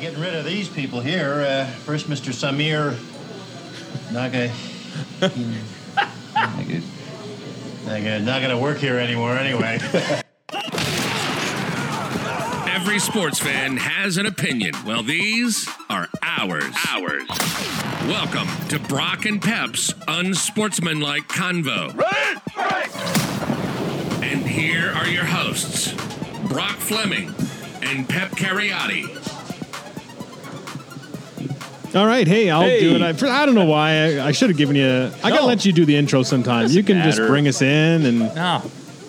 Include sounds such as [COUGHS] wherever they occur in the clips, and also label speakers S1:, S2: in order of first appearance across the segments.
S1: Getting rid of these people here. Uh, first, Mr. Samir Naga.
S2: Nigga.
S1: Naga not going to work here anymore anyway. [LAUGHS]
S3: Every sports fan has an opinion. Well, these are ours. Ours. Welcome to Brock and Pep's unsportsmanlike convo. And here are your hosts, Brock Fleming and Pep Cariotti.
S4: All right, hey, I'll do it. I, I don't know why I, I should have given you. I gotta
S5: No.
S4: let you do the intro sometime. You can just
S2: matter.
S4: bring us in, and
S5: No,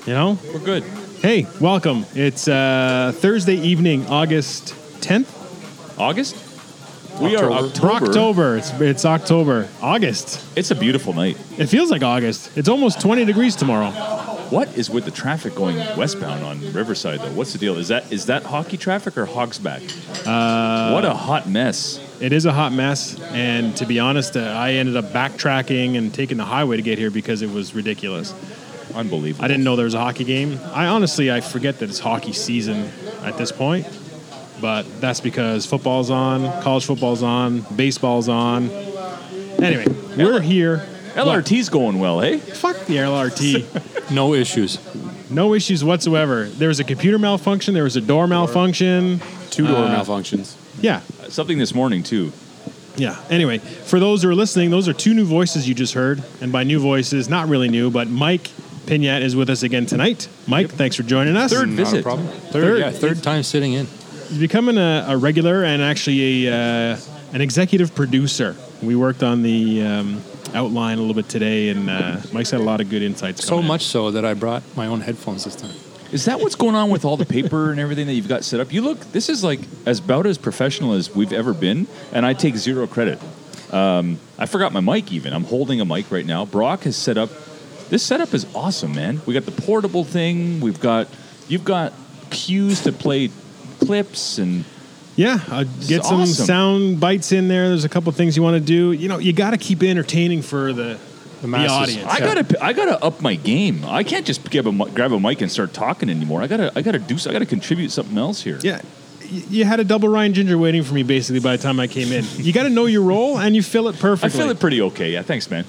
S4: you know,
S5: Ah, we're good.
S4: hey, welcome. It's uh, Thursday evening, August tenth,
S5: August? We are October.
S4: October. It's it's October, August.
S5: It's a beautiful night.
S4: It feels like August. It's almost twenty degrees tomorrow.
S5: What is with the traffic going westbound on Riverside though? What's the deal? Is that is that hockey traffic or Hogsback? Uh, what a hot mess.
S4: It is a hot mess, and to be honest, uh, I ended up backtracking and taking the highway to get here because it was ridiculous.
S5: Unbelievable.
S4: I didn't know there was a hockey game. I honestly I forget that it's hockey season at this point. But that's because football's on, college football's on, baseball's on. Anyway, we're here.
S5: LRT's going well, eh?
S4: Fuck the
S6: [LAUGHS]
S4: LRT.
S6: No issues.
S4: No issues whatsoever. There was a computer malfunction, there was a door malfunction.
S6: Two door
S4: Uh,
S6: malfunctions.
S4: Yeah.
S5: Something this morning too.
S4: Yeah. Anyway, for those who are listening, those are two new voices you just heard. And by new voices, not really new, but Mike Pignat is with us again tonight. Mike, thanks for joining us.
S5: Third
S6: Not a
S5: visit.
S6: problem. Third,
S4: Third.
S6: yeah, third time sitting in.
S4: He's becoming a, a regular and actually a uh, an executive producer. We worked on the um, outline a little bit today, and uh, Mike's had a lot of good insights.
S6: So
S4: coming in.
S6: much so that I brought my own headphones this time.
S5: Is that what's going on with all the paper and everything that you've got set up? You look, this is like as about as professional as we've ever been, and I take zero credit. Um, I forgot my mic even. I'm holding a mic right now. Brock has set up, this setup is awesome, man. We got the portable thing, we've got, you've got cues to play clips, and
S4: Yeah, uh, get
S5: is
S4: some
S5: awesome.
S4: sound bites in there. There's a couple things you want to do. You know, you got to keep it entertaining for the
S6: The masses.
S4: audience.
S5: I gotta, I gotta up my game. I can't just grab a, mi- grab a mic and start talking anymore. I gotta, I gotta do, so- I gotta contribute something else here.
S4: yeah. y- You had a double Ryan Ginger waiting for me basically by the time I came in. You got to know your role and you fill it
S5: I
S4: perfectly.
S5: feel it pretty okay. Yeah, thanks, man.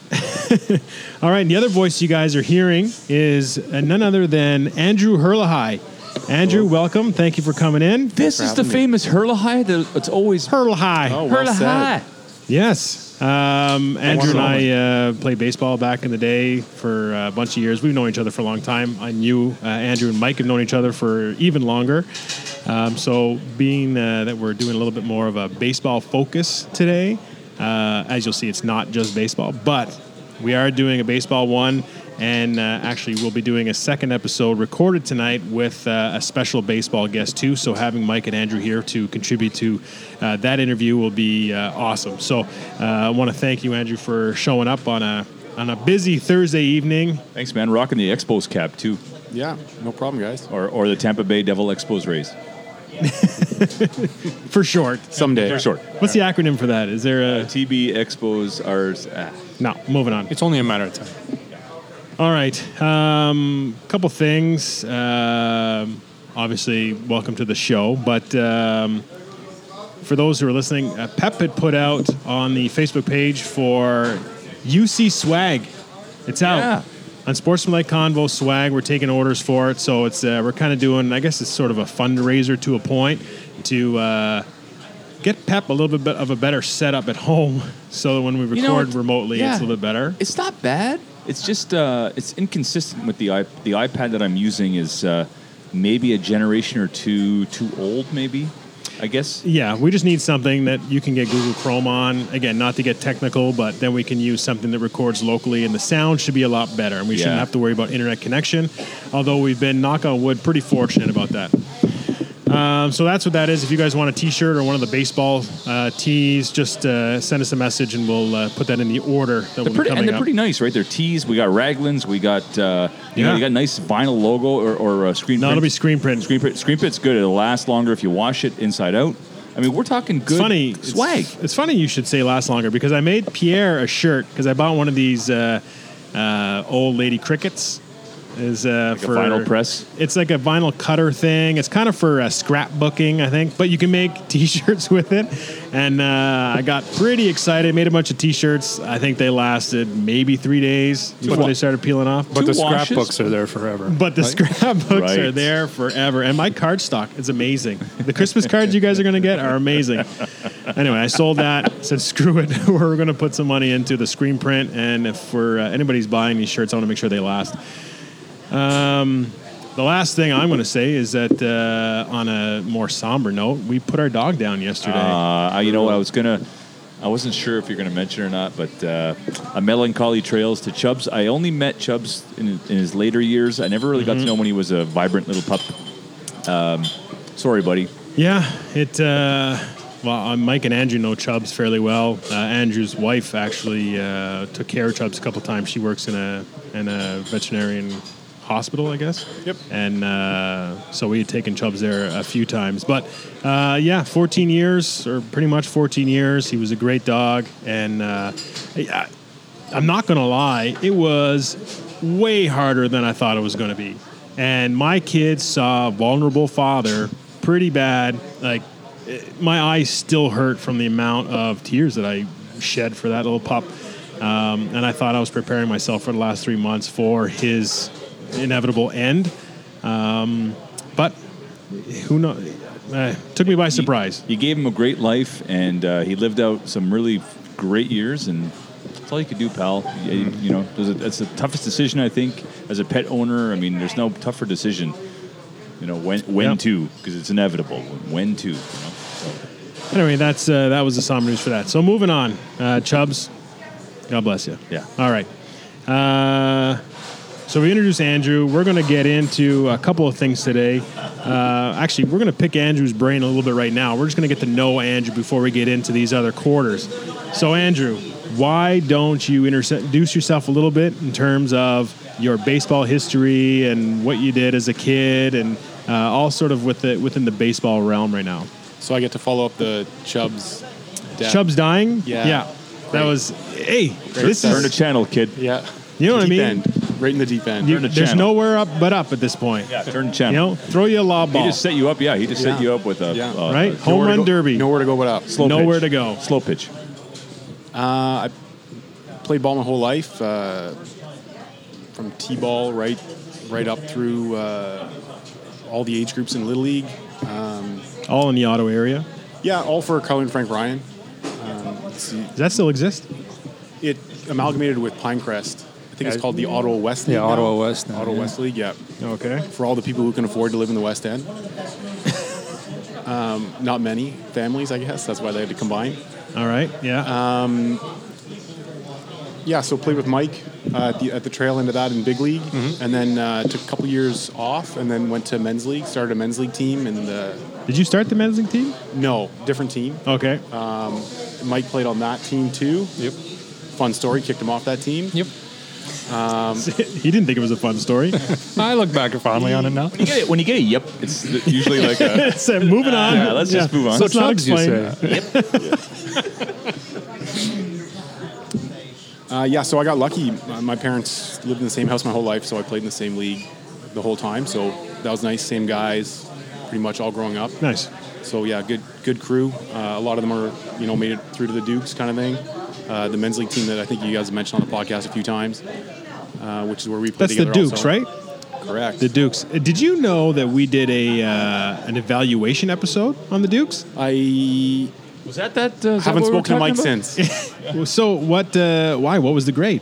S4: All right, and the other voice you guys are hearing is uh, none other than Andrew Herlahai. Andrew, welcome. Thank you for coming in.
S5: This is the famous Herlahai that it's always
S4: Herlahai.
S5: Oh, Herlahai.
S4: Yes. Um, Andrew and I uh, played baseball back in the day for a bunch of years. We've known each other for a long time. I knew uh, Andrew and Mike have known each other for even longer. Um, so, being uh, that we're doing a little bit more of a baseball focus today, uh, as you'll see, it's not just baseball, but we are doing a baseball one. And uh, actually, we'll be doing a second episode recorded tonight with uh, a special baseball guest, too. So, having Mike and Andrew here to contribute to uh, that interview will be uh, awesome. So, uh, I want to thank you, Andrew, for showing up on a on a busy Thursday evening.
S5: Thanks, man. Rocking the Expos cap too,
S6: Yeah, no problem, guys.
S5: or or the Tampa Bay Devil Expos Rays.
S4: For short,
S6: Someday.
S5: For short.
S4: what's the acronym for that? Is there a.
S5: TB Expos are. ah.
S4: No, moving on.
S6: It's only a matter of time.
S4: All right. Um, couple things. Um, obviously, welcome to the show. But um, for those who are listening, uh, Pep had put out on the Facebook page for UC Swag. It's out.
S5: Yeah.
S4: On Sportsmanlike Convo Swag, we're taking orders for it. So it's uh, we're kind of doing, I guess it's sort of a fundraiser to a point to uh, get Pep a little bit of a better setup at home [LAUGHS] so that when we record
S5: You know, it-
S4: remotely,
S5: yeah.
S4: it's a little bit better.
S5: It's not bad. It's just uh, it's inconsistent with the iP- the iPad that I'm using is uh, maybe a generation or two too old, maybe. I guess.
S4: Yeah, we just need something that you can get Google Chrome on. Again, not to get technical, but then we can use something that records locally, and the sound should be a lot better, and we shouldn't
S5: Yeah.
S4: have to worry about internet connection. Although we've been, knock on wood, pretty fortunate about that. Um, so that's what that is. If you guys want a T-shirt or one of the baseball uh, tees, just uh, send us a message, and we'll uh, put that in the order that will
S5: They're
S4: be
S5: pretty,
S4: coming
S5: and they're
S4: up.
S5: pretty nice, right? They're tees. We got raglans. We got uh, you
S4: Yeah.
S5: know you got nice vinyl logo or, or uh, screen.
S4: no, it'll be
S5: print.
S4: screen print.
S5: Screen print, screen print's good. It'll last longer if you wash it inside out. I mean, we're talking good
S4: It's funny.
S5: swag.
S4: It's, it's funny you should say last longer because I made Pierre a shirt because I bought one of these uh, uh, old lady crickets. is uh,
S5: a
S4: for
S5: vinyl press?
S4: It's like a vinyl cutter thing. It's kind of for uh, scrapbooking, I think, but you can make [LAUGHS] T-shirts with it. And uh, I got pretty excited. Made a bunch of T-shirts. I think they lasted maybe three days before
S6: wa-
S4: they started peeling off.
S6: But the
S5: Two washes?
S6: scrapbooks are there forever.
S4: [LAUGHS] But the
S6: Right?
S4: scrapbooks
S5: Right.
S4: are there forever. And my card stock is amazing. The Christmas cards you guys are going to get are amazing. Anyway, I sold that, said screw it. [LAUGHS] we're going to put some money into the screen print. And if we're, uh, anybody's buying these shirts, I want to make sure they last. Um, the last thing I'm going to say is that uh, on a more somber note, we put our dog down yesterday.
S5: Uh, you know, I was gonna. I wasn't sure if you're going to mention it or not, but uh, a melancholy trails to Chubbs. I only met Chubbs in, in his later years. I never really got
S4: Mm-hmm.
S5: to know him when he was a vibrant little pup. Um, sorry, buddy.
S4: Yeah, it. Uh, well, uh, Mike and Andrew know Chubbs fairly well. Uh, Andrew's wife actually uh, took care of Chubbs a couple times. She works in a in a veterinarian hospital, I guess.
S6: Yep.
S4: And uh, so we had taken Chubbs there a few times, but uh, yeah, 14 years or pretty much 14 years. He was a great dog, and uh, I, I'm not gonna lie, it was way harder than I thought it was gonna be. And my kids saw a vulnerable father pretty bad. Like eh, my eyes still hurt from the amount of tears that I shed for that little pup. Um, and I thought I was preparing myself for the last three months for his inevitable end. Um, but who knows? Uh, took me by surprise.
S5: You gave him a great life, and uh, he lived out some really great years, and that's all you could do, pal. You, you know, it was a- that's the toughest decision I think as a pet owner. I mean, there's no tougher decision. You know when when
S4: Yep.
S5: to because it's inevitable. When to. You know?
S4: Anyway, that's uh, that was the somber news for that. So moving on, uh, Chubbs, God bless you.
S5: Yeah.
S4: All right. Uh, so we introduced Andrew. We're going to get into a couple of things today. Uh, actually, we're going to pick Andrew's brain a little bit right now. We're just going to get to know Andrew before we get into these other quarters. So Andrew, why don't you introduce yourself a little bit in terms of your baseball history and what you did as a kid and uh, all sort of with the, within the baseball realm right now?
S6: So I get to follow up the Chubbs. death.
S4: Chubb's dying.
S6: Yeah.
S4: That
S6: Great.
S4: was hey. This
S5: Turn the
S4: is
S5: channel, kid.
S6: Yeah.
S4: You know what I
S6: deep
S4: mean?
S6: End. Right in the deep end.
S4: you-
S5: Turn the
S4: there's
S5: channel.
S4: nowhere up but up at this point.
S5: Yeah, turn the
S4: You
S5: channel.
S4: know, throw you a lob
S5: he
S4: ball,
S5: just set you up. Yeah, he just set
S6: Yeah.
S5: you up with a
S6: Yeah.
S5: a-
S4: right?
S5: a
S4: Home
S6: Nowhere to
S4: run
S6: go-
S4: derby.
S6: Nowhere to go but up.
S5: slow
S4: nowhere
S5: pitch.
S4: to go.
S5: Slow pitch.
S6: Played ball my whole life, uh, from t-ball right, right up through uh, all the age groups in Little League.
S4: All in the auto area.
S6: Yeah, all for Carlin Frank Ryan. Um, let's see.
S4: Does that still exist?
S6: It amalgamated with Pinecrest. I think it's called the Ottawa West League.
S2: Yeah,
S6: now.
S2: Ottawa West now,
S6: Ottawa
S2: yeah.
S6: West League, yeah.
S4: Okay.
S6: For all the people who can afford to live in the
S2: [LAUGHS]
S6: West End. um, not many families, I guess. That's why they had to combine.
S4: All right. Yeah.
S6: Uh, Yeah, so played with Mike uh, at, the, at the trail end of that in big league, and then uh, took a couple years off, and then went to men's league. Started a men's league team, and the
S4: Did you start the men's league team?
S6: no different team.
S4: Okay.
S6: Um, Mike played on that team too. Yep. Fun story. Kicked him off that team.
S2: Yep.
S4: [LAUGHS] he didn't think it was a fun
S6: [LAUGHS]
S4: story.
S2: I look back fondly on it now.
S5: When you get a, when you get a yep, it's [LAUGHS] usually like a.
S4: [LAUGHS] so moving on.
S5: Yeah, let's just move on.
S4: Let's
S2: So
S4: not
S2: Chubbs, you
S4: explain.
S2: say?
S6: Uh, yeah, so I got lucky. My my parents lived in the same house my whole life, so I played in the same league the whole time. So that was nice. Same guys, pretty much all growing up.
S4: Nice.
S6: So yeah, good good crew. Uh, a lot of them are you know made it through to the Dukes kind of thing. Uh, the men's league team that I think you guys have mentioned on the podcast a few times, uh, which is where we played
S4: That's the
S6: together.
S4: Dukes,
S6: also.
S4: right?
S6: Correct.
S4: The Dukes. Uh, Did you know that we did a uh, an evaluation episode on the Dukes?
S6: I
S5: Was that that? Uh,
S6: haven't spoken to Mike
S4: [LAUGHS]
S6: since.
S4: So what? Uh, why? What was the grade?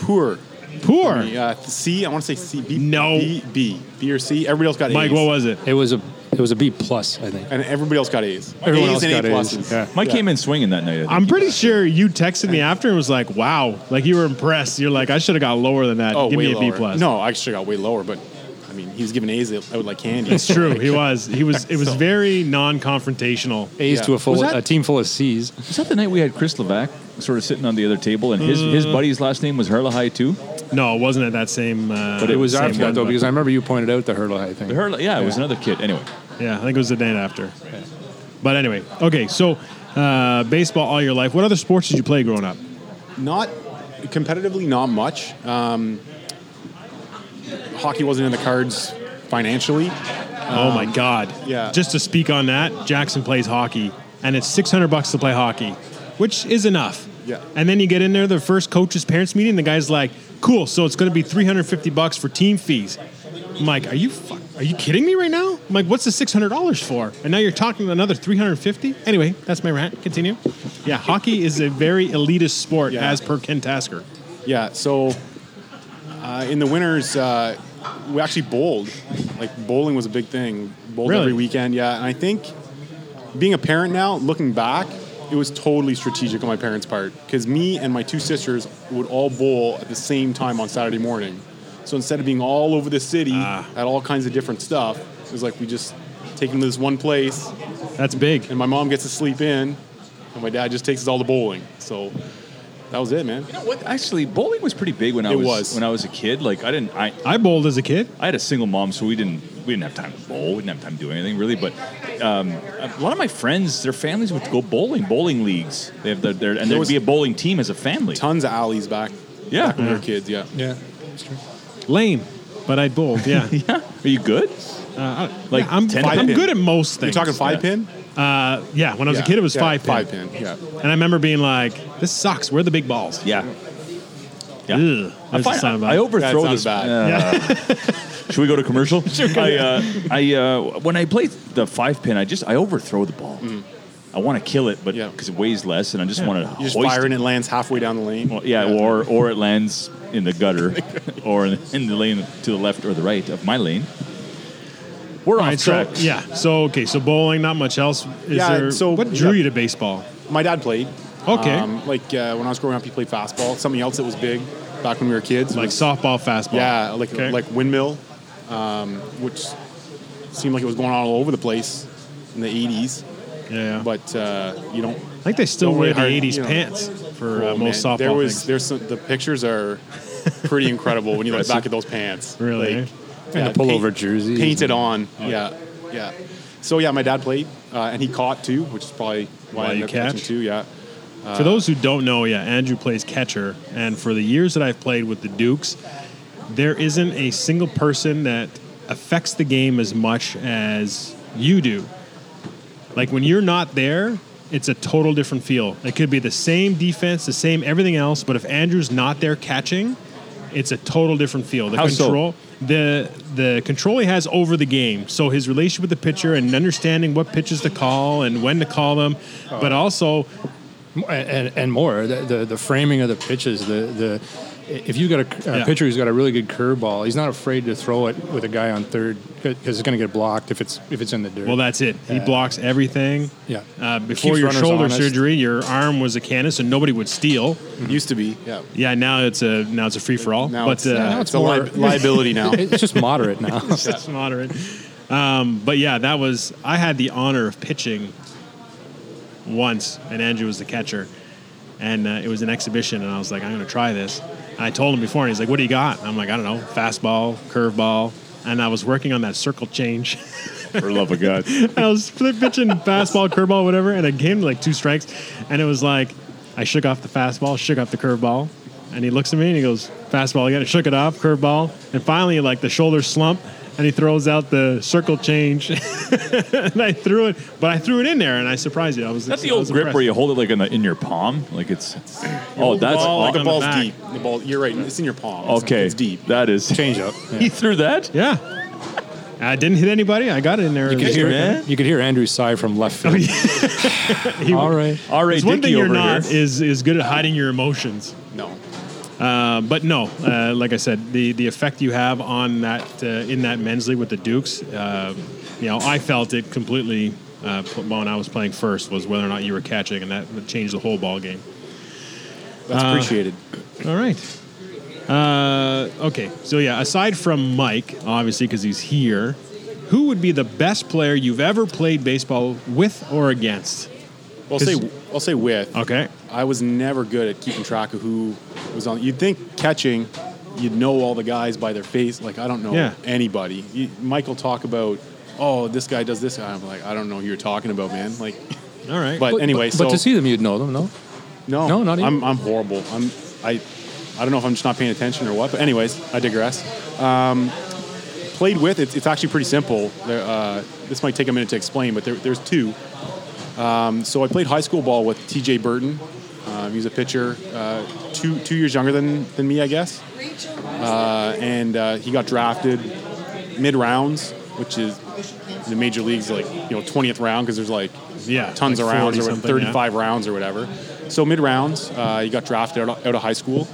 S6: Poor.
S4: Poor.
S6: Uh, C. I want to say C. B.
S4: No.
S6: B, B. B or C. Everybody else got
S4: Mike,
S6: A's.
S4: what was it?
S2: It was a it was a B plus, I think.
S6: And everybody else got A's.
S2: Everyone
S6: A's
S2: else
S6: and
S2: got
S6: A
S2: A's,
S6: pluses.
S2: yeah.
S5: Mike came in swinging that night. I think.
S4: I'm pretty sure you texted me after and was like, "Wow!" Like you were impressed. You're like, "I should have got lower than that.
S6: Oh,
S4: Give
S6: way
S4: me a B
S6: lower.
S4: plus."
S6: No, I actually got way lower, but I mean, he was giving A's out
S4: [LAUGHS]
S6: like candy.
S4: it's true. He was. He was. It was very non-confrontational.
S2: A's
S6: Yeah.
S2: to a full
S5: Was that-
S2: a team full of C's.
S5: Was that the night we had Chris Levac sort of sitting on the other table, and his his buddy's last name was Herlahai too.
S4: No, it wasn't at that same. Uh,
S2: But it was
S4: same
S2: after that
S4: one,
S2: though,
S4: but-
S2: because I remember you pointed out the hurdle height thing.
S5: Herla, yeah, it was another kid. Anyway,
S4: yeah, I think it was the night after. But anyway, okay. So, uh, baseball all your life. What other sports did you play growing up?
S6: Not competitively, not much. Um, hockey wasn't in the cards financially.
S4: oh my God.
S6: Um, yeah.
S4: Just to speak on that, Jackson plays hockey, and it's 600 bucks to play hockey, which is enough.
S6: Yeah.
S4: And then you get in there, the first coach's parents meeting, the guy's like, cool, so it's going to be 350 bucks for team fees. I'm like, are you fuck, are you kidding me right now? I'm like, what's the $600 for? And now you're talking about another 350? Anyway, that's my rant.
S6: [LAUGHS]
S4: Continue. Yeah, hockey is a very elitist sport
S6: Yeah.
S4: as per Ken Tasker.
S6: Yeah, so uh, in the winters, uh, we actually bowled. Like bowling was a big thing. Bowled
S4: Really?
S6: every weekend, yeah. And I think being a parent now, looking back, it was totally strategic on my parents' part because me and my two sisters would all bowl at the same time on Saturday morning. So instead of being all over the city at all kinds of different stuff, it was like we just take them to this one place,
S4: That's big.
S6: and my mom gets to sleep in, and my dad just takes us all to bowling. So that was it, man.
S5: You know what? Actually, bowling was pretty big when I
S6: It
S5: was,
S6: was.
S5: when I was a kid. Like I didn't I,
S4: I bowled as a kid.
S5: I had a single mom, so we didn't we didn't have time to bowl. We didn't have time to do anything really. But um, a lot of my friends, their families would go bowling, bowling leagues. They have their, their and there would
S6: was-
S5: be a bowling team as a family.
S6: tons of alleys back.
S5: Yeah.
S6: back when we were kids. Yeah,
S2: Yeah.
S4: Lame, but I bowled,
S6: [LAUGHS]
S4: yeah.
S5: [LAUGHS] Yeah, are you good?
S4: like
S5: Like
S4: I'm,
S5: 10
S4: I'm
S6: pin.
S4: good at most
S6: you're
S4: things.
S6: talking five pin.
S4: Uh, yeah, when I was
S6: Yeah,
S4: a kid, it was
S6: yeah,
S4: five pin.
S6: Five pin. Yeah,
S4: And I remember being like, "This sucks. Where are the big balls?"
S5: Yeah. Yeah.
S4: Ugh,
S5: I,
S4: that's the
S5: find,
S4: sound
S5: I, I
S4: bite.
S5: overthrow
S6: That
S5: this.
S6: sounds bad.
S5: uh, should we go to commercial? I, uh, I uh, when I play the five pin, I just I overthrow the ball. I want to kill it, but
S6: Yeah.
S5: because it weighs less, and I just want to
S6: you
S5: hoist
S6: just fire
S5: it.
S6: and it lands halfway down the lane.
S5: Well, yeah, or or it lands in the gutter, or in, in the lane to the left or the right of my lane. We're
S4: All
S5: off
S4: right, so
S5: track.
S4: yeah, so okay, so bowling, not much else. Is
S6: Yeah,
S4: there,
S6: so-
S4: what drew
S6: yeah.
S4: you to baseball?
S6: My dad played.
S4: Okay.
S6: like uh, when I was growing up, he played fastball. Something else that was big back when we were kids.
S4: Like
S6: was-
S4: softball, fastball.
S6: Yeah, like
S4: Okay.
S6: like windmill, um, which seemed like it was going on all over the place in the '80s.
S4: yeah. But
S6: But uh, you don't.
S4: I think they still
S6: don't
S4: wear
S6: worry
S4: the
S6: hard,
S4: '80s
S6: you know.
S4: pants for uh,
S6: Oh,
S4: most
S6: man,
S4: softball
S6: There was
S4: things.
S6: there's some, the pictures are pretty incredible when you look back at those pants.
S4: Really, eh?
S6: yeah,
S2: the pullover
S6: paint-
S2: jerseys.
S6: painted on. Yeah, yeah. So yeah, my dad played, uh, and he caught too, which is probably
S4: Why
S6: why,
S4: you
S6: I ended up catching
S4: catch?
S6: too. Yeah,
S4: For those who don't know, yeah, Andrew plays catcher, and for the years that I've played with the Dukes, there isn't a single person that affects the game as much as you do. Like when you're not there, it's a total different feel. It could be the same defense, the same everything else, but if Andrew's not there catching, it's a total different feel. The
S5: How so?
S4: control, the the control he has over the game. So his relationship with the pitcher and understanding what pitches to call and when to call them, but also
S2: and, and more. The, the the framing of the pitches, the the if you got a, a
S4: Yeah.
S2: pitcher who's got a really good curveball, he's not afraid to throw it with a guy on third because it's going to get blocked if it's if it's in the dirt.
S4: Well, that's it. He
S2: Yeah.
S4: blocks everything.
S2: Yeah.
S4: Uh, before
S2: Keeps
S4: your
S2: runners
S4: shoulder
S2: honest.
S4: surgery, your arm was a cannon, so nobody would steal.
S6: used to be. Yeah. Oh,
S4: Yeah, now it's a now it's a free for all.
S6: Mm-hmm. Now
S4: But
S6: it's,
S4: uh,
S6: uh,
S2: Now
S6: it's,
S2: it's
S6: a
S2: more-
S6: li- liability
S2: [LAUGHS]
S6: now.
S2: it's just moderate now.
S4: it's uh, [LAUGHS] moderate. Um, but yeah, that was I had the honor of pitching once, and Andrew was the catcher, and uh, it was an exhibition, and I was like, I'm going to try this. And I told him before, and he's like, What do you got? And I'm like, I don't know, fastball, curveball, and I was working on that circle change. [LAUGHS]
S5: For love of God.
S4: I was flip pitching fastball, curveball, whatever, and I gave him like two strikes. And it was like, I shook off the fastball, shook off the curveball. And he looks at me and he goes, fastball again, shook it off, curveball. And finally, like the shoulder slump, and he throws out the circle change. [LAUGHS] and I threw it, but I threw it in there and I surprised you. I was
S5: That's the
S4: I
S5: old
S4: was
S5: grip where
S4: impressed.
S5: you hold it like in, the, in your palm, like it's. Oh,
S6: That's
S5: that's
S6: ball, like
S5: aw-
S6: the
S4: on the
S6: ball's
S4: back.
S6: deep. The ball. You're right. It's in your palm. It's-
S5: okay.
S6: It's deep.
S5: That is.
S2: Change up.
S5: [LAUGHS] He threw that.
S4: Yeah. I didn't hit anybody. I got it in there.
S2: You could,
S5: Good,
S2: hear,
S5: man.
S2: you could hear Andrew sigh from left
S6: Oh,
S2: field.
S4: He-
S2: All right.
S5: All right,
S4: It's one
S5: Dickie
S4: thing you're
S5: over
S4: not
S5: here.
S4: is is good at hiding your emotions.
S6: No.
S4: Um, but no, uh, like I said, the, the effect you have on that uh, in that men's league with the Dukes, um, you know, I felt it completely uh, pl- when I was playing first was whether or not you were catching, and that changed the whole ball game. Uh,
S6: That's appreciated.
S4: All right. Uh, okay, so yeah, aside from Mike, obviously because he's here, who would be the best player you've ever played baseball with or against?
S6: Well, I'll say.
S4: 'cause-
S6: I'll say with.
S4: Okay,
S6: I was never good at keeping track of who was on. You'd think catching, you'd know all the guys by their face. Like I don't know
S4: Yeah.
S6: anybody. You, Michael talk about, oh, this guy does this. I'm like, I don't know who you're talking about, man. Like,
S4: all right.
S6: but anyway,
S2: but,
S6: so
S2: to see them, you'd know them, no?
S6: no,
S2: no, not
S6: I'm
S2: even.
S6: I'm horrible. I'm I, I don't know if I'm just not paying attention or what. But anyways, I digress. Um, played with, it's, it's actually pretty simple. There, uh, this might take a minute to explain, but there, there's two. Um, so I played high school ball with T.J. Burton. Um, he's a pitcher, uh, two two years younger than than me, I guess. Uh, and uh, he got drafted mid rounds, which is in the major leagues like you know 20th round because there's like
S4: Yeah,
S6: tons
S4: like
S6: of rounds
S4: 40
S6: or
S4: something,
S6: 35 rounds or whatever. So mid rounds, uh, he got drafted out of, out of high school.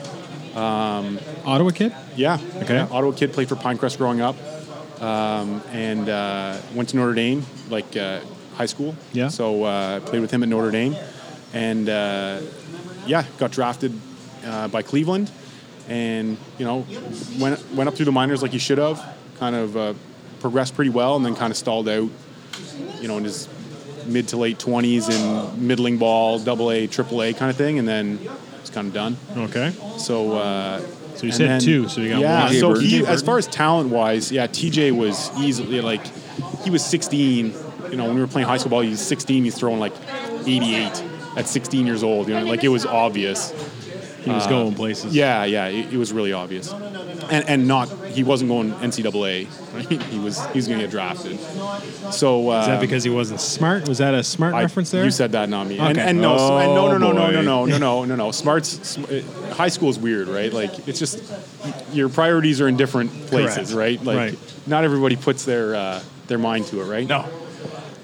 S4: Ottawa kid.
S6: Yeah.
S4: Okay.
S6: Yeah, Ottawa kid, played for Pinecrest growing up, um, and uh, went to Notre Dame, like uh, high school.
S4: Yeah.
S6: So uh, played with him at Notre Dame, and uh, yeah, got drafted uh, by Cleveland, and you know went went up through the minors like he should have, kind of uh, progressed pretty well, and then kind of stalled out, you know, in his mid to late twenties in middling ball, double A, triple A kind of thing, and then it's kind of done.
S4: Okay.
S6: So, uh,
S4: So you
S6: and
S4: said two, so you got
S6: yeah.
S4: one.
S6: So
S5: Burton. TJ
S6: he, as
S5: Burton.
S6: far as talent wise, yeah, TJ was easily like he was 16. You know, when we were playing high school ball, he was 16. He's throwing like 88 at 16 years old. You know, like it was obvious.
S4: He was going places.
S6: Yeah, yeah, it, it was really obvious, and and not he wasn't going NCAA. Right? [LAUGHS] He was he was going to get drafted. So uh,
S4: Is that because he wasn't smart? Was that a smart
S6: I-
S4: reference there?
S6: You said that, not me. And,
S4: Okay.
S6: and no,
S5: Oh,
S6: and no, no, no, no,
S5: boy.
S6: no, no, no, no, no, no. Smarts, sm- uh, high school is weird, right? Like it's just your priorities are in different places,
S4: Correct.
S6: right? Like
S4: Right.
S6: not everybody puts their uh, their mind to it, right? No.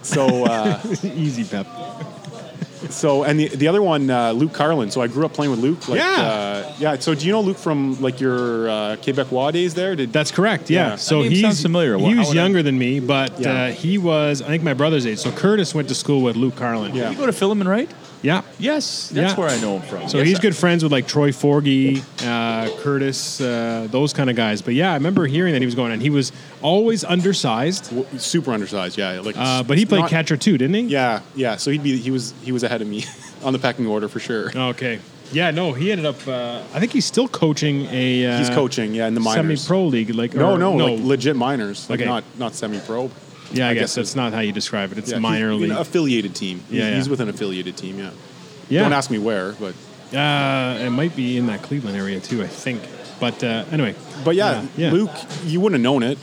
S6: So, uh,
S4: [LAUGHS] easy pep.
S6: so, and the, the other one, uh, Luke Carlin. So I grew up playing with Luke. Like,
S4: Yeah.
S6: uh, yeah. So do you know Luke from like your uh, Quebecois days? There, did
S4: That's correct. Yeah.
S6: Yeah.
S4: So
S5: That name
S4: he's
S5: sounds familiar. Well,
S4: He
S5: how
S4: was
S5: would I-
S4: younger than me, but
S6: Yeah.
S4: uh, he was I think my brother's age. So Curtis went to school with Luke Carlin.
S6: Yeah.
S5: You go to Philemon, right?
S4: Yeah.
S5: Yes, that's
S4: Yeah.
S5: where I know him from.
S4: So
S5: Yes,
S4: he's
S5: I-
S4: good friends with like Troy Forgy, uh, Curtis, uh, those kind of guys. But yeah, I remember hearing that he was going, and he was always undersized.
S6: w- super undersized? Yeah. Like,
S4: Uh, but he played
S6: not-
S4: catcher too, didn't he?
S6: Yeah, yeah. So he'd be he was he was ahead of me [LAUGHS] on the pecking order for sure.
S4: Okay. Yeah. No, he ended up. Uh, I think he's still coaching a. Uh,
S6: He's coaching, yeah, in the minors.
S4: Semi-pro league, like
S6: No,
S4: or-
S6: no, like legit minors, like
S4: Okay.
S6: not not semi-pro.
S4: yeah, I, guess,
S6: it's
S4: that's not how you describe it. It's
S6: yeah,
S4: minor
S6: he's- he's
S4: league.
S6: an affiliated team. He's,
S4: Yeah, yeah.
S6: he's with an affiliated team. Yeah.
S4: Yeah.
S6: Don't ask me where, but
S4: Uh, it might be in that Cleveland area too, I think. But uh, anyway,
S6: but yeah,
S4: Yeah, yeah.
S6: Luke, you wouldn't have known it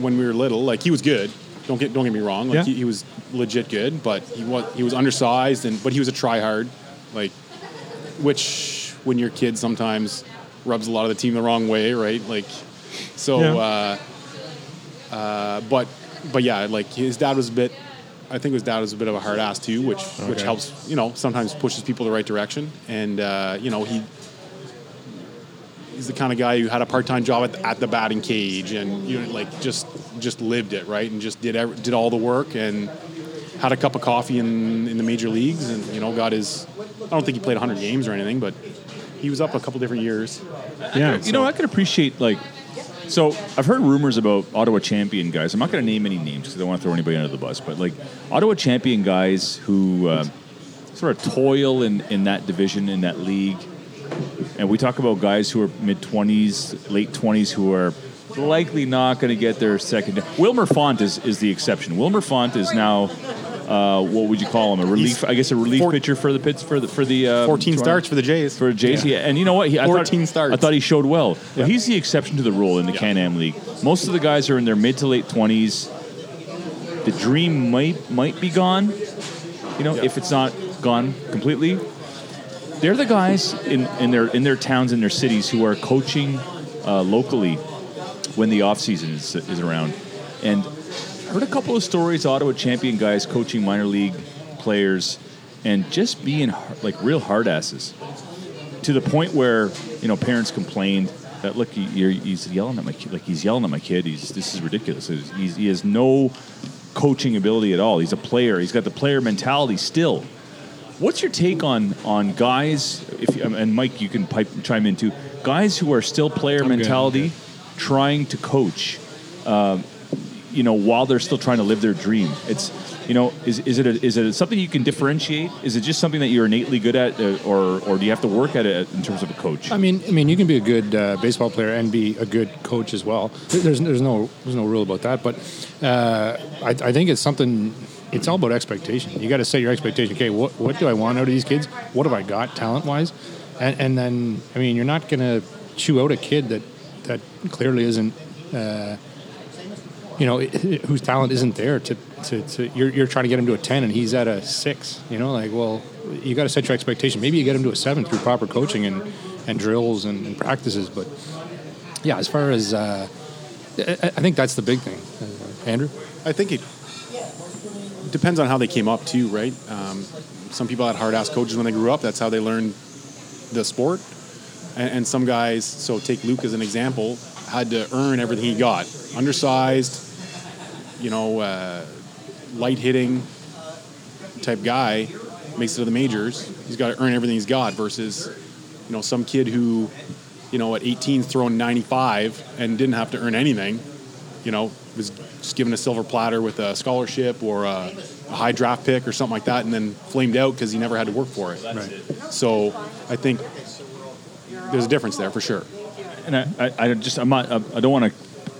S6: when we were little. Like he was good. Don't get don't get me wrong. Like
S4: Yeah.
S6: he, he was legit good, but he was he was undersized and but he was a tryhard, like which when you're a kid sometimes rubs a lot of the team the wrong way, right? Like so.
S4: Yeah.
S6: Uh, uh, but but yeah, like his dad was a bit. I think his dad was a bit of a hard ass too, which which
S4: Okay.
S6: helps. You know, sometimes pushes people the right direction, and uh, you know he he's the kind of guy who had a part-time job at, at the batting cage and you know like just just lived it right and just did every, did all the work and had a cup of coffee in in the major leagues and you know got his I don't think he played 100 games or anything but he was up a couple different years
S4: yeah,
S5: You know, I could appreciate like. So I've heard rumors about Ottawa champion guys. I'm not going to name any names because I don't want to throw anybody under the bus. But like Ottawa champion guys who uh, sort of toil in in that division in that league, and we talk about guys who are mid 20s, late 20s who are likely not going to get their second. Wilmer Font is is the exception. Wilmer Font is now. Uh, what would you call him? A relief? I guess a relief
S6: Four-
S5: pitcher for the pits for the for the um,
S6: 14
S5: Toronto-
S6: starts for the Jays
S5: for JC. And you know what? He, I
S6: 14
S5: thought,
S6: starts.
S5: I thought he showed well. But he's the exception to the rule in the
S6: Yeah.
S5: Can-Am League. Most of the guys are in their mid to late 20s. The dream might might be gone, you know,
S6: Yeah.
S5: if it's not gone completely. They're the guys in, in their in their towns in their cities who are coaching uh, locally when the off season is, is around. And heard a couple of stories Ottawa champion guys coaching minor league players and just being har- like real hard asses to the point where you know parents complained that look he- you're, he's yelling at my kid like he's yelling at my kid he's this is ridiculous he's, he's, he has no coaching ability at all he's a player he's got the player mentality still what's your take on on guys if um, and Mike you can pipe chime in too guys who are still player
S4: good, I'm
S5: mentality trying to coach um, you know while they're still trying to live their dream it's you know is, is it a, is it something you can differentiate is it just something that you're innately good at uh, or or do you have to work at it in terms of a coach
S2: I mean, I mean, you can be a good uh, baseball player and be a good coach as well. There- There's there's no there's no rule about that, but uh, I, I think it's something. It's all about expectation. You got to set your expectation. Okay, what what do I want out of these kids? What have I got talent wise? And and then I mean, you're not gonna chew out a kid that that clearly isn't you know, whose talent isn't there to, to, to you're, you're trying to get him to a 10 and he's at a six, you know, like, well, you got to set your expectation. Maybe you get him to a seven through proper coaching and, and drills and, and practices. But yeah, as far as, uh, I, I I think that's the big thing. Uh, Andrew?
S6: I think it depends on how they came up too, right? Um, some people had hard ass coaches when they grew up. That's how they learned the sport. And, and some guys, so take Luke as an example, had to earn everything he got. Undersized, you know, uh, light hitting type guy makes it to the majors. He's got to earn everything he's got versus, you know, some kid who, you know, at 18 throwing 95 and didn't have to earn anything you know, was just given a silver platter with a scholarship or a, a high draft pick or something like that, and then flamed out because he never had to work for it. Right. So I think there's a difference there for sure.
S5: and I, I, I just I'm not I don't want to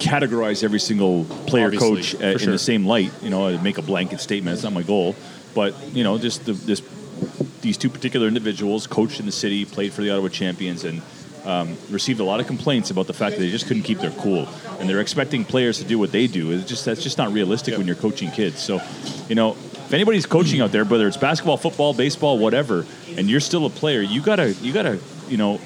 S5: categorize every single player
S6: Obviously,
S5: coach
S6: for
S5: uh, in
S6: sure.
S5: the same light. You know, I make a blanket statement. It's not my goal, but you know, just the, this these two particular individuals coached in the city, played for the Ottawa champions, and. Um, received a lot of complaints about the fact that they just couldn't keep their cool, and they're expecting players to do what they do. It's just that's just not realistic when you're coaching kids. So, you know, if anybody's coaching out there, whether it's basketball, football, baseball, whatever, and you're still a player, you gotta you gotta you know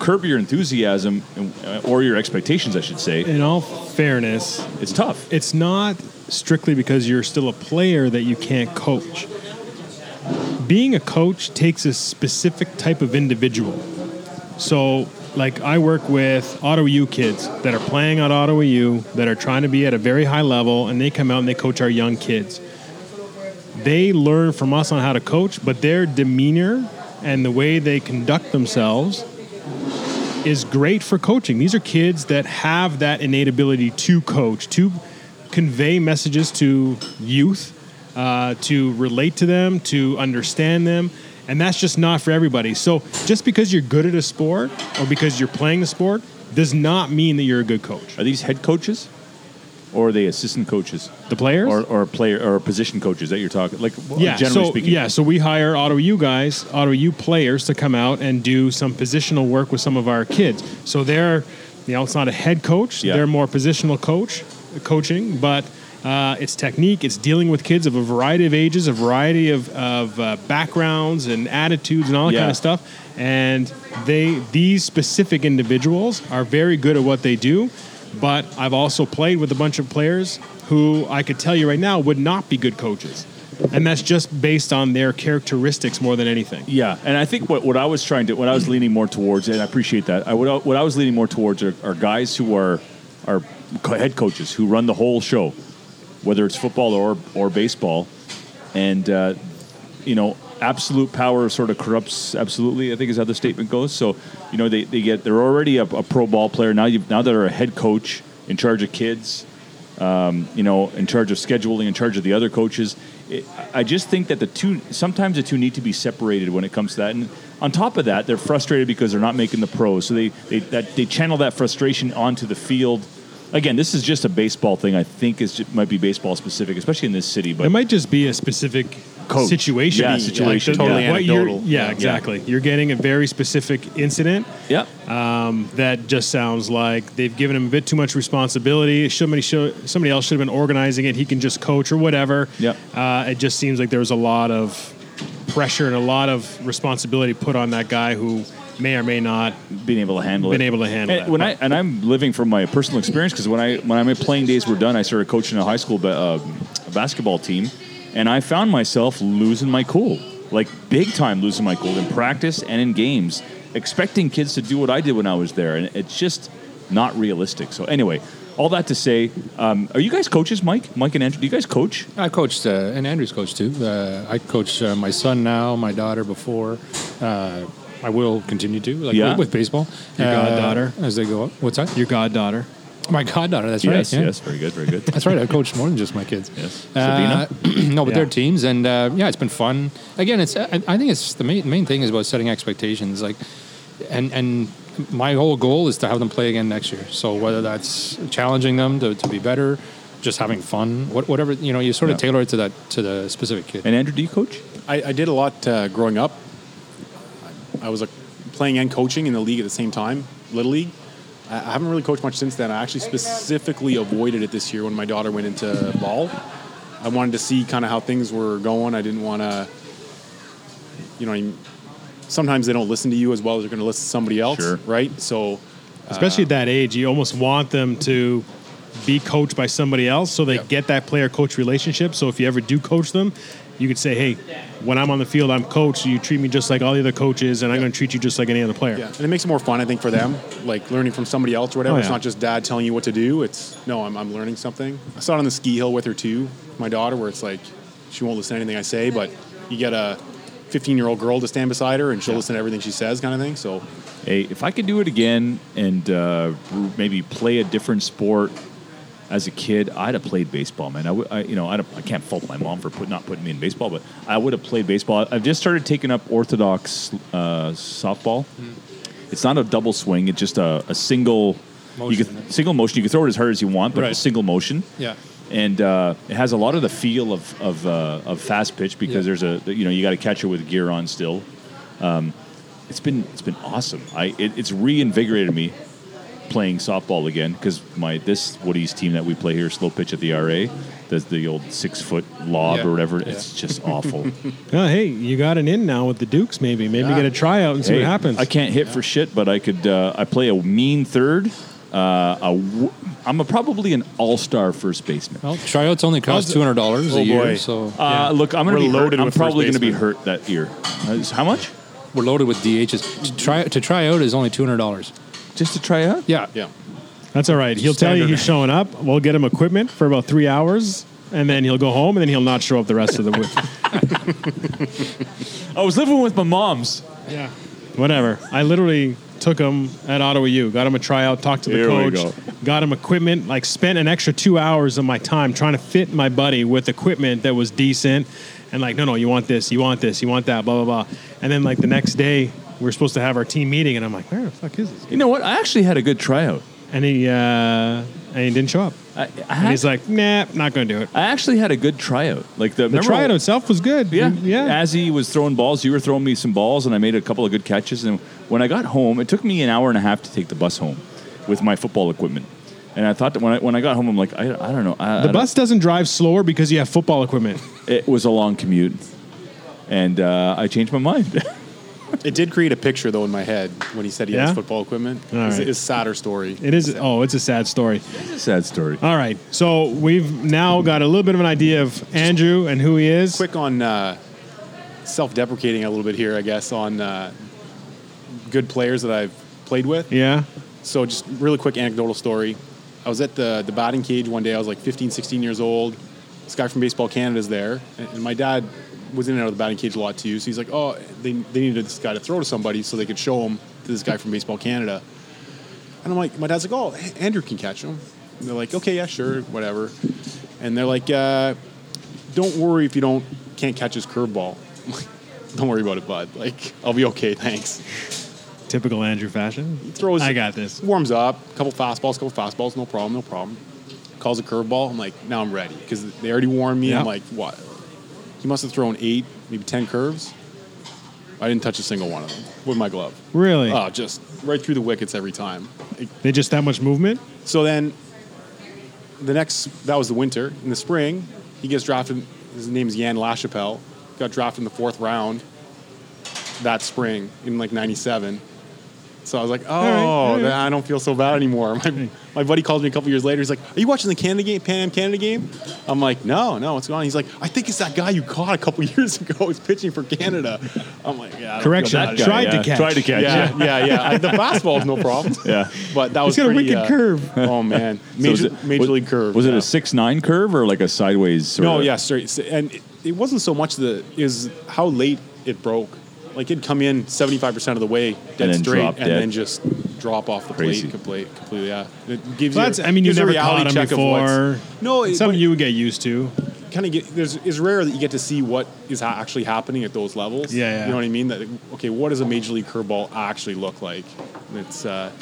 S5: curb your enthusiasm and, uh, or your expectations, I should say.
S4: In all fairness,
S5: It's tough.
S4: it's not strictly because you're still a player that you can't coach. Being a coach takes a specific type of individual. So, like, I work with Ottawa U kids that are playing at Ottawa U that are trying to be at a very high level, and they come out and they coach our young kids. They learn from us on how to coach, but their demeanor and the way they conduct themselves is great for coaching. These are kids that have that innate ability to coach, to convey messages to youth, uh, to relate to them, to understand them. And that's just not for everybody. So just because you're good at a sport or because you're playing the sport does not mean that you're a good coach.
S5: Are these head coaches, or are they assistant coaches,
S4: The players?
S5: or or player or position coaches that you're talking? Like w-
S4: yeah,
S5: generally
S4: so,
S5: speaking.
S4: Yeah, so we hire Ottawa U guys, Ottawa U players to come out and do some positional work with some of our kids. So they're, you know, it's not a head coach,
S5: Yeah.
S4: they're more positional coach, coaching, but uh, it's technique, it's dealing with kids of a variety of ages, a variety of, of uh, backgrounds and attitudes and all that
S5: Yeah.
S4: kind of stuff. And they, these specific individuals are very good at what they do. But I've also played with a bunch of players who I could tell you right now would not be good coaches. And that's just based on their characteristics more than anything.
S5: Yeah, and I think what, what I was trying to what I was leaning more towards, and I appreciate that. I would, what I was leaning more towards are, are guys who are are co- head coaches who run the whole show, whether it's football or or baseball, and uh, you know absolute power sort of corrupts absolutely. I think is how the statement goes. So you know they, they get they're already a, a pro ball player now. You now they're a head coach in charge of kids um, you know, in charge of scheduling, in charge of the other coaches. It, I just think that the two sometimes the two need to be separated when it comes to that. And on top of that, they're frustrated because they're not making the pros, so they they that they channel that frustration onto the field. Again, this is just a baseball thing. I think is ju- might be baseball specific, especially in this city. But
S4: It might just be a specific
S5: Coach.
S4: situation.
S5: Yeah,
S4: Like
S5: situation,
S4: the-
S5: totally
S4: what you're-
S6: anecdotal.
S4: Yeah, exactly. You're getting a very specific incident.
S5: yeah,
S4: that just sounds like they've given him a bit too much responsibility. Somebody, should, somebody else should have been organizing it. He can just coach or whatever.
S5: Yep.
S4: Uh, it just seems like there was a lot of pressure and a lot of responsibility put on that guy who may or may not.
S5: being able to handle
S4: Been
S5: it.
S4: able to handle
S5: and
S4: that.
S5: When I and I'm living from my personal experience because when I when my playing days were done, I started coaching a high school ba- um basketball team, and I found myself losing my cool, like big time losing my cool in practice and in games, expecting kids to do what I did when I was there, and it's just not realistic. So anyway. All that to say, um, are you guys coaches, Mike? Mike and Andrew, do you guys coach?
S2: I coached, uh, and Andrew's coached too. Uh, I coach uh, my son now, my daughter before. Uh, I will continue to, like
S5: Yeah.
S2: with, with baseball.
S4: Your
S2: Uh,
S4: goddaughter.
S2: as they go up. What's that?
S4: Your goddaughter.
S2: My goddaughter. That's right.
S5: yes,
S2: yeah.
S5: yes, very good, very good.
S2: That's right. I coached more than just my kids.
S5: Yes.
S2: Uh, [CLEARS THROAT] no, but
S4: Yeah.
S2: they're teams, and uh, yeah, it's been fun. Again, it's I, I think it's the main, main thing is about setting expectations. Like, and and my whole goal is to have them play again next year. So whether that's challenging them to, to be better, just having fun, what, whatever you know, you sort of
S5: Yeah.
S2: tailor it to that to the specific kid.
S5: and Andrew, do you coach?
S6: I, I did a lot uh, growing up. I was uh, playing and coaching in the league at the same time, Little League. I I haven't really coached much since then. I actually specifically avoided it this year when my daughter went into ball. I wanted to see kind of how things were going. I didn't want to, you know, I mean, sometimes they don't listen to you as well as they're going to listen to somebody else,
S5: Sure.
S6: right? So
S4: especially
S6: Uh,
S4: at that age, you almost want them to be coached by somebody else so they
S6: Yeah.
S4: get that player coach relationship. So if you ever do coach them, you could say, hey, when I'm on the field, I'm coach. You treat me just like all the other coaches, and I'm going to treat you just like any other player.
S6: Yeah, and it makes it more fun, I think, for them, like learning from somebody else or whatever.
S4: Oh,
S6: It's
S4: yeah.
S6: not just dad telling you what to do. It's no, I'm, I'm learning something. I saw it on the ski hill with her too, my daughter, where it's like she won't listen to anything I say, but you get a 15 year old girl to stand beside her and she'll listen to everything she says, kind of thing. So
S5: Hey, if I could do it again and uh, maybe play a different sport as a kid, I'd have played baseball, man. I, would, I you know, I'd have, I can't fault my mom for put, not putting me in baseball, but I would have played baseball. I've just started taking up orthodox uh, softball.
S2: Hmm.
S5: It's not a double swing; it's just a, a single, you
S2: Motion.
S5: can, single motion. You can throw it as hard as you want, but
S2: Right.
S5: a single motion
S2: Yeah.
S5: and uh, it has a lot of the feel of of, uh, of fast pitch because
S2: Yeah.
S5: there's a you know you got a catcher with gear on still. Um, it's been it's been awesome. I it, it's reinvigorated me playing softball again because my this Woody's team that we play here, slow pitch at the RA, does the old six foot lob
S6: Yeah.
S5: or whatever. It's just awful.
S4: Oh, hey, you got an in now with the Dukes, maybe. Maybe
S6: Yeah.
S4: get a tryout and see
S5: Hey,
S4: what happens.
S5: I can't hit for shit, but I could. Uh, I play a mean third. Uh, a w- I'm a, probably an all star first baseman.
S2: Well, tryouts only cost two hundred dollars a
S6: Oh,
S2: year,
S6: boy.
S2: so
S5: Uh, Look, I'm gonna
S6: We're
S5: be
S6: loaded
S5: hurt. I'm
S6: with first
S5: probably gonna be
S6: basemen.
S5: hurt that year. Uh, how much?
S2: we're loaded with DHs. To try to try out is only two hundred dollars.
S5: Just to try out?
S2: Yeah.
S6: yeah,
S4: That's all right. He'll tell you
S2: Standard.
S4: he's showing up. We'll get him equipment for about three hours, and then he'll go home, and then he'll not show up the rest of the
S5: [LAUGHS]
S4: week.
S5: I was living with my mom's.
S4: Yeah. Whatever. I literally took him at Ottawa U, got him a tryout, talked to the
S5: Here we
S4: coach, got him equipment, like spent an extra two hours of my time trying to fit my buddy with equipment that was decent and like, no, no, you want this, you want this, you want that, blah, blah, blah. And then like the next day, we are supposed to have our team meeting, and I'm like, where the fuck is this?
S5: You know what? I actually had a good tryout.
S4: And he, uh, and he didn't show up.
S5: I, I,
S4: And
S5: had,
S4: he's like, nah, not going to do it.
S5: I actually had a good tryout. Like the,
S4: The
S5: remember-
S4: tryout itself was good. Mm,
S5: Yeah,
S4: Yeah.
S5: As he was throwing balls, you were throwing me some balls, and I made a couple of good catches. And when I got home, it took me an hour and a half to take the bus home with my football equipment. And I thought that when I when I got home, I'm like, I, I don't know. I, I
S4: The
S5: don't-
S4: bus doesn't drive slower because you have football equipment.
S5: It was a long commute, and uh, I changed my mind. [LAUGHS]
S6: it did create a picture though in my head when he said he
S4: Yeah?
S6: has football equipment.
S4: All
S6: It's,
S4: right.
S6: it's a sadder story.
S4: It is, oh, it's a sad story.
S5: Sad story.
S4: All right. So we've now got a little bit of an idea of Andrew and who he is.
S6: Quick on uh, self-deprecating a little bit here, I guess, on uh, good players that I've played with.
S4: Yeah.
S6: So just really quick anecdotal story. I was at the, the batting cage one day. I was like 15, 16 years old. This guy from Baseball Canada's there. And, and my dad was in and out of the batting cage a lot too. So he's like, oh, they, they needed this guy to throw to somebody so they could show him to this guy from Baseball Canada. And I'm like, my dad's like, oh, A- Andrew can catch him. And they're like, okay, yeah, sure, whatever. And they're like, uh, don't worry if you don't can't catch his curveball. [LAUGHS] I'm like, don't worry about it, bud. Like, I'll be okay, thanks
S4: Typical Andrew fashion.
S6: throws.
S4: I got this.
S6: Warms up, couple fastballs, couple fastballs, no problem, no problem. Calls a curveball. I'm like, now I'm ready because they already warned me.
S4: Yeah.
S6: I'm like, what? He must have thrown eight, maybe ten curves. I didn't touch a single one of them with my glove.
S4: Really?
S6: Oh, just right through the wickets every time. Like,
S4: They just that much movement?
S6: so then, the next that was the winter. In the spring, he gets drafted. His name is Yan LaChapelle. Got drafted in the fourth round that spring in like '97. So I was like, oh,
S4: right, all right.
S6: I don't feel so bad anymore. My, my buddy calls me a couple years later. He's like, are you watching the Canada game, Pan Am Canada game? I'm like, no, no, what's going on? He's like, I think it's that guy you caught a couple [LAUGHS] years ago. He's pitching for Canada. I'm like, yeah. I don't feel
S4: Correction.
S6: bad
S5: That guy,
S4: Tried
S5: yeah.
S4: to catch.
S5: Tried to catch. Yeah.
S6: yeah, yeah, yeah. I- the fastball's no problem.
S5: [LAUGHS] Yeah.
S6: But that was
S4: got a
S6: pretty,
S4: wicked
S6: uh,
S4: curve.
S6: [LAUGHS] Oh man, major,
S5: So was it-
S6: major
S5: was-
S6: league curve.
S5: Was it
S6: yeah.
S5: a six nine curve or like a sideways? Sort
S6: No,
S5: of?
S6: yeah, straight. s- And it, it wasn't so much the is how late it broke. Like it'd come in seventy five percent of the way dead
S5: And then
S6: straight,
S5: drop
S6: and
S5: dead.
S6: then just drop off the
S5: Crazy.
S6: plate completely. Completely, yeah. It gives
S4: Well,
S6: you.
S4: that's, I mean, you
S6: gives a
S4: never
S6: reality
S4: caught him
S6: check of what's-
S4: before.
S6: No,
S4: it's
S6: it,
S4: something you would get used to.
S6: kind of get there's it's rare that you get to see what is ha- actually happening at those levels.
S4: Yeah, yeah.
S6: You know what I mean? That okay, what does a major league curveball actually look like? And It's uh,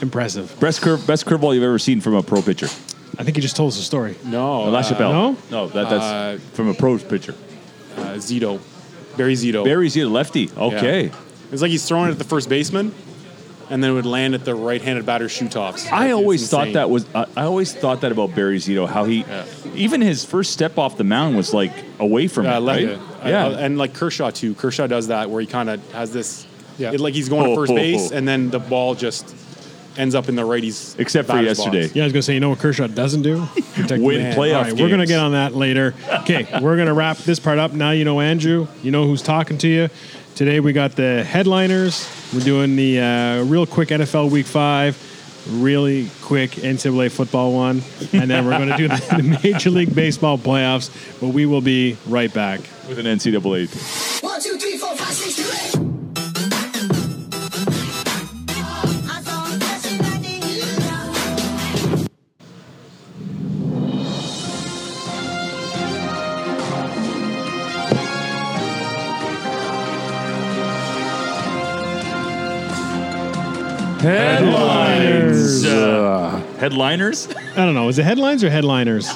S4: Impressive.
S5: Best curve, best curveball you've ever seen from a pro pitcher.
S4: I think he just told us a story.
S6: Uh, no
S5: Uh,
S6: uh,
S4: no?
S5: no, that, that's
S6: Uh,
S5: from a pro pitcher.
S6: uh, Zito, Barry Zito.
S5: Barry's a lefty.
S6: Yeah.
S5: Okay,
S6: It's like he's throwing it at the first baseman, and then it would land at the right-handed batter's shoe tops.
S5: I
S6: Like,
S5: always
S6: it's
S5: thought
S6: insane.
S5: that was. I I always thought that about Barry Zito. How he, even his first step off the mound was like away from
S6: Yeah, I
S5: it,
S6: love
S5: right?
S6: it. I-
S5: Yeah,
S6: I- Uh, and like Kershaw too. Kershaw does that where he kind of has this,
S2: Yeah.
S6: it- like he's going
S5: Oh,
S6: to first
S5: oh,
S6: base,
S5: oh.
S6: and then the ball just ends up in the righty's.
S5: Except for
S6: batter's box.
S5: yesterday.
S4: Yeah, I was gonna say, you know what Kershaw doesn't do? Protect
S5: Win
S4: the man.
S5: playoff
S4: All right, We're gonna
S5: games.
S4: get on that later. Okay, we're gonna wrap this part up. Now you know Andrew. You know who's talking to you. Today we got the headliners. We're doing the uh, real quick NFL Week Five, really quick NCAA football one, and then we're gonna do the, the Major League Baseball playoffs. But we will be right back.
S5: with an NCAA.
S7: One, two, three, four, five, six, seven, eight. I saw a flashing lightning.
S5: Headliners. headliners. [LAUGHS]
S4: I don't know. Is it headlines or headliners?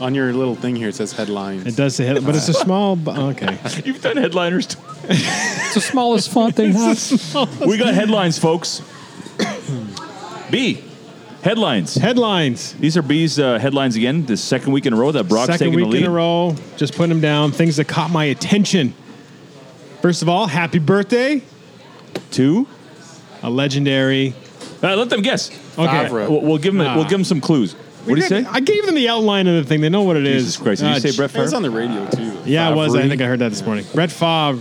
S6: On your little thing here, it says headlines.
S4: It does say head, but it's a small. bu- Okay.
S5: You've done headliners. too.
S2: It's the smallest font they have.
S5: we
S6: [LAUGHS]
S5: got headlines, folks. [COUGHS] B. Headlines.
S4: Headlines.
S5: These are B's uh, headlines again. The second week in a row that Brock's
S4: Second
S5: taking
S4: week
S5: the lead.
S4: in a row, just putting them down. Things that caught my attention. First of all, happy birthday,
S5: Two.
S4: a legendary.
S5: Uh, let them guess.
S4: Okay,
S6: Favre.
S5: We'll, we'll give them.
S4: Ah.
S5: We'll give them some clues. What do you say?
S4: I gave them the outline of the thing. They know what it is.
S5: Jesus Christ! Did you
S4: Uh,
S5: say Brett
S6: It was
S5: Favre?
S6: on the radio too.
S4: Yeah, it was. I
S5: Favre?
S4: think I heard that this morning. Brett Favre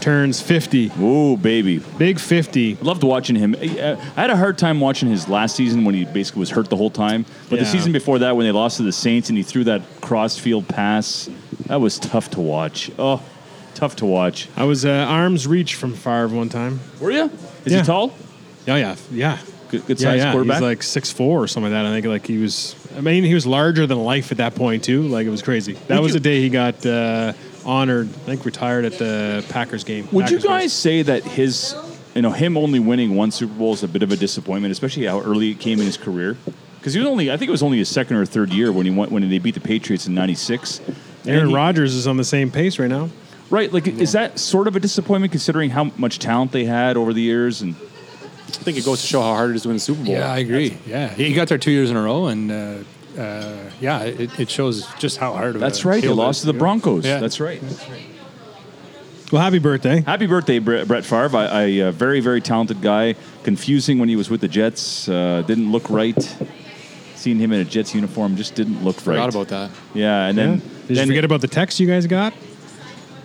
S4: turns 50.
S5: Oh, baby.
S4: Big 50.
S5: Loved watching him. I I had a hard time watching his last season when he basically was hurt the whole time. But the
S4: Yeah.
S5: season before that, when they lost to the Saints and he threw that cross field pass, that was tough to watch. Oh, tough to watch.
S4: I was uh, arm's reach from Favre one time.
S5: Were you? Is
S4: Yeah.
S5: he tall?
S4: Oh, yeah. Yeah.
S5: Good, good
S4: Yeah,
S5: size
S4: yeah.
S5: quarterback.
S4: He's like six four or something like that. I think like he was. I mean, he was larger than life at that point too. Like it was crazy. That
S5: Would
S4: was
S5: you-
S4: the day he got uh, honored. I think retired at the Packers game.
S5: Would you
S4: Packers
S5: guys
S4: versus-
S5: say that his, you know, him only winning one Super Bowl is a bit of a disappointment, especially how early it came in his career? Because he was only, I think it was only his second or third year when he went when they beat the Patriots in '96.
S4: Aaron Rodgers is on the same pace right now.
S5: right? Like, is that sort of a disappointment considering how much talent they had over the years? And
S6: I think it goes to show how hard it is to win a Super Bowl.
S2: Yeah, I agree. Yeah, he got there two years in a row, and uh, uh, yeah, it, it shows just how hard. Of a
S5: that's right, they
S2: field it
S5: lost to the
S2: is.
S5: Broncos.
S2: Yeah.
S5: That's right.
S4: Well, happy birthday.
S5: Happy birthday, Bre- Brett Favre! I, I uh, very, very talented guy. Confusing when he was with the Jets. Uh, didn't look right. Seeing him in a Jets uniform just didn't look right.
S6: Forgot about that.
S5: Yeah, and then
S4: Did you
S5: then
S4: forget about the text you guys got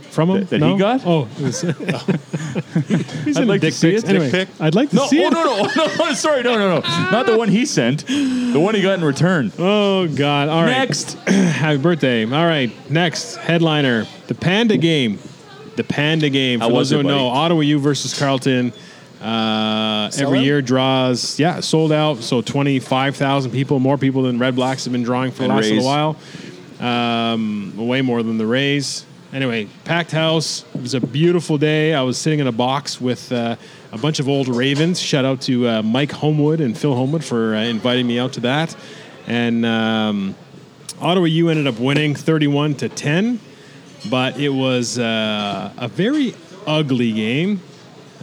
S4: from him?
S5: That- that he
S4: no?
S5: got?
S4: Oh,
S5: [LAUGHS]
S4: it was, [LAUGHS] he's
S5: I'd
S4: in
S5: like to
S4: dick
S5: see
S4: pics.
S5: it.
S4: Anyway,
S6: Dick
S4: I'd like to
S5: No,
S4: see
S5: oh,
S4: it.
S5: no, [LAUGHS] no, no, no, sorry, no, no, no. Not the one he sent, the one he got in return.
S4: Oh God! All right.
S5: Next.
S4: [CLEARS THROAT] Happy birthday. All right. Next headliner: the Panda Game. The Panda Game. For
S5: How was
S4: those who
S5: it,
S4: don't know,
S5: buddy?
S4: Ottawa U versus Carlton. Uh, every
S6: out?
S4: year draws. Yeah, sold out. So twenty five thousand people, more people than Red Blacks have been drawing for the
S5: And
S4: last
S5: Rays.
S4: little while. Um, way more than the Rays. Anyway, packed house. It was a beautiful day. I was sitting in a box with uh, a bunch of old Ravens. Shout out to uh, Mike Homewood and Phil Homewood for uh, inviting me out to that. And um, Ottawa U ended up winning 31 to 10, but it was uh, a very ugly game.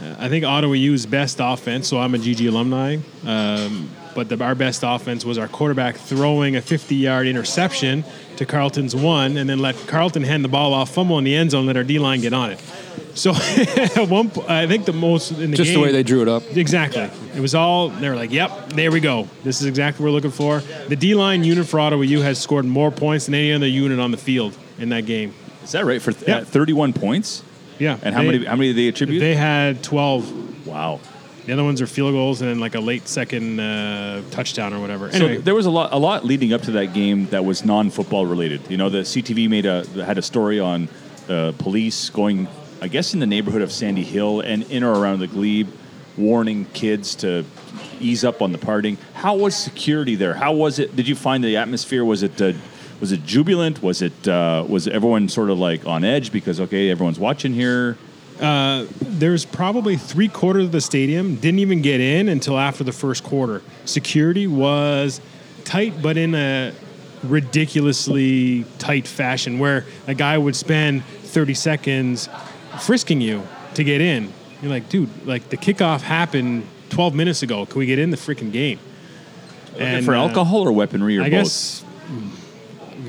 S4: Uh, I think Ottawa U's best offense, so I'm a GG alumni, um, but the, our best offense was our quarterback throwing a 50 yard interception to Carlton's one and then let Carlton hand the ball off, fumble in the end zone, let our D line get on it. So [LAUGHS] at one po- I think the most in the
S2: Just the
S4: game-
S2: way they drew it up.
S4: Exactly. It was all, they were like, yep, there we go. This is exactly what we're looking for. The D line unit for Ottawa U has scored more points than any other unit on the field in that game.
S5: Is that right? For th-
S4: Yeah.
S5: uh, 31 points?
S4: Yeah.
S5: And how
S4: They-
S5: many How many did they attribute?
S4: They had 12.
S5: wow.
S4: The other ones are field goals and then like a late second uh, touchdown or whatever.
S5: So
S4: Anyway,
S5: there was a lot, a lot leading up to that game that was non-football related. You know, the CTV made a had a story on uh, police going, I guess, in the neighborhood of Sandy Hill and in or around the Glebe, warning kids to ease up on the partying. How was security there? How was it? Did you find the atmosphere? Was it uh, was it jubilant? Was it uh, was everyone sort of like on edge because okay, everyone's watching here?
S4: there's probably three quarters of the stadium didn't even get in until after the first quarter. Security was tight, but in a ridiculously tight fashion where a guy would spend 30 seconds frisking you to get in. You're like, dude, like the kickoff happened 12 minutes ago. Can we get in the freaking game?
S5: And for
S4: uh,
S5: alcohol or weaponry or
S4: I
S5: both.
S4: guess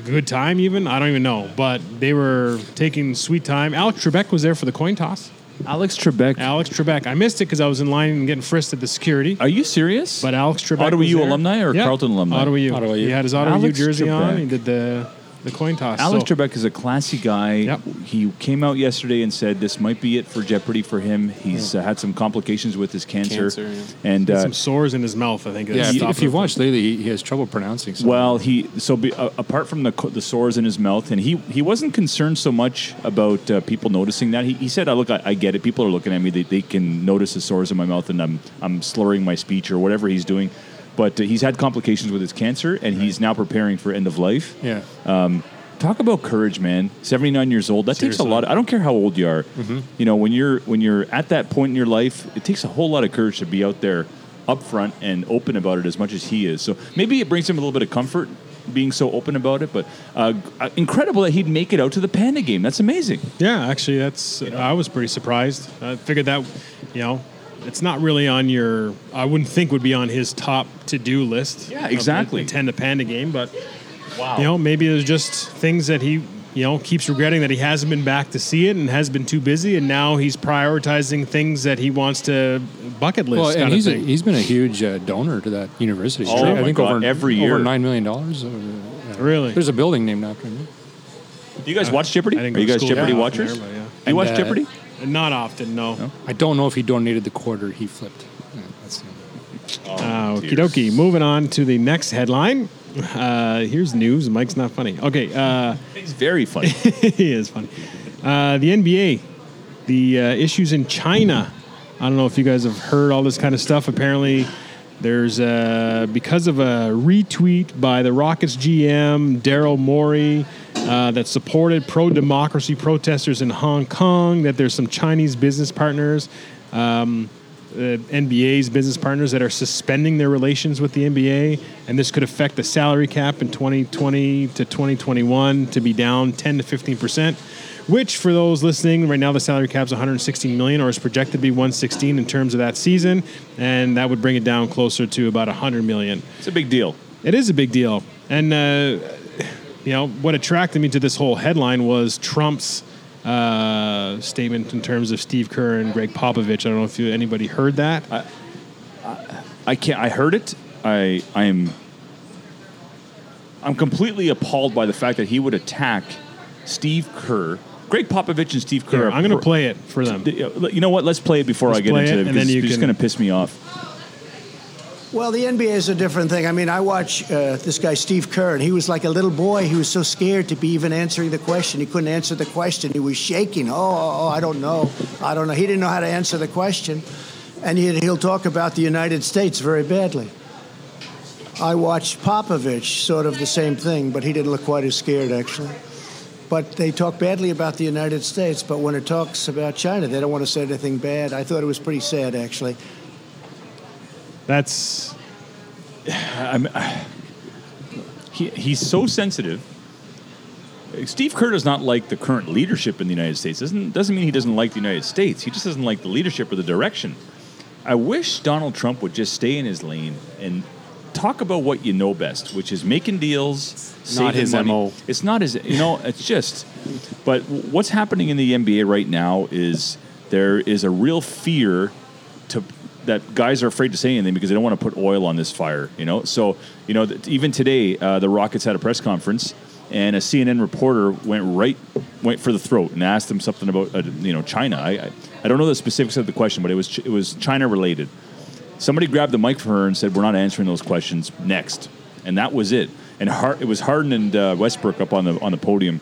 S4: good time even. I don't even know, but they were taking sweet time. Alex Trebek was there for the coin toss.
S5: Alex Trebek.
S4: Alex Trebek. I missed it because I was in line and getting frisked at the security.
S5: Are you serious?
S4: But Alex Trebek.
S5: Ottawa
S4: was
S5: U
S4: there.
S5: alumni or Carleton alumni?
S4: Ottawa U.
S2: Ottawa U.
S4: He had his Ottawa U
S5: Alex
S4: jersey on.
S5: Trebek.
S4: He did the the coin toss.
S5: Alex
S4: so,
S5: Trebek is a classy guy.
S4: Yep.
S5: He came out yesterday and said this might be it for Jeopardy for him. He's uh, had some complications with his cancer,
S6: Cancer, yeah.
S5: and
S4: had
S5: uh,
S4: some sores in his mouth. I think.
S2: Yeah,
S4: That's
S2: if,
S4: stopped
S2: if you've
S4: him.
S2: watched lately, he, he has trouble pronouncing. Something.
S5: Well, he so be, uh, apart from the co- the sores in his mouth, and he he wasn't concerned so much about uh, people noticing that. He, he said, "I look, I, I get it. People are looking at me. They, they can notice the sores in my mouth, and I'm I'm slurring my speech or whatever he's doing." But uh, he's had complications with his cancer, and he's now preparing for end of life.
S2: yeah,
S5: Talk about courage, man. Seventy nine years old. That takes a
S4: Seriously. Mm-hmm.
S5: lot. I don't care how old you are. You know, when you're when you're at that point in your life, it takes a whole lot of courage to be out there, upfront and open about it as much as he is. So maybe it brings him a little bit of comfort being so open about it. But uh, g- uh, incredible that he'd make it out to the Panda game. That's amazing.
S4: Yeah, actually, that's. I was pretty surprised. I figured that, you know, it's not really on your. I wouldn't think would be on his top to do list.
S5: Yeah, exactly.
S4: Of the- attend a panda game, but you know, maybe there's just things that he, you know, keeps regretting that he hasn't been back to see it and has been too busy, and now he's prioritizing things that he wants to bucket list.
S2: well, and
S4: kind
S2: he's
S4: of
S2: a,
S4: thing.
S2: he's been a huge uh, donor to that university.
S5: Oh
S2: I
S5: my
S2: think
S5: God,
S2: over
S5: every
S2: over
S5: year.
S2: nine million dollars. Uh,
S4: Really?
S2: there's a building named after him.
S5: You guys watch Jeopardy?
S4: I
S5: Are
S4: didn't go
S5: you
S4: to
S5: guys
S4: school
S5: Jeopardy
S4: there,
S5: watchers?
S4: but
S5: You
S4: yeah.
S5: watch
S2: And, uh,
S5: Jeopardy?
S4: Not often, no.
S2: I don't know if he donated the quarter he flipped. Yeah, that's the only-
S5: Oh,
S4: Okie dokie. Moving on to the next headline. Uh, here's news. Mike's not funny. Okay. Uh,
S5: It's very
S4: [LAUGHS]
S5: funny.
S4: he is funny. Uh, the NBA, the uh, issues in China. I don't know if you guys have heard all this kind of stuff. Apparently, there's uh, because of a retweet by the Rockets GM Daryl Morey uh, that supported pro-democracy protesters in Hong Kong. That there's some Chinese business partners. Um, uh, NBA's business partners that are suspending their relations with the NBA, and this could affect the salary cap in 2020 to 2021 to be down 10 to 15 percent. Which, for those listening, right now the salary cap's 116 million, or is projected to be 116 in terms of that season, and that would bring it down closer to about 100 million.
S5: it's a big deal.
S4: It is a big deal. And, uh, you know, what attracted me to this whole headline was Trump's uh, statement in terms of Steve Kerr and Greg Popovich. I don't know if you, anybody heard that.
S5: I can't. I heard it. I I am. I'm completely appalled by the fact that he would attack Steve Kerr, Greg Popovich, and Steve Kerr.
S4: Here, I'm going to play it for them.
S5: You know what? Let's play it before
S4: Let's
S5: I get
S4: play
S5: into
S4: it,
S5: it
S4: and
S5: because
S4: then you
S5: it's just
S4: can-
S5: going to piss me off.
S8: Well, the NBA is a different thing. I mean, I watch uh, this guy, Steve Kerr, and he was like a little boy. He was so scared to be even answering the question. He couldn't answer the question. He was shaking. Oh, oh, oh I don't know. I don't know. He didn't know how to answer the question. And he he'll talk about the United States very badly. I watched Popovich, sort of the same thing, but he didn't look quite as scared, actually. But they talk badly about the United States, but when it talks about China, they don't want to say anything bad. I thought it was pretty sad, actually.
S4: That's
S5: He, he's so sensitive. Steve Kerr does not like the current leadership in the United States. Doesn't doesn't mean he doesn't like the United States. He just doesn't like the leadership or the direction. I wish Donald Trump would just stay in his lane and talk about what you know best, which is making deals, saving
S6: Not his
S5: money.
S6: MO.
S5: It's not his, you know, it's just. But what's happening in the NBA right now is there is a real fear to that guys are afraid to say anything because they don't want to put oil on this fire, you know. So you know, th- even today, uh, the Rockets had a press conference, and a CNN reporter went right went for the throat and asked them something about uh, you know China. I, I I don't know the specifics of the question, but it was ch- it was China related somebody grabbed the mic for her and said, "We're not answering those questions." Next, and that was it. And Har- it was Harden and uh, Westbrook up on the on the podium.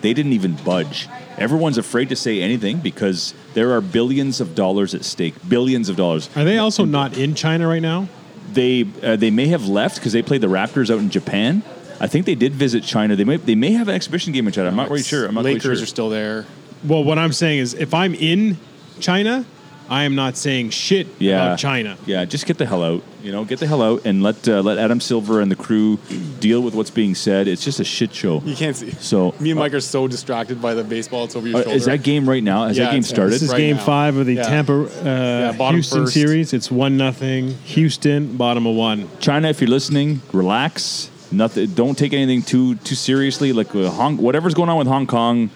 S5: They didn't even budge. Everyone's afraid to say anything because there are billions of dollars at stake. Billions of dollars.
S4: are they also not in China right now?
S5: They uh, they may have left because they played the Raptors out in Japan. I think they did visit China. They may they may have an exhibition game in China. I'm not really sure. I'm not
S6: Lakers
S5: really
S6: are
S5: sure.
S6: still there.
S4: Well, what I'm saying is, if I'm in China, I am not saying shit
S5: yeah,
S4: about China.
S5: Yeah, just get the hell out. You know, get the hell out and let uh, let Adam Silver and the crew deal with what's being said. It's just a shit show.
S6: You can't see.
S5: So-
S6: [LAUGHS] me and Mike are so distracted by the baseball. It's over your
S5: Uh,
S6: shoulder.
S5: is that game right now? Has
S6: Yeah,
S5: that game
S6: it's-
S5: started?
S4: This is
S6: right
S4: game
S6: now.
S4: five of the
S6: Yeah.
S4: Tampa uh,
S6: bottom
S4: Houston
S6: first.
S4: series. It's one nothing. Houston, bottom of one.
S5: China, if you're listening, relax. Nothing. Don't take anything too too seriously. Like uh, Hong, whatever's going on with Hong Kong,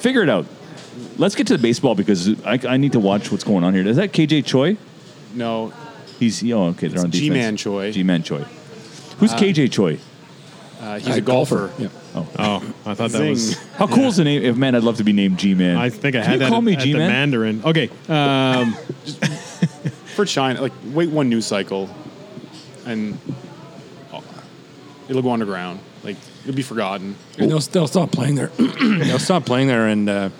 S5: figure it out. Let's get to the baseball because I, I need to watch what's going on here. Is that KJ Choi?
S6: no?
S5: He's oh okay. They're on
S6: It's
S5: defense.
S6: G-Man Choi.
S5: G-Man Choi. Who's KJ Choi?
S6: Uh, he's a golfer.
S2: Yeah.
S4: Oh, I thought that
S6: Zing.
S4: was.
S5: How cool is the name? If man, I'd love to be named G-Man.
S4: I think I
S5: Can
S4: had
S5: you
S4: that
S5: Call
S4: at,
S5: me
S4: at the
S5: G-Man.
S4: Mandarin. Okay, um,
S6: For China, like wait one news cycle, and it'll go underground. Like it'll be forgotten.
S2: And they'll, they'll stop playing there. [CLEARS THROAT] they'll stop playing there, and uh,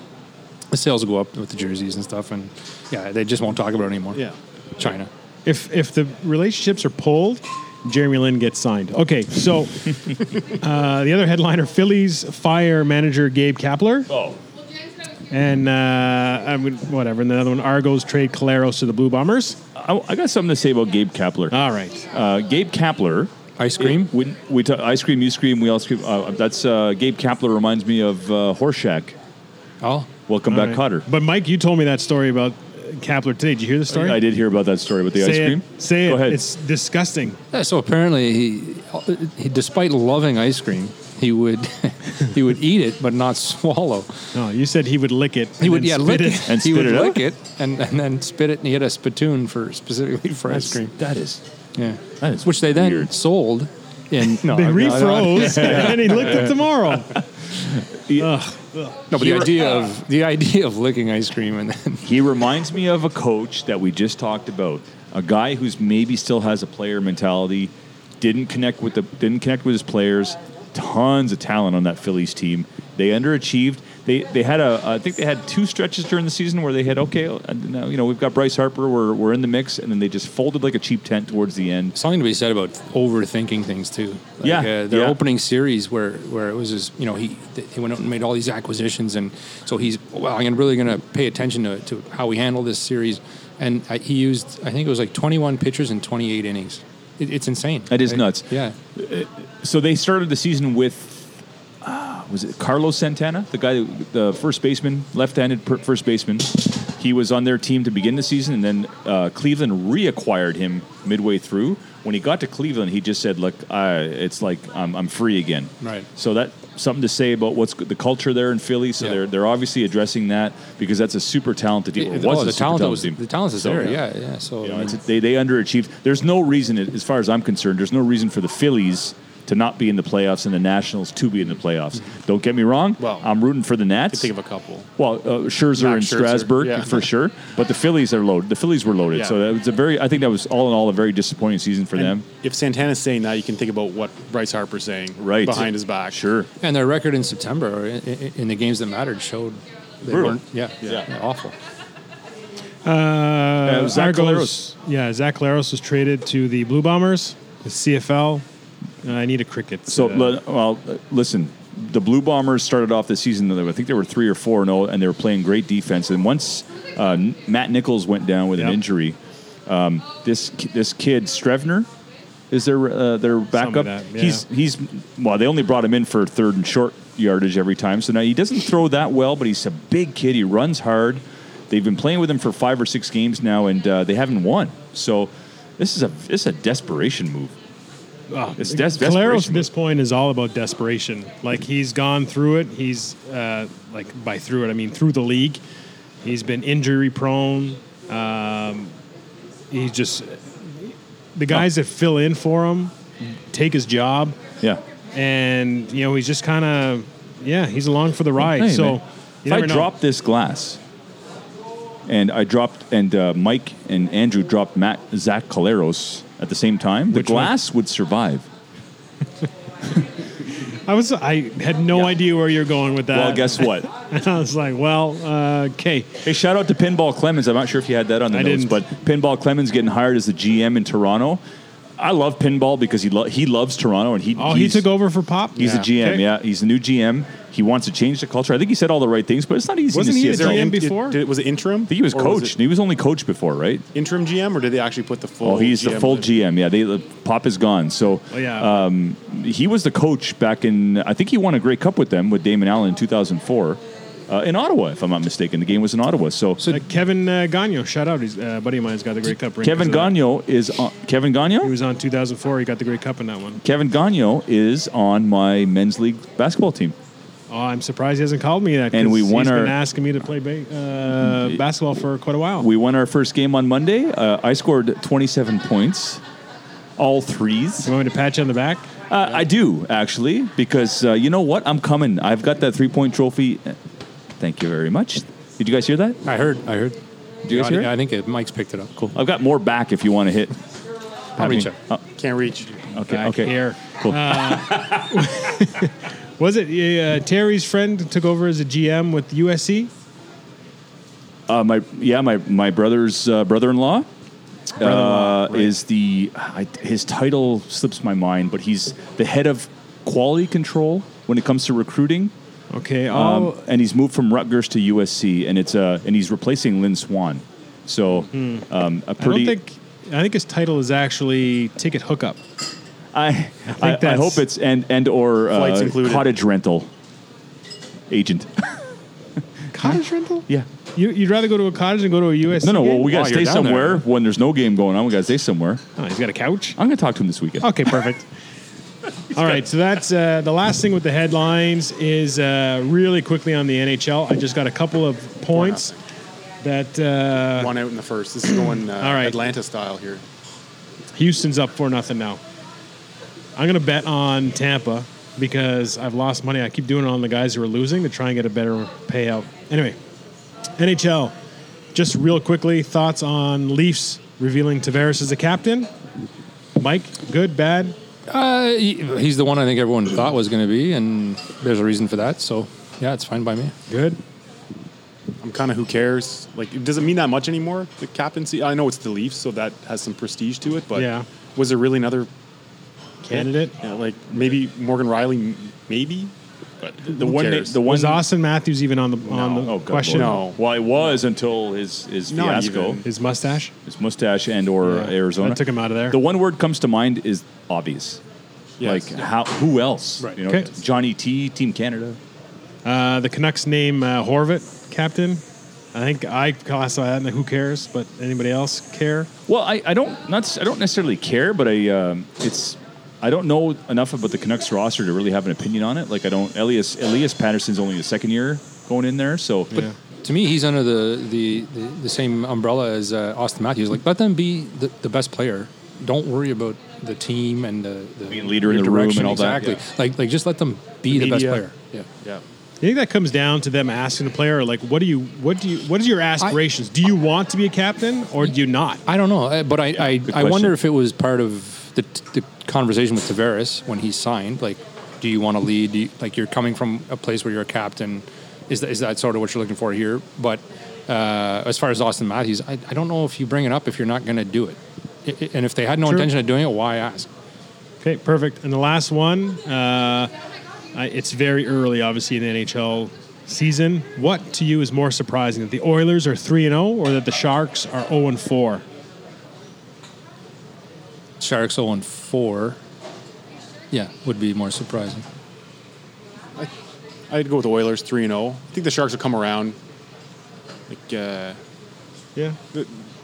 S2: the sales will go up with the jerseys and stuff. And yeah, they just won't talk about it anymore.
S6: Yeah.
S2: China.
S4: if if the relationships are pulled, Jeremy Lin gets signed. Okay, so [LAUGHS] uh, the other headliner: Phillies fire manager Gabe Kapler.
S5: Oh.
S4: And uh, I mean, whatever. And the other one, Argos trade Caleros to the Blue Bombers.
S5: I, I got something to say about Gabe Kapler.
S4: All right.
S5: Uh, Gabe Kapler.
S2: Ice cream.
S5: When we talk ice cream, you scream, we all scream. Uh, that's uh, Gabe Kapler reminds me of uh, Horseshack.
S2: oh,
S5: Welcome
S4: All
S5: back,
S4: right.
S5: Cotter.
S4: But Mike, you told me that story about uh, Kapler today. Did you hear the story?
S5: I did hear about that story with the
S4: Say
S5: ice cream.
S4: It, say
S5: Go
S4: it.
S5: ahead.
S4: It's disgusting.
S2: yeah, so apparently he, he, despite loving ice cream, he would [LAUGHS] he would eat it but not swallow.
S4: No, you said he would lick it.
S2: He would yeah lick it,
S5: And
S2: he
S5: spit
S2: would
S5: it out?
S2: lick it and, and then spit it and he had a spittoon for specifically for ice cream.
S5: That is.
S2: Yeah,
S5: That is
S2: which they then
S5: weird.
S2: sold.
S5: [LAUGHS]
S2: In no,
S5: Oh,
S4: They
S2: no, [LAUGHS] no,
S4: refroze, and he licked it tomorrow.
S2: No, but
S5: [LAUGHS]
S2: the idea of the idea of licking ice cream and then
S5: He reminds me of a coach that we just talked about, a guy who's maybe still has a player mentality, didn't connect with the didn't connect with his players. Tons of talent on that Phillies team. They underachieved. They they had a I think they had two stretches during the season where they had okay uh, now you know we've got Bryce Harper we're we're in the mix and then they just folded like a cheap tent towards the end.
S2: something to be said about overthinking things too. Like,
S5: Yeah,
S2: uh, their
S5: yeah.
S2: opening series where where it was just you know he th- he went out and made all these acquisitions and so he's well I'm really going to pay attention to to how we handle this series and I, he used I think it was like 21 pitchers in 28 innings. It, it's insane.
S5: That is
S2: I-
S5: nuts.
S2: Yeah,
S5: So they started the season with uh, was it Carlos Santana, the guy, the first baseman, left-handed per- first baseman. He was on their team to begin the season, and then uh, Cleveland reacquired him midway through. When he got to Cleveland, he just said, "Look, I, it's like I'm, I'm free again."
S2: Right.
S5: So that something to say about what's the culture there in Philly. So
S2: Yeah.
S5: they're they're obviously addressing that because that's a super talented team. or
S2: It-
S5: was
S2: oh,
S5: a
S2: the
S5: super
S2: talent
S5: talented
S2: was
S5: team.
S2: the talent is
S5: So,
S2: there. Yeah, yeah. So
S5: you
S2: I
S5: know,
S2: mean,
S5: it's, they they underachieved. There's no reason, as far as I'm concerned, there's no reason for the Phillies to not be in the playoffs and the Nationals to be in the playoffs. Don't get me wrong.
S6: Mm-hmm. Well,
S5: I'm rooting for the Nats.
S6: Think of a couple.
S5: well, uh, Scherzer
S6: Max
S5: and
S6: Scherzer,
S5: Strasburg
S6: yeah.
S5: for sure, but the Phillies are loaded. The Phillies were loaded,
S6: Yeah.
S5: so that was a very. I think that was all in all a very disappointing season for them.
S6: If Santana's saying that, you can think about what Bryce Harper's saying
S5: Right
S6: behind his back.
S5: Sure.
S2: and their record in September or in, in, in the games that mattered showed they
S5: Brutal.
S2: weren't. Yeah,
S5: Yeah.
S2: awful.
S4: Uh,
S5: Uh, Zach
S4: Argos- Yeah, Zach Caleros was traded to the Blue Bombers, the CFL. Uh, I need a cricket.
S5: So,
S4: uh,
S5: le- well, uh, listen, the Blue Bombers started off the season. I think they were three or four and zero, and they were playing great defense. And once uh, N- Matt Nichols went down with
S4: Yep.
S5: an injury, um, this ki- this kid Strevner is their uh, their backup.
S4: that, yeah.
S5: He's he's well, they only brought him in for third and short yardage every time. So now he doesn't throw that well, but he's a big kid. He runs hard. They've been playing with him for five or six games now, and uh, they haven't won. So this is a this is a desperation move.
S4: Ah,
S5: it's des-
S4: Caleros
S5: desperation
S4: at this point is all about desperation. Like he's gone through it. He's uh, like by through it, I mean through the league. He's been injury prone. Um, he's just the guys that fill in for him take his job,
S5: Yeah.
S4: and you know he's just kind of yeah he's along for the ride.
S5: Hey,
S4: so
S5: man,
S4: you
S5: if I
S4: never know.
S5: drop this glass, and I dropped, and uh, Mike and Andrew dropped Matt Zach Caleros at the same time, the
S4: Which one?
S5: glass would survive.
S4: I was I had no
S5: Yeah.
S4: idea where you're going with that.
S5: well, guess what?
S4: And [LAUGHS] I was like, well, uh, okay.
S5: hey, shout out to Pinball Clemens. I'm not sure if you had that on the
S4: I
S5: notes,
S4: didn't.
S5: but Pinball Clemens getting hired as the GM in Toronto. I love pinball because he lo- he loves Toronto and he
S4: Oh, he
S5: he's-
S4: took over for Pop.
S5: He's a GM,
S4: Okay.
S5: yeah. He's a new GM, He wants to change the culture. I think he said all the right things, but it's not easy
S6: Wasn't
S5: to see.
S6: he
S5: it
S6: the
S5: all.
S6: GM
S5: I
S6: before? Did, was it interim? I
S5: think he was coached. he was only coached before, right?
S6: interim GM, or did they actually put the full?
S5: Oh, he's the
S6: GM
S5: full
S6: in?
S5: GM. Yeah, they, the Pop is gone. So
S4: Oh, yeah.
S5: um, he was the coach back in. I think he won a great cup with them with Damon Allen in 2004 uh, in Ottawa, if I'm not mistaken. The game was in Ottawa. So,
S4: Uh, Kevin uh, Gagno, shout out. He's uh, a buddy of mine's got the Great Cup ring.
S5: Kevin
S4: So
S5: Gagno is on, Kevin
S4: He
S5: Gagno.
S4: was on 2004. He got the Great Cup in that one.
S5: Kevin Gagno is on my men's league basketball team.
S4: Oh, I'm surprised he hasn't called me that.
S5: And
S4: 'cause
S5: we won
S4: he's
S5: our- Mm,
S4: been asking me to play ba- uh, basketball for quite a while.
S5: We won our first game on Monday. Uh, I scored 27 points, all threes.
S4: you want me to pat you on the back?
S5: Uh, I do actually, because uh, you know what? I'm coming. I've got that three point trophy. Thank you very much. Did you guys hear that?
S2: I heard. I heard.
S5: Did you guys hear? it?
S2: I think uh, Mike's picked it up. Cool.
S5: I've got more back if you want to hit.
S2: I'll reach out.
S5: Oh,
S6: Can't reach.
S5: okay.
S4: Back
S5: okay.
S4: here. Uh,
S5: Cool.
S4: [LAUGHS] Was it uh, Terry's friend took over as a GM with USC?
S5: Uh, my yeah, my my brother's uh, brother-in-law, uh, is the I, his title slips my mind, but he's the head of quality control when it comes to recruiting.
S4: Okay.
S5: Um,
S4: all-
S5: And he's moved from Rutgers to USC, and it's uh, and he's replacing Lynn Swan. So um, a
S4: Hmm. I don't
S5: pretty.
S4: think. I think his title is actually ticket hookup.
S5: I, I, I
S4: that's-
S5: hope it's and and or
S6: Flights
S5: uh,
S6: included.
S5: cottage rental agent.
S4: Cottage rental?
S5: yeah.
S4: You, you'd rather go to a cottage than go to a USC?
S5: No, no. Well,
S4: game?
S5: we gotta
S4: Oh, you're
S5: stay
S4: down there.
S5: somewhere when there's no game going on. We gotta stay somewhere.
S4: Oh, he's got a couch.
S5: I'm gonna talk to him this weekend. [LAUGHS]
S4: Okay, perfect. All right, so that's uh, the last thing with the headlines is uh, really quickly on the NHL. I just got a couple of points that uh,
S6: One out in the first. This is going uh,
S4: All right.
S6: Atlanta style here.
S4: Houston's up for nothing now. I'm gonna bet on Tampa because I've lost money. I keep doing it on the guys who are losing to try and get a better payout. Anyway, NHL. Just real quickly, thoughts on Leafs revealing Tavares as a captain. Mike, good, bad.
S2: Uh, he- he's the one I think everyone thought was going to be, and there's a reason for that. So yeah, it's fine by me.
S4: Good.
S6: I'm kind of who cares. Like it doesn't mean that much anymore. The captaincy. I know it's the Leafs, so that has some prestige to it. But
S4: Yeah.
S6: was there really another
S4: Candidate.
S6: Yeah, like maybe Morgan Riley, m- maybe. But
S5: The one, na- the one
S4: Was Austin Matthews even on the on the
S5: Oh, God,
S4: question?
S5: Lord. Well, it was until his his
S6: Not
S5: fiasco,
S6: even.
S4: His mustache.
S5: his mustache, and or
S4: Yeah,
S5: Arizona.
S4: that took him out of there.
S5: The one word comes to mind is obvious.
S6: Yes.
S5: Like how? Who else?
S6: Right.
S5: You know,
S4: Okay.
S5: Johnny T, Team Canada.
S4: Uh, the Canucks name uh, Horvat captain. I think I classify that. in the Who cares? But anybody else care?
S5: Well, I, I don't not s- I don't necessarily care, but I um, it's I don't know enough about the Canucks roster to really have an opinion on it. Like I don't Elias Elias Patterson's only the second year going in there, so
S4: yeah.
S2: To me, he's under the the, the, the same umbrella as uh, Austin Matthews. Like, let them be the, the best player. Don't worry about the team and the, the
S5: Being leader in the room
S2: direction.
S5: and all that,
S2: Exactly.
S5: yeah.
S2: Like, like just let them be the, best
S6: media.
S2: player. Yeah.
S4: You think that comes down to them asking the player, like, what do you, what do you, what is your aspirations? do you want to be a captain or do you not?
S2: I don't know, uh, but I I, I
S5: question.
S2: wonder if it was part of the, the conversation with Tavares when he signed. Like, do you want to lead? Do you, like, you're coming from a place where you're a captain. Is that, is that sort of what you're looking for here? But uh, as far as Austin Matthews, I, I don't know if you bring it up if you're not going to do it. I- I- And if they had no
S4: True.
S2: intention of doing it, why ask?
S4: Okay, perfect. And the last one, uh, I, it's very early, obviously, in the NHL season. What to you is more surprising, that the Oilers are three and zero, or that the Sharks are zero and four?
S2: Sharks 0 and 4, yeah, would be more surprising.
S6: I'd go with the Oilers three and zero. I think the Sharks will come around. Like uh,
S4: Yeah.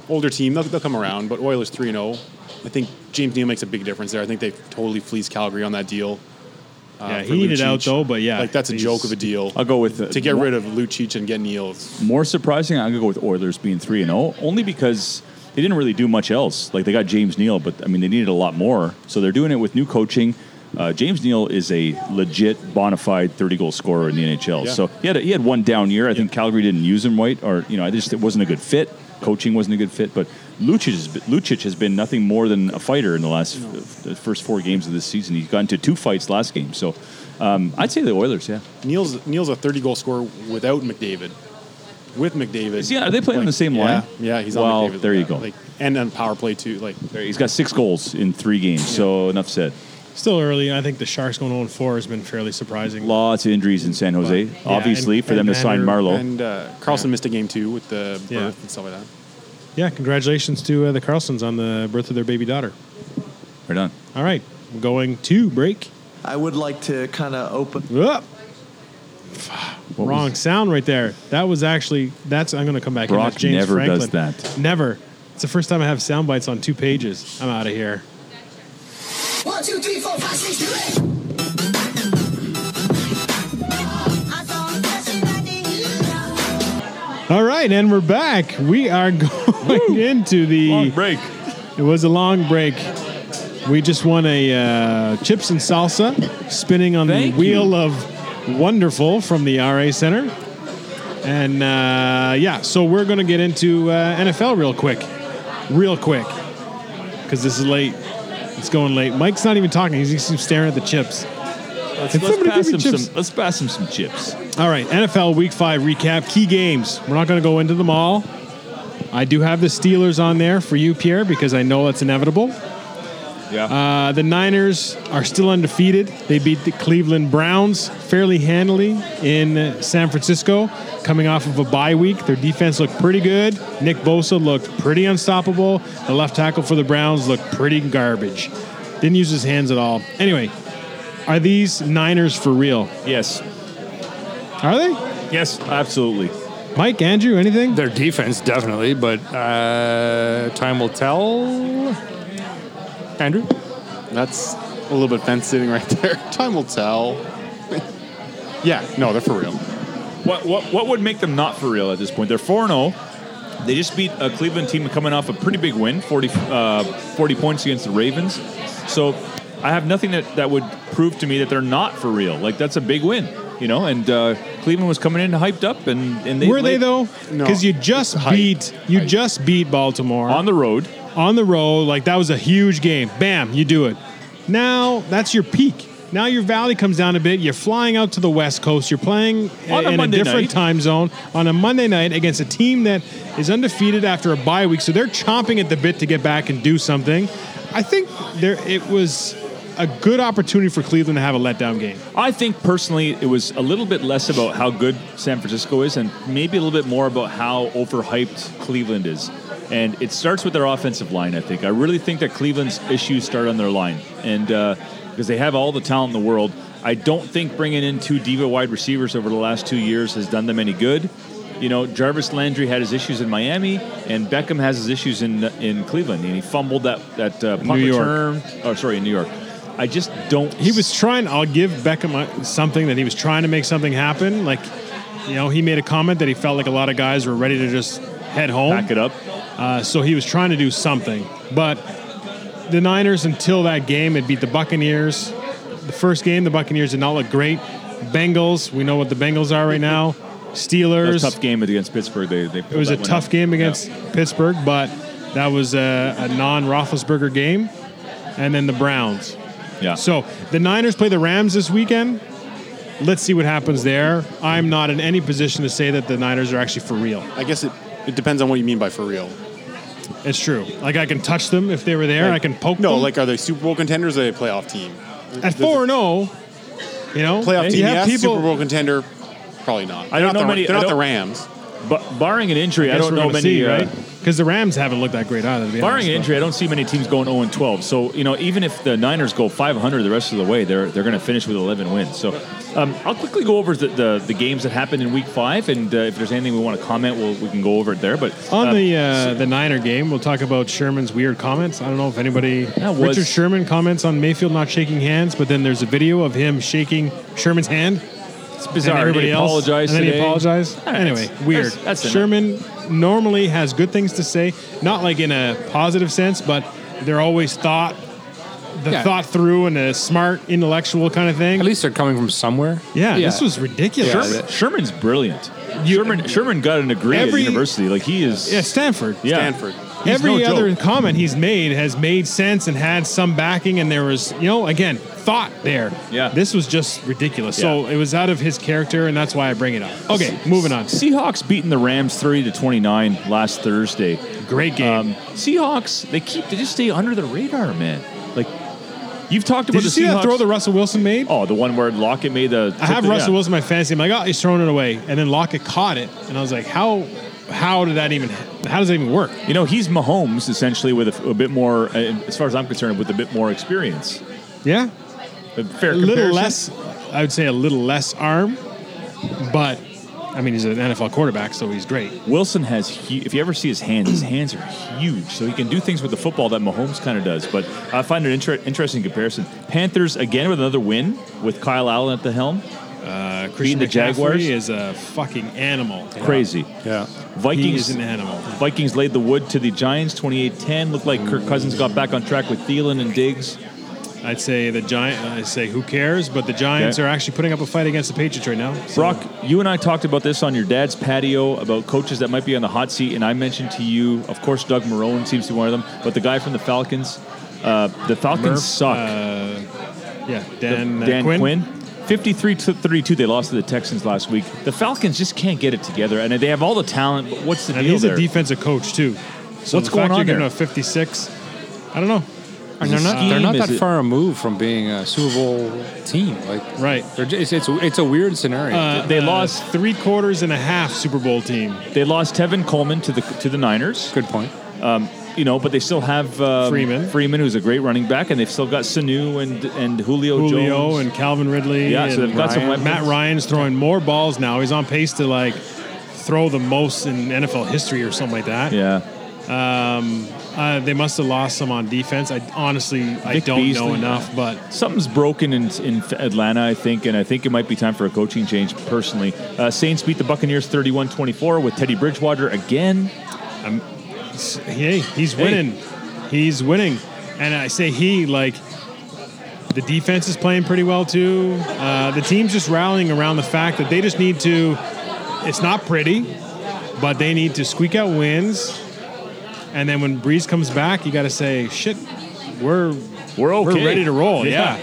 S6: older team, they'll, they'll come around. But Oilers three and zero. I think James Neal makes a big difference there. I think they totally fleeced Calgary on that deal. uh,
S4: Yeah,
S6: for
S4: he needed
S6: Lucic.
S4: out though, but yeah,
S6: like that's a
S4: he's-
S6: joke of a deal.
S5: I'll go with uh,
S6: to get
S5: one-
S6: rid of Lucic and get Neal's.
S5: More surprising, I'm gonna go with Oilers being three and zero, only because they didn't really do much else. Like they got James Neal, but I mean they needed a lot more, so they're doing it with new coaching. Uh, James Neal is a legit, bona fide 30 goal scorer in the NHL.
S6: Yeah.
S5: So he had a, he had one down year. I think Calgary didn't use him right, or you know, I just it wasn't a good fit. Coaching wasn't a good fit, but Lucic has, been- Lucic has been nothing more than a fighter in the last uh, the first four games of this season. He's gotten to two fights last game, so um, I'd say the Oilers. Yeah,
S6: Neal's Neal's a thirty goal scorer without McDavid. With McDavid,
S5: Is he- are they playing on the same
S6: yeah,
S5: line?
S6: Yeah, he's
S5: Well,
S6: on McDavid.
S5: there you
S6: yeah,
S5: go.
S6: Like, and on power play too. Like
S5: He's got six goals in three games, so enough said.
S4: Still early, and I think the Sharks going 0 4 has been fairly surprising.
S5: Lots of injuries in San Jose,
S4: But, yeah,
S5: obviously,
S4: and-
S5: for them to
S4: and
S5: sign
S4: Vander-
S5: Marlowe.
S6: And uh, Carlson missed a game too with the birth
S4: Yeah.
S6: and stuff like that.
S4: Yeah, congratulations to uh, the Carlsons on the birth of their baby daughter.
S5: We're done.
S4: All right, going to break.
S9: I would like to kind of open.
S4: Up. Wrong sound right there. That was actually that's. I'm going to come back. in.
S5: Brock
S4: That's James
S5: never
S4: Franklin.
S5: does that.
S4: Never. It's the first time I have sound bites on two pages. I'm out of here.
S7: One, two, three, four, five, six, do it. I don't touch nobody.
S4: All right, and we're back. We are [LAUGHS] going into the
S5: break.
S4: It was a long break. We just won a uh, chips and salsa spinning on
S5: Thank
S4: the wheel of wonderful from the RA Center. And uh, yeah, so we're going to get into uh, NFL real quick. Real quick. Because this is late. It's going late. Mike's not even talking. He's just staring at the chips.
S5: Let's,
S4: Can
S5: let's
S4: somebody
S5: pass
S4: give
S5: him
S4: me chips?
S5: some. Let's pass him some chips.
S4: All right, NFL Week Five recap. Key games. We're not going to go into them all. I do have the Steelers on there for you, Pierre, because I know that's inevitable.
S5: Yeah.
S4: Uh, the Niners are still undefeated. They beat the Cleveland Browns fairly handily in San Francisco, coming off of a bye week. Their defense looked pretty good. Nick Bosa looked pretty unstoppable. The left tackle for the Browns looked pretty garbage. Didn't use his hands at all. Anyway, are these Niners for real?
S5: yes.
S4: Are they?
S5: Yes. Absolutely.
S4: Mike, Andrew, anything?
S2: Their defense, definitely, but uh, time will tell. Andrew?
S6: That's a little bit fence sitting right there. [LAUGHS] Time will tell. [LAUGHS] yeah, no, they're for real.
S5: What, what what would make them not for real at this point? They're 4 0. They just beat a Cleveland team coming off a pretty big win, 40, uh, 40 points against the Ravens. So I have nothing that, that would prove to me that they're not for real. Like, that's a big win, you know? And uh, Cleveland was coming in hyped up, and, and they
S4: Were they
S5: laid-
S4: though?
S6: No.
S4: Because you just
S6: Hype.
S4: beat you
S6: Hype.
S4: just beat Baltimore
S5: On the road.
S4: on the road. Like that was a huge game. Bam, you do it. Now that's your peak. Now your valley comes down a bit. You're flying out to the West Coast. You're playing
S5: On a
S4: in
S5: Monday
S4: a different
S5: night.
S4: time zone on a Monday night against a team that is undefeated after a bye week. So they're chomping at the bit to get back and do something. I think there it was a good opportunity for Cleveland to have a letdown game.
S5: I think personally, it was a little bit less about how good San Francisco is, and maybe a little bit more about how overhyped Cleveland is. And it starts with their offensive line. I think I really think that Cleveland's issues start on their line, and because they have all the talent in the world, I don't think bringing in two diva wide receivers over the last two years has done them any good. You know, Jarvis Landry had his issues in Miami, and Beckham has his issues in in Cleveland, and he fumbled that that uh, punt
S4: New York.
S5: return. Oh, sorry, in New York. I just don't.
S4: he was trying. I'll give Beckham uh, something that he was trying to make something happen. Like, you know, he made a comment that he felt like a lot of guys were ready to just head home.
S5: back it up.
S4: Uh, so he was trying to do something. But the Niners, until that game, had beat the Buccaneers. The first game, the Buccaneers did not look great. Bengals, we know what the Bengals are right now.
S5: That was
S4: Steelers,
S5: a tough game against Pittsburgh. They, they
S4: it was a tough game against Pittsburgh, but that was a, a non-Roethlisberger game. And then the Browns.
S5: Yeah.
S4: So the Niners play the Rams this weekend. Let's see what happens there. I'm not in any position to say that the Niners are actually for real.
S6: I guess it, it depends on what you mean by for real.
S4: It's true. Like I can touch them if they were there. I can poke
S6: No,
S4: them.
S6: like are they Super Bowl contenders or are they a playoff team?
S4: at four and zero, you know,
S6: Playoff
S4: you
S6: team,
S4: have
S6: yes.
S4: people.
S6: Super Bowl contender, probably not.
S5: I don't
S6: They're not
S5: know
S6: the-
S5: many-
S6: They're
S5: I
S6: not the
S5: don't-
S6: Rams.
S5: but barring an injury, I,
S4: guess
S5: don't
S4: we're
S5: know
S4: gonna
S5: many.
S4: see,
S5: uh,
S4: right? Because the Rams haven't looked that great either. To be
S5: Barring
S4: honest,
S5: an
S4: though.
S5: injury, I don't see many teams going 0 and 12. So you know, even if the Niners go 500 the rest of the way, they're they're going to finish with 11 wins. So um, I'll quickly go over the, the the games that happened in Week Five, and uh, if there's anything we want to comment, we'll, we can go over it there. But
S4: On
S5: um,
S4: the uh, the Niner game, we'll talk about Sherman's weird comments. I don't know if anybody
S5: That was-
S4: Richard Sherman comments on Mayfield not shaking hands, but then there's a video of him shaking Sherman's hand.
S5: it's bizarre.
S4: And everybody
S5: he
S4: else
S5: apologized
S4: And then
S5: today.
S4: he apologized.
S5: Ah,
S4: anyway,
S5: that's-
S4: weird.
S5: That's, that's enough.
S4: Sherman normally has good things to say, not like in a positive sense, but they're always thought, the
S2: Yeah.
S4: thought through and a smart, intellectual kind of thing.
S2: At least they're coming from somewhere.
S4: yeah,
S2: yeah.
S4: this was ridiculous.
S2: Yeah,
S4: Sherman-
S2: that-
S5: Sherman's brilliant. Sherman Sherman got an degree
S4: Every-
S5: at university. Like he is.
S4: yeah, Stanford.
S5: Yeah.
S6: Stanford.
S5: He's
S4: Every
S5: no joke.
S4: other comment he's made has made sense and had some backing, and there was, you know, again, thought there.
S5: Yeah.
S4: This was just ridiculous. So
S5: Yeah.
S4: it was out of his character, and that's why I bring it up. Okay, moving on.
S5: Seahawks beating the Rams 30 to 29 last Thursday.
S4: Great game.
S5: Um, Seahawks, they keep they just stay under the radar, man. Like You've talked about
S4: Did
S5: the
S4: you see
S5: Seahawks.
S4: that throw that Russell Wilson made?
S5: oh, the one where Lockett made the.
S4: I have
S5: yeah.
S4: Russell Wilson in my fantasy. I'm like, oh, he's throwing it away, and then Lockett caught it, and I was like, how, how did that even, how does that even work?
S5: You know, he's Mahomes essentially with a, a bit more, uh, as far as I'm concerned, with a bit more experience.
S4: Yeah,
S5: A fair
S4: a little
S5: comparison.
S4: less. I would say a little less arm, but I mean, he's an NFL quarterback, so he's great.
S5: Wilson has, hu- if you ever see his hands, his hands are huge. So he can do things with the football that Mahomes kind of does. But I find it inter- interesting comparison. Panthers again with another win with Kyle Allen at the helm.
S4: Uh, Christian
S5: the
S4: McCaffrey
S5: Jaguars?
S4: is a fucking animal.
S5: Crazy.
S2: Yeah.
S4: He
S5: Vikings
S4: is an animal.
S5: Vikings laid the wood to the Giants 28-10. Looked like Kirk Cousins got back on track with Thielen and Diggs.
S4: I'd say the giant. I say who cares, but the Giants
S5: Yeah.
S4: are actually putting up a fight against the Patriots right now. So-
S5: Brock, you and I talked about this on your dad's patio about coaches that might be on the hot seat, and I mentioned to you, of course, Doug Marone seems to be one of them, but the guy from the Falcons, uh, the Falcons
S4: Murph,
S5: suck.
S4: Uh, yeah,
S5: The-
S4: Dan, uh,
S5: Dan
S4: Quinn.
S5: Quinn. 53 to 32, they lost to the Texans last week. The Falcons just can't get it together, and they have all the talent, but what's the
S4: And
S5: deal
S4: he's
S5: there?
S4: a defensive coach too. So
S5: What's
S4: the
S5: going
S4: fact
S5: on
S4: you're
S5: there?
S4: Getting a 56. I don't know.
S2: And they're not, they're
S5: scheme?
S2: not
S5: Is
S2: that
S5: it-
S2: far removed from being a Super Bowl team. Like,
S4: Right.
S2: They're ju- it's, it's, a- it's a weird scenario.
S5: they
S4: Uh,
S5: lost.
S4: three quarters and a half Super Bowl team.
S5: They lost Tevin Coleman to the to the Niners,
S2: Good point.
S5: you know, but they still have um,
S4: Freeman.
S5: Freeman, who's a great running back, and they've still got Sanu and and Julio,
S4: Julio
S5: Jones.
S4: and Calvin Ridley.
S5: Yeah, so
S4: and
S5: they've got some weapons.
S4: Matt Ryan's throwing more balls now. He's on pace to like throw the most in NFL history or something like that.
S5: yeah,
S4: Uh, they must have lost some on defense. I honestly I
S5: Vic
S4: don't know
S5: Beasley.
S4: enough, but
S5: Something's broken in, in Atlanta, I think, and I think it might be time for a coaching change personally. Uh, Saints beat the Buccaneers 31 24 with Teddy Bridgewater again.
S4: hey, he's winning. He's winning. And I say he, like, the defense is playing pretty well, too. Uh, the team's just rallying around the fact that they just need to, it's not pretty, but they need to squeak out wins. And then when Breeze comes back, you got to say, shit, we're,
S5: We're okay.
S4: we're ready to roll. Yeah.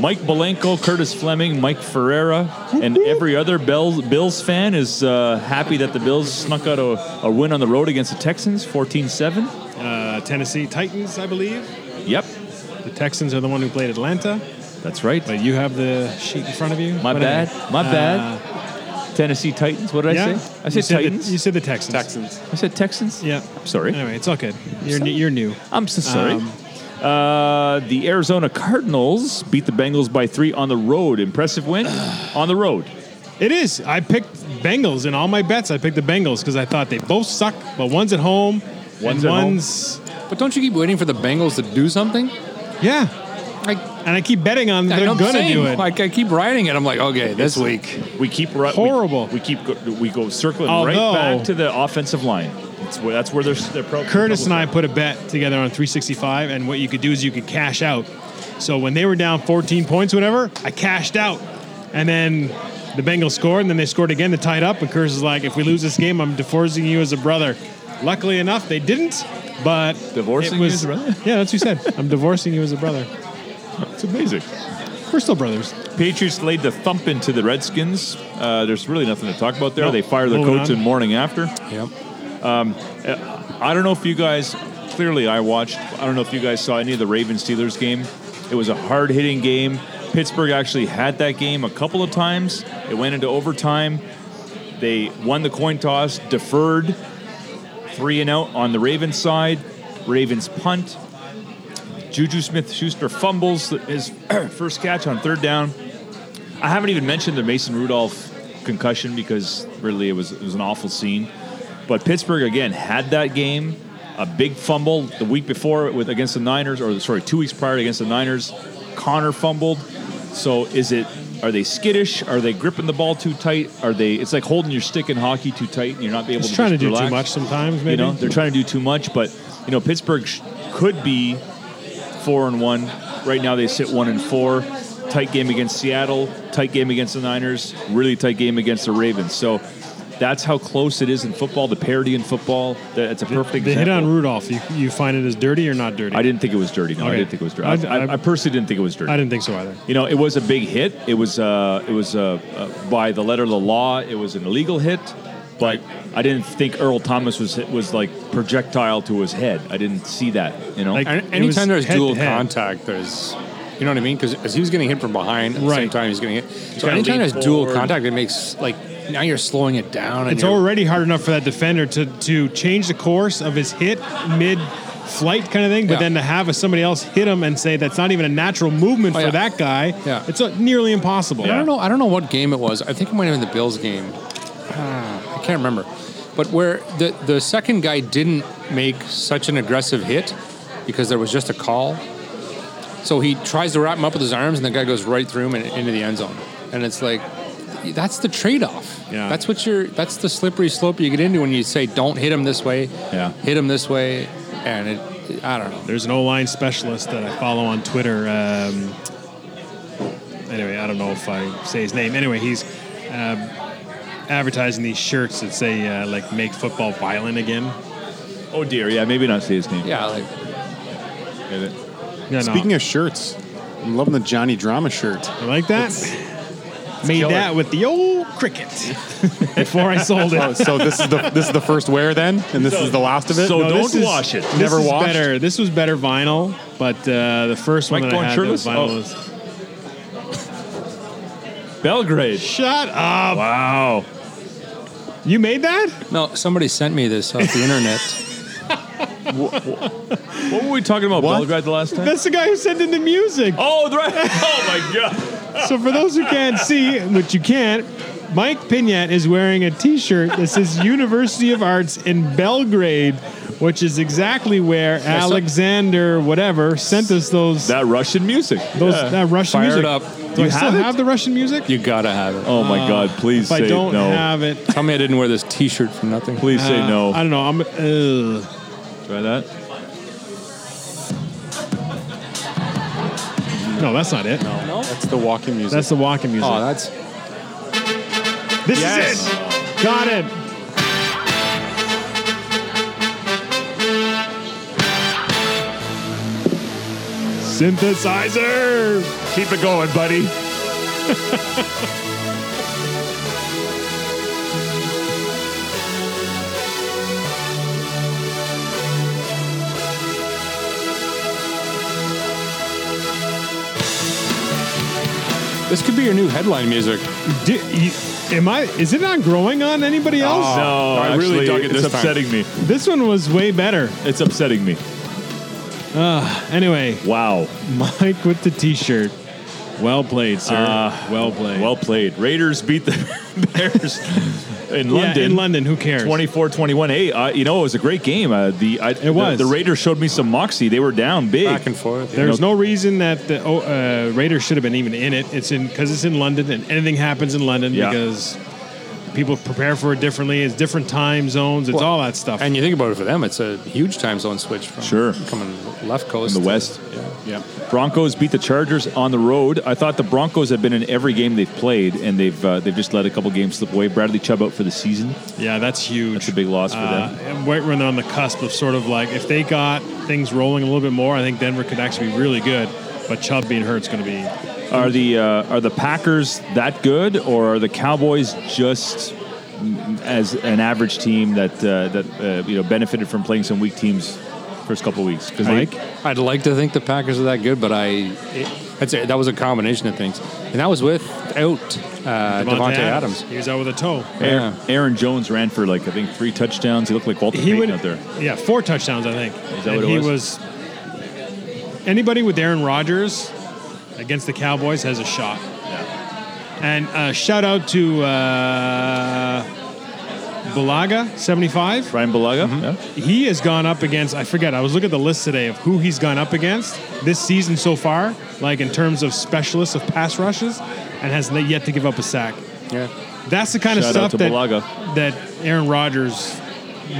S5: Mike Belenko, Curtis Fleming, Mike Ferreira, and every other Bell, Bills fan is uh, happy that the Bills snuck out a, a win on the road against the Texans 14 7.
S4: Uh, Tennessee Titans, I believe.
S5: Yep,
S4: The Texans are the one who played Atlanta,
S5: that's right.
S4: but you have the sheet in front of you.
S5: My
S4: Whatever.
S5: bad. My
S4: Uh,
S5: bad. Tennessee Titans. What did I
S4: yeah.
S5: say? I
S4: You
S5: said
S4: said the-
S5: Titans.
S4: you said the Texans.
S6: Texans.
S5: I said Texans.
S4: Yeah.
S5: Sorry.
S4: Anyway, it's all good. You're new, you're new.
S5: I'm so sorry.
S4: Um,
S5: uh, the Arizona Cardinals beat the Bengals by three on the road. Impressive
S4: [SIGHS]
S5: win on the road.
S4: It is. I picked Bengals in all my bets. I picked the Bengals because I thought they both suck, but one's at home,
S5: One's
S4: and
S5: at home.
S4: one's
S2: But don't you keep waiting for the Bengals to do something?
S4: yeah.
S2: Like,
S4: And I keep betting on
S2: I
S4: they're
S2: don't
S4: gonna
S2: saying,
S4: do it.
S2: Like, I keep writing it. I'm like, okay, this week.
S5: We keep ru- we-
S4: Horrible.
S5: We, keep go, we go circling
S4: Although-
S5: right back to the offensive line. That's where that's where there's their pro.
S4: Curtis and I put a bet together on 365, and what you could do is you could cash out. So when they were down 14 points, whatever, I cashed out, and then the Bengals scored, and then they scored again to tie it up. And Curtis is like, "If we lose this game, I'm divorcing you as a brother." Luckily enough, they didn't. But
S5: Divorcing
S4: it
S5: you
S4: was,
S5: as a brother?
S4: [LAUGHS] Yeah, that's what you said.
S5: [LAUGHS]
S4: I'm divorcing you as a brother.
S5: It's amazing.
S4: We're still brothers.
S5: Patriots laid the thump into the Redskins. Uh, there's really nothing to talk about there.
S4: Nope.
S5: They fire their
S4: Moving
S5: coach
S4: on.
S5: in morning after. Um, uh,
S2: Yep.
S5: I don't know if you guys. Clearly, I watched. I don't know if you guys saw any of the Ravens Steelers game. It was a hard hitting game. Pittsburgh actually had that game a couple of times. It went into overtime. They won the coin toss, deferred three and out on the Ravens side. Ravens punt. Juju Smith Schuster fumbles his [CLEARS THROAT] first catch on third down. I haven't even mentioned the Mason Rudolph concussion because really it was it was an awful scene. But Pittsburgh again had that game, a big fumble the week before with against the Niners, or sorry, two weeks prior against the Niners. Connor fumbled. So is it? Are they skittish? Are they gripping the ball too tight? Are they? It's like holding your stick in hockey too tight, and you're not able
S4: Just
S5: to
S4: trying to
S5: just
S4: do
S5: relax.
S4: too much sometimes, maybe.
S5: You know, they're trying to do too much, but you know, Pittsburgh sh- could be four and one. Right now, they sit one and four. Tight game against Seattle. Tight game against the Niners. Really tight game against the Ravens. So that's how close it is in football. The parity in football. That- That's a perfect
S4: the hit
S5: example.
S4: on Rudolph, you, you find it as dirty or not dirty?
S5: I didn't think it was dirty. No, I
S4: Okay.
S5: didn't think it was dirty. I,
S4: I-
S5: I, I personally didn't think it was dirty.
S4: I didn't think so either.
S5: You know, it was a big hit. It was uh, it was uh, uh, by the letter of the law. It was an illegal hit. But I didn't think Earl Thomas was was like projectile to his head. I didn't see that. You know,
S4: Like-
S2: And
S4: It was
S2: anytime there's
S4: head to
S2: dual
S4: head.
S2: contact, there's you know what I mean because he was getting hit from behind. At the same
S4: Right.
S2: time, he's getting hit. So
S4: gotta
S2: anytime
S4: lean
S2: there's dual
S4: forward.
S2: contact, it makes like now you're slowing it down. And
S4: It's
S2: you're-
S4: already hard enough for that defender to, to change the course of his hit mid flight kind of thing, but
S2: Yeah.
S4: then to have somebody else hit him and say that's not even a natural movement
S2: Oh,
S4: for
S2: yeah.
S4: that guy,
S2: Yeah.
S4: it's uh, nearly impossible.
S2: I don't know. I don't know what game it was. I think it might have been the Bills game. Ah, I can't remember. But where the the second guy didn't make such an aggressive hit because there was just a call. So he tries to wrap him up with his arms, and the guy goes right through him and into the end zone. And it's like, that's the trade off.
S4: Yeah.
S2: That's what you're. That's the slippery slope you get into when you say, "Don't hit him this way."
S5: Yeah.
S2: Hit him this way, and it. I don't know.
S4: There's an O line specialist that I follow on Twitter. Um, anyway, I don't know if I say his name. Anyway, he's um, advertising these shirts that say uh, like "Make football violent again."
S5: oh dear, yeah, maybe not say his name.
S2: Yeah. Like,
S4: No,
S6: Speaking of shirts, I'm loving the Johnny Drama shirt.
S4: of like that, made
S5: killer.
S4: that with the old cricket before
S5: [LAUGHS]
S4: I sold
S5: Oh,
S4: it.
S6: So this is
S4: [LAUGHS]
S6: the this is the first wear then, and this is the last of Oh, it.
S5: so don't
S4: this is-
S5: wash it.
S4: this
S6: Never
S4: is
S6: washed?
S4: Better. This was better vinyl, but uh, the first one
S5: Mike
S4: that I
S5: going
S4: had that was
S5: shirtless?
S4: vinyl
S5: Oh.
S4: was.
S5: Belgrade.
S4: Shut up!
S5: Wow.
S4: You made that?
S2: no, somebody sent me this [LAUGHS] off the internet.
S5: What were we talking about? Belgrade the last
S4: [LAUGHS]
S5: time.
S4: That's the guy who sent in the music.
S5: Oh, right. [LAUGHS] Oh my God.
S4: So for those who can't see, which you can't, Mike Pignat is wearing a T-shirt that says University of Arts in Belgrade, which is exactly where
S2: saw-
S4: Alexander whatever sent us those
S5: That Russian music.
S4: those that Russian
S2: Fire it
S4: music.
S2: up.
S4: Do
S2: You
S4: I still
S2: have it?
S4: have the Russian music?
S2: You gotta have it.
S5: Oh my God. Please
S4: if I
S5: say
S4: don't
S5: no.
S4: have it,
S2: Tell me I didn't wear this T-shirt for nothing.
S5: Please say
S4: uh,
S5: no.
S4: I don't know. I'm. Ugh.
S5: Try that.
S4: No, that's not it.
S6: That's the walking music.
S4: That's the walking music.
S2: Oh, that's
S4: this
S6: Yes.
S4: is it. Got it. Synthesizer.
S6: Keep it going, buddy.
S2: this could be your new headline music.
S4: Do, you, am I? Is it not growing on anybody else?
S5: Oh, no,
S2: I really
S5: actually,
S2: dug it
S5: It's
S2: this time.
S5: upsetting me.
S4: This one was way better. Ah,
S5: It's upsetting me.
S4: Anyway,
S5: Wow.
S4: Mike with the T-shirt. Well played, sir. well played.
S5: Uh, Well played. Raiders beat the [LAUGHS] Bears in
S4: yeah,
S5: London.
S4: in London. Who cares?
S5: 24-21. Hey, uh, you know it was a great game. Uh, the I, it
S4: was.
S5: the, Raiders showed me some moxie. They were down big.
S2: Back and forth.
S4: There's no reason that the oh, uh, Raiders should have been even in it. It's in because it's in London, and anything happens in London
S5: Yeah.
S4: because people prepare for it differently. It's different time zones. It's
S2: Well,
S4: all that stuff.
S2: And you think about it for them, it's a huge time zone switch from
S5: Sure.
S2: coming left coast.
S5: In the
S2: to-
S5: West.
S6: Yeah.
S5: Broncos beat the Chargers on the road. I thought the Broncos have been in every game they've played, and they've uh, they've just let a couple games slip away. Bradley Chubb out for the season.
S4: yeah, that's huge.
S5: That's a big loss for
S4: Uh,
S5: them.
S4: and right when they're on the cusp of sort of like if they got things rolling a little bit more, I think Denver could actually be really good. But Chubb being hurt is going to be
S5: Are the uh, are the Packers that good, or are the Cowboys just mm, as an average team that uh, that uh, you know benefited from playing some weak teams first couple weeks? 'Cause they-
S4: Mike.
S2: I'd like to think the Packers are that good, but I it, that's it. That was a combination of things, and that was without uh, Devontae Adams.
S4: He was out with a toe.
S5: Aaron,
S2: Yeah.
S5: Aaron Jones ran for like I think three touchdowns. He looked like Walter
S4: He
S5: Payton
S4: would,
S5: out there.
S4: yeah, four touchdowns, I think.
S5: that
S4: And
S5: what it
S4: he
S5: was?
S4: was? Anybody with Aaron Rodgers against the Cowboys has a shot. And uh, shout out to uh, Balaga, seventy five.
S5: Brian Balaga. yeah.
S4: He has gone up against, I forget, I was looking at the list today of who he's gone up against this season so far, like in terms of specialists of pass rushes, and has n- yet to give up a sack.
S2: Yeah,
S4: That's the kind
S5: Shout
S4: of
S5: out
S4: stuff
S5: to
S4: that,
S5: Balaga.
S4: that Aaron Rodgers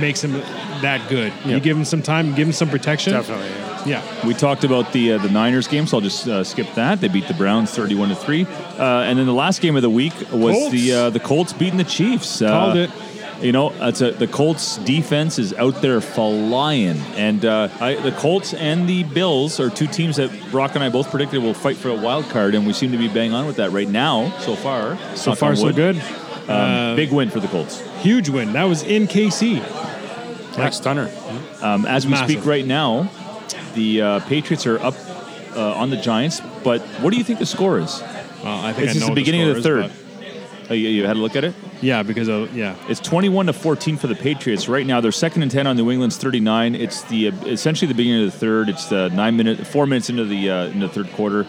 S4: makes him that good.
S2: Yeah.
S4: You give him some time, give him some protection.
S2: definitely. yeah.
S4: Yeah.
S5: We talked about the uh, the Niners game, so I'll just uh, skip that. They beat the Browns thirty-one to three, Uh, and then the last game of the week was
S4: Colts.
S5: the uh, the Colts beating the Chiefs. Uh,
S4: Called it.
S5: You know, that's a, the Colts defense is out there flying, and uh, I, the Colts and the Bills are two teams that Brock and I both predicted will fight for a wild card, and we seem to be bang on with that right now so far.
S4: So
S5: Knock
S4: far,
S5: on
S4: so
S5: wood. Um,
S4: good. Uh,
S5: Big win for the Colts.
S4: Huge win. That was in KC.
S2: Yeah, stunner.
S5: Um, as we
S4: Massive.
S5: speak right now, the uh, Patriots are up uh, on the Giants. But what do you think the score is?
S4: Well, I think
S5: It's just
S4: I know
S5: the
S4: what
S5: beginning of the
S4: score
S5: third.
S4: is,
S5: Oh, you, you had a look at it.
S4: but- yeah, because of, yeah,
S5: It's 21 to 14 for the Patriots right now. They're second and 10 on New England's 39. It's the essentially the beginning of the third. It's the nine minute, four minutes into the uh, into the third quarter.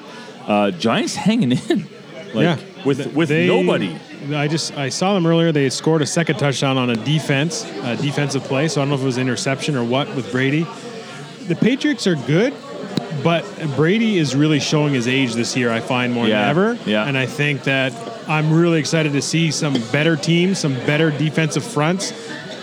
S5: Uh, Giants hanging in, [LAUGHS] like
S4: yeah,
S5: with with
S4: They-
S5: nobody.
S4: I just I saw them earlier. They scored a second touchdown on a defense, a defensive play. So I don't know if it was interception or what with Brady. The Patriots are good, but Brady is really showing his age this year. I find more
S5: Yeah,
S4: than ever.
S5: yeah.
S4: And I think that I'm really excited to see some better teams, some better defensive fronts,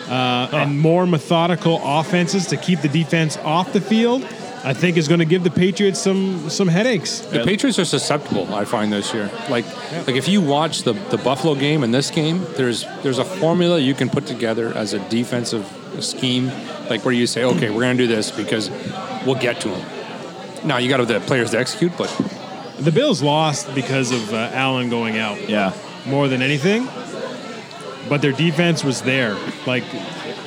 S4: uh, and more methodical offenses to keep the defense off the field. I think is going to give the Patriots some some headaches.
S2: The Patriots are susceptible, I find this year. Like, like if you watch the, the Buffalo game and this game, there's there's a formula you can put together as a defensive scheme, like where you say, okay, we're gonna do this because we'll get to them. Now you got to the players to execute, but
S4: The Bills lost because of uh, Allen going out.
S5: Yeah,
S4: more than anything. But their defense was there. Like,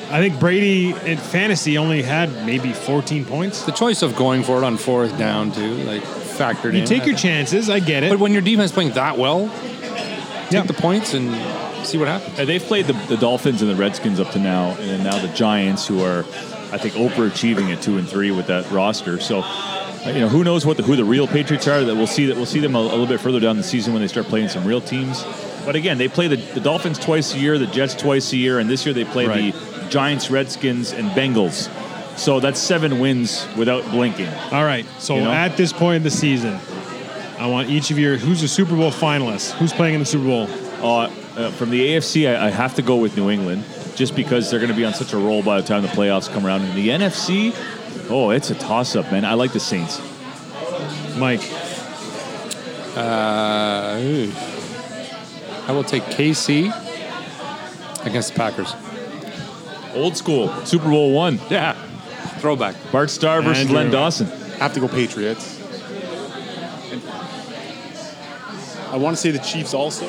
S4: I think Brady in fantasy only had maybe 14 points.
S2: the choice of going for it on fourth down too, like factored
S4: You
S2: in.
S4: take your chances. I get
S2: but
S4: it.
S2: when your defense playing that well,
S4: Yeah.
S2: take the points and see what happens.
S5: And Uh, they've played the, the Dolphins and the Redskins up to now, and then now the Giants, who are, I think, overachieving at two and three with that roster. So, uh, you know, who knows what the, who the real Patriots are? That we'll see that we'll see them a, a little bit further down the season when they start playing some real teams. But again, they play the, the Dolphins twice a year, the Jets twice a year, and this year they play the Giants, Redskins, and Bengals. So that's seven wins without blinking.
S4: All right. So
S5: You know?
S4: at this point in the season, I want each of your who's a Super Bowl finalist? Who's playing in the Super Bowl?
S5: Uh, uh, from the AFC, I, I have to go with New England just because they're going to be on such a roll by the time the playoffs come around. And the NFC, oh, it's a toss up, man. I like the Saints.
S4: Mike.
S2: Uh, ooh. I will take KC against the Packers.
S5: Old school, Super Bowl one.
S2: Yeah, throwback.
S5: Bart Starr versus
S4: Andrew.
S5: Len Dawson.
S6: Have to go Patriots. I want to say the Chiefs also.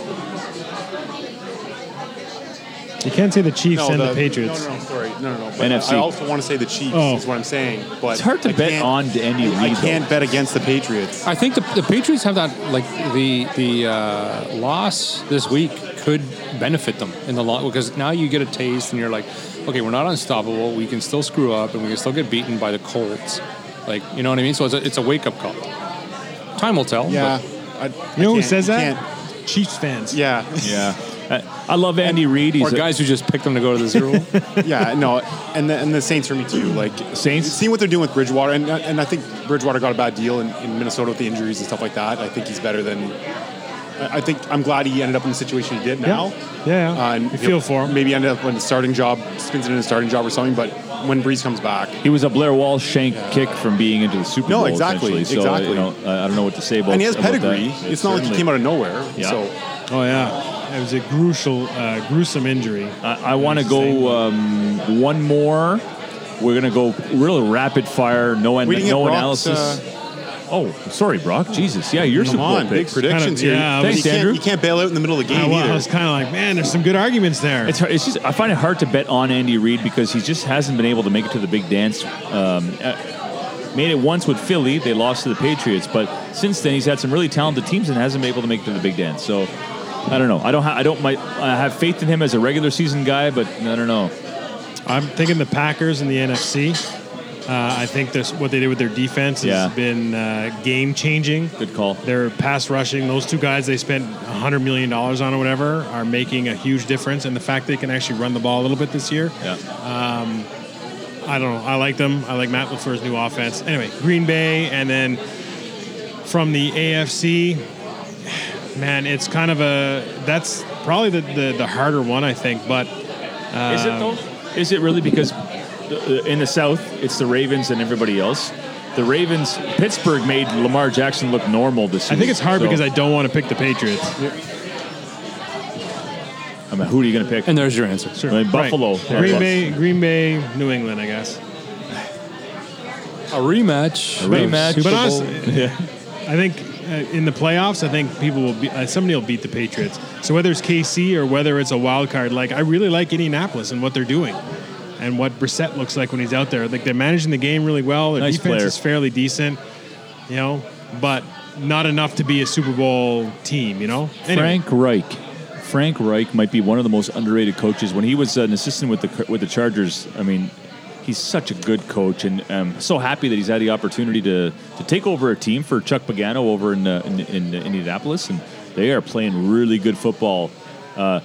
S4: You can't say the Chiefs and the, Patriots.
S6: No, no, no, sorry. No, no, no. But
S5: NFC.
S6: I also want to say the Chiefs
S4: Oh.
S6: is what I'm saying. But
S5: It's hard to
S6: I
S5: bet
S6: can't-
S5: on to Andy
S6: I
S5: Reid.
S6: can't bet against the Patriots.
S2: I think the, the Patriots have that like the the uh, loss this week could benefit them in the long because now you get a taste and you're like, okay, we're not unstoppable. We can still screw up and we can still get beaten by the Colts. Like you know what I mean? So it's a, it's a wake up call. Time will tell.
S6: Yeah. I,
S4: You know who says that? Chiefs fans.
S6: Yeah.
S5: Yeah. I, I love Andy Reid.
S2: But,
S5: He's
S2: or
S5: a-
S2: guys who just picked them to go to the zero.
S6: [LAUGHS] yeah, no, and the, and the Saints for me too. Like
S5: Saints?
S6: seeing what they're doing with Bridgewater, and and I think Bridgewater got a bad deal in, in Minnesota with the injuries and stuff like that. I think he's better than. I I think I'm glad he ended up in the situation he did now. Uh,
S4: Yeah, yeah.
S6: and
S4: You feel for him.
S6: Maybe ended up in a starting job, spins it in a starting job or something. But when Breeze comes back,
S5: he was a Blair Walsh shank kick from being into the Super
S6: No,
S5: Bowl.
S6: exactly,
S5: essentially. So,
S6: exactly.
S5: You know, I I don't know what to say about
S6: and he has
S5: about that.
S6: pedigree. It's not like he
S5: Certainly.
S6: came out of nowhere.
S5: Yeah.
S6: So
S4: Oh, yeah. Uh, It was a crucial, uh, gruesome injury.
S5: I, I want to go um, one more. We're gonna go really rapid fire, no end,
S6: We didn't get
S5: no
S6: Brock's, uh,
S5: analysis. oh, sorry, Brock. Jesus, yeah, you're
S6: come
S5: some
S6: on, big
S5: picks.
S6: predictions
S4: Kind of-
S6: here.
S4: yeah,
S6: But
S5: Thanks,
S6: you can't,
S5: Andrew.
S6: You can't bail out in the middle of the
S4: I,
S6: game
S4: wa- I
S6: either.
S4: was kind of like, man, there's some good arguments there.
S5: It's, hard, it's just I find it hard to bet on Andy Reid because he just hasn't been able to make it to the big dance. Um, uh, made it once with Philly, they lost to the Patriots, but since then he's had some really talented teams and hasn't been able to make it to the big dance. So I don't know. I don't. Ha- I don't. My, I have faith in him as a regular season guy, but I don't know.
S4: I'm thinking the Packers and the NFC. Uh, I think this, what they did with their defense has
S5: Yeah.
S4: been uh, game changing.
S5: Good call.
S4: Their pass rushing, those two guys they spent $100 million on or whatever, are making a huge difference. And the fact they can actually run the ball a little bit this year,
S5: Yeah.
S4: I don't know. I like them. I like Matt LaFleur's new offense. Anyway, Green Bay, and then from the AFC, man, it's kind of a, that's probably the, the, the harder one, I think. But
S5: Is
S4: Um,
S5: it though? Is it really because the- uh, in the South it's the Ravens and everybody else? The Ravens, Pittsburgh made Lamar Jackson look normal this year.
S4: I think it's hard because I don't want to pick the Patriots.
S5: I mean, who are you going to pick?
S2: and there's your answer.
S5: I mean, Buffalo,
S4: Right. Green Bay, Green Bay, New England, I guess.
S2: A rematch.
S5: rematch.
S2: Super
S4: But
S2: Bowl.
S4: honestly, I think uh, in the playoffs, I think people will be uh, somebody will beat the Patriots. So whether it's KC or whether it's a wild card, like I really like Indianapolis and what they're doing, and what Brissett looks like when he's out there. Like they're managing the game really well. Their
S5: Nice
S4: defense
S5: player.
S4: is fairly decent, you know, but not enough to be a Super Bowl team. You know, Anyway.
S5: Frank Reich. Frank Reich might be one of the most underrated coaches. When he was uh, an assistant with the with the Chargers, I mean, he's such a good coach, and I'm so happy that he's had the opportunity to to take over a team for Chuck Pagano over in uh, in, in Indianapolis, and they are playing really good football. Uh,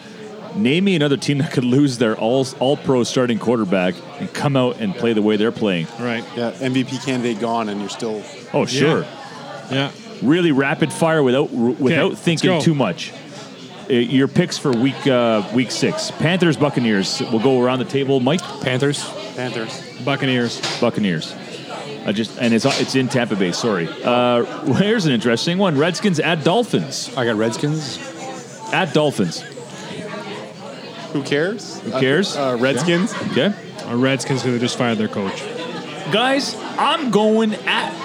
S5: name me another team that could lose their all all pro starting quarterback and come out and play the way they're playing.
S4: right?
S6: Yeah, MVP candidate gone, and you're still.
S5: Oh, sure.
S4: Yeah.
S5: really rapid fire without without
S4: let's
S5: thinking
S4: go.
S5: too much. Uh, Your picks for week uh, week six: Panthers, Buccaneers. We'll go around the table. Mike,
S2: Panthers.
S6: Panthers.
S4: Buccaneers.
S5: Buccaneers. I just and it's it's in Tampa Bay. Sorry. Uh, here's an interesting one: Redskins at Dolphins.
S2: I got Redskins.
S5: At Dolphins.
S6: Who cares? Who
S5: cares?
S6: Uh, Redskins.
S5: Okay,
S4: Or Redskins who just fired their coach.
S5: guys, I'm going at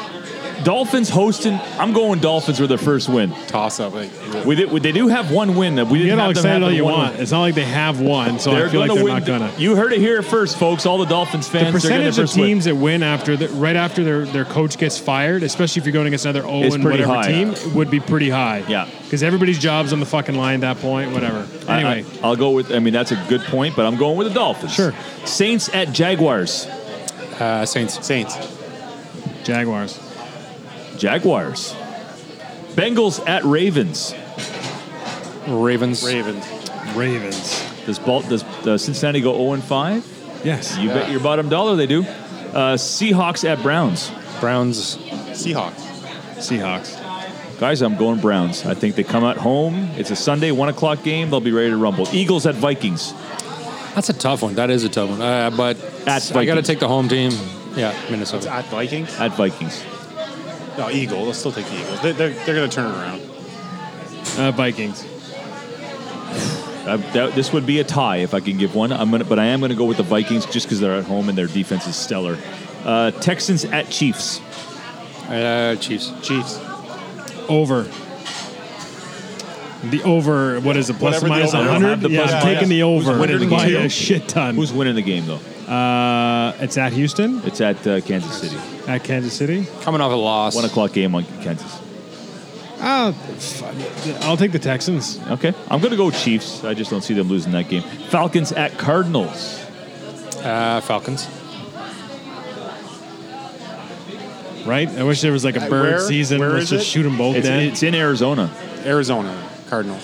S5: Dolphins hosting. I'm going Dolphins with their first win.
S6: Toss up. Like, yeah.
S5: With it, they do have one win that we
S4: You
S5: didn't
S4: get all
S5: have them have
S4: excited all
S5: the
S4: you
S5: one
S4: want.
S5: win.
S4: It's not like they have one, so
S5: They're
S4: I feel
S5: going
S4: like
S5: to
S4: they're
S5: win.
S4: not gonna.
S5: You heard it here first, folks. All the Dolphins fans.
S4: the
S5: they're getting their
S4: percentage of
S5: first win.
S4: teams that win after the, right after their, their coach gets fired, especially if you're going against another 0
S5: It's
S4: and
S5: pretty
S4: whatever
S5: high.
S4: team, would be pretty high.
S5: Yeah.
S4: because everybody's job's on the fucking line at that point. Whatever. Anyway,
S5: I, will go with. I mean, that's a good point, but I'm going with the Dolphins.
S4: Sure.
S5: Saints at Jaguars.
S2: Uh, Saints.
S6: Saints.
S4: Jaguars.
S5: Jaguars. Bengals at Ravens.
S2: Ravens.
S6: Ravens.
S4: Ravens.
S5: Does Bal- does uh, Cincinnati go 0 and 5?
S4: Yes.
S5: You bet your bottom dollar they do. Uh, Seahawks at Browns.
S2: Browns.
S6: Seahawks.
S4: Seahawks.
S5: Guys, I'm going Browns. I think they come at home. It's a Sunday, one o'clock game. They'll be ready to rumble. Eagles at Vikings.
S2: That's a tough one. That is a tough one. Uh, but
S5: That's
S2: I got to
S5: Vikings.
S2: take the home team. Yeah, Minnesota.
S6: At Vikings.
S5: At Vikings.
S6: No, Eagles. Let's still take the Eagles. They, they're they're going to turn it around.
S4: Uh, Vikings.
S5: Uh, that, this would be a tie if I can give one. I'm gonna, but I am going to go with the Vikings just because they're at home and their defense is stellar. Uh, Texans at Chiefs.
S2: Uh, Chiefs.
S6: Chiefs.
S4: Over. The over. What is it? Plus
S6: Whatever the
S4: minus
S6: over- I
S5: have
S6: don't
S4: 100.
S5: the
S4: Yeah,
S5: plus
S4: I'm
S5: minus.
S4: taking the
S5: Who's
S4: over
S5: winning
S4: by
S5: the
S4: a
S5: game?
S4: shit ton.
S5: Who's winning the game though?
S4: uh, it's at Houston,
S5: It's at uh, Kansas City.
S4: at Kansas City.
S2: Coming off a loss.
S5: One o'clock game on Kansas.
S4: Uh, I'll take the Texans.
S5: Okay, I'm going to go Chiefs. I just don't see them losing that game. Falcons at Cardinals.
S2: Uh, Falcons.
S4: Right? I wish there was like a
S6: Uh,
S4: bird
S6: where-
S4: season.
S6: where
S4: Let's
S6: is
S4: just
S6: it?
S4: shoot them both
S5: It's,
S4: in.
S5: it's in Arizona.
S6: Arizona. Cardinals.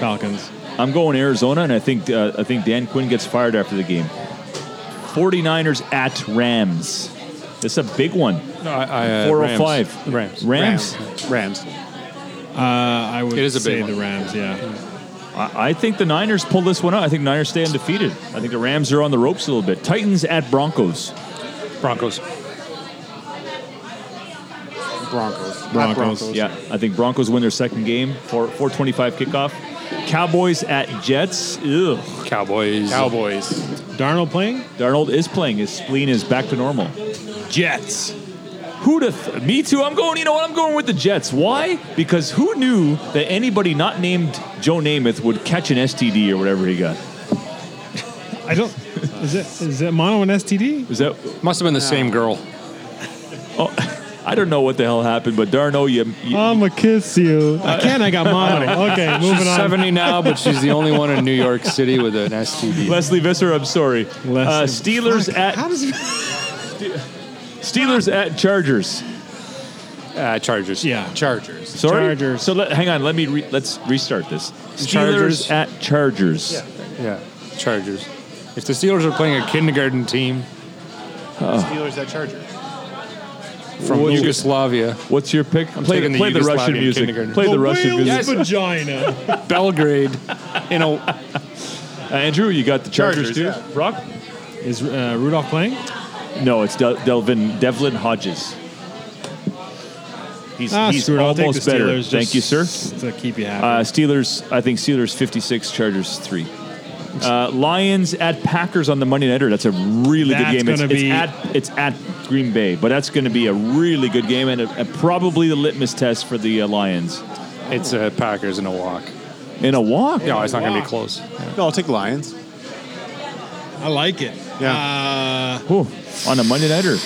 S4: Falcons.
S5: I'm going Arizona, and I think uh, I think Dan Quinn gets fired after the game. 49ers at Rams. This is a big one.
S2: No, I, I, uh,
S5: 405.
S2: Rams.
S5: Rams.
S6: Rams.
S4: Uh, I would
S2: It is a
S4: say
S2: big one.
S4: the Rams. Yeah.
S5: I I think the Niners pull this one out. I think Niners stay undefeated. I think the Rams are on the ropes a little bit. Titans at Broncos.
S2: Broncos.
S6: Broncos. At
S4: Broncos.
S5: Yeah, I think Broncos win their second game. Four four twenty five kickoff. Cowboys at Jets. Ugh.
S2: Cowboys.
S6: Cowboys.
S4: Darnold playing.
S5: Darnold is playing. His spleen is back to normal.
S4: Jets.
S5: Who to? Th- me too. I'm going. You know what? I'm going with the Jets. Why? Because who knew that anybody not named Joe Namath would catch an STD or whatever he got?
S4: I don't. Is it is it mono and STD?
S5: Is that?
S2: Must have been the same girl.
S5: I don't know what the hell happened, but Darno, you, you
S4: I'ma kiss you. I can. I got [LAUGHS] mono. Okay, moving
S2: She's
S4: on.
S2: 70 now, but she's the only one in New [LAUGHS] York City with an STD.
S5: Leslie Visser. I'm sorry. Uh,
S4: Leslie-
S5: Steelers
S4: Fuck,
S5: at
S4: How does it,
S5: Steelers at Chargers.
S2: Uh, Chargers.
S4: yeah.
S6: Chargers.
S5: Sorry.
S4: Chargers.
S5: So let, hang on. Let me re- let's restart this. Steelers
S2: Chargers.
S5: at Chargers.
S2: Yeah. Chargers. If the Steelers are playing a kindergarten team
S6: Steelers at Chargers.
S2: from
S5: Well, you-
S2: Yugoslavia,
S5: What's your pick? play
S2: taking the
S5: play the, Russian
S2: Yugoslavian
S5: music.
S2: kindergarten.
S5: Play the Russian
S4: whale's
S5: music.
S4: [LAUGHS] vagina.
S2: [LAUGHS] Belgrade, you know,
S5: Uh, Andrew, you got the Chargers,
S6: Chargers,
S5: too.
S6: yeah.
S5: Brock.
S4: Is uh, Rudolph playing?
S5: No, it's De- Delvin Devlin Hodges. He's, he's
S4: Ah, screw it, I'll
S5: almost
S4: take the
S5: better.
S4: Steelers
S5: Thank you, sir.
S4: just To keep you happy.
S5: Uh, Steelers, I think Steelers 56, Chargers 3. Uh, Lions at Packers on the Monday Nighter. That's a really
S4: That's
S5: good game. It's,
S4: gonna
S5: it's
S4: be-
S5: at, it's at Green Bay, but that's going to be a really good game and a, a, probably the litmus test for the uh, Lions
S2: It's uh, Packers in a walk.
S5: in a walk.
S2: No, it's not going to be close.
S6: No, I'll take Lions.
S4: I like it.
S6: Yeah.
S4: Uh,
S5: Ooh, on a Monday nighter.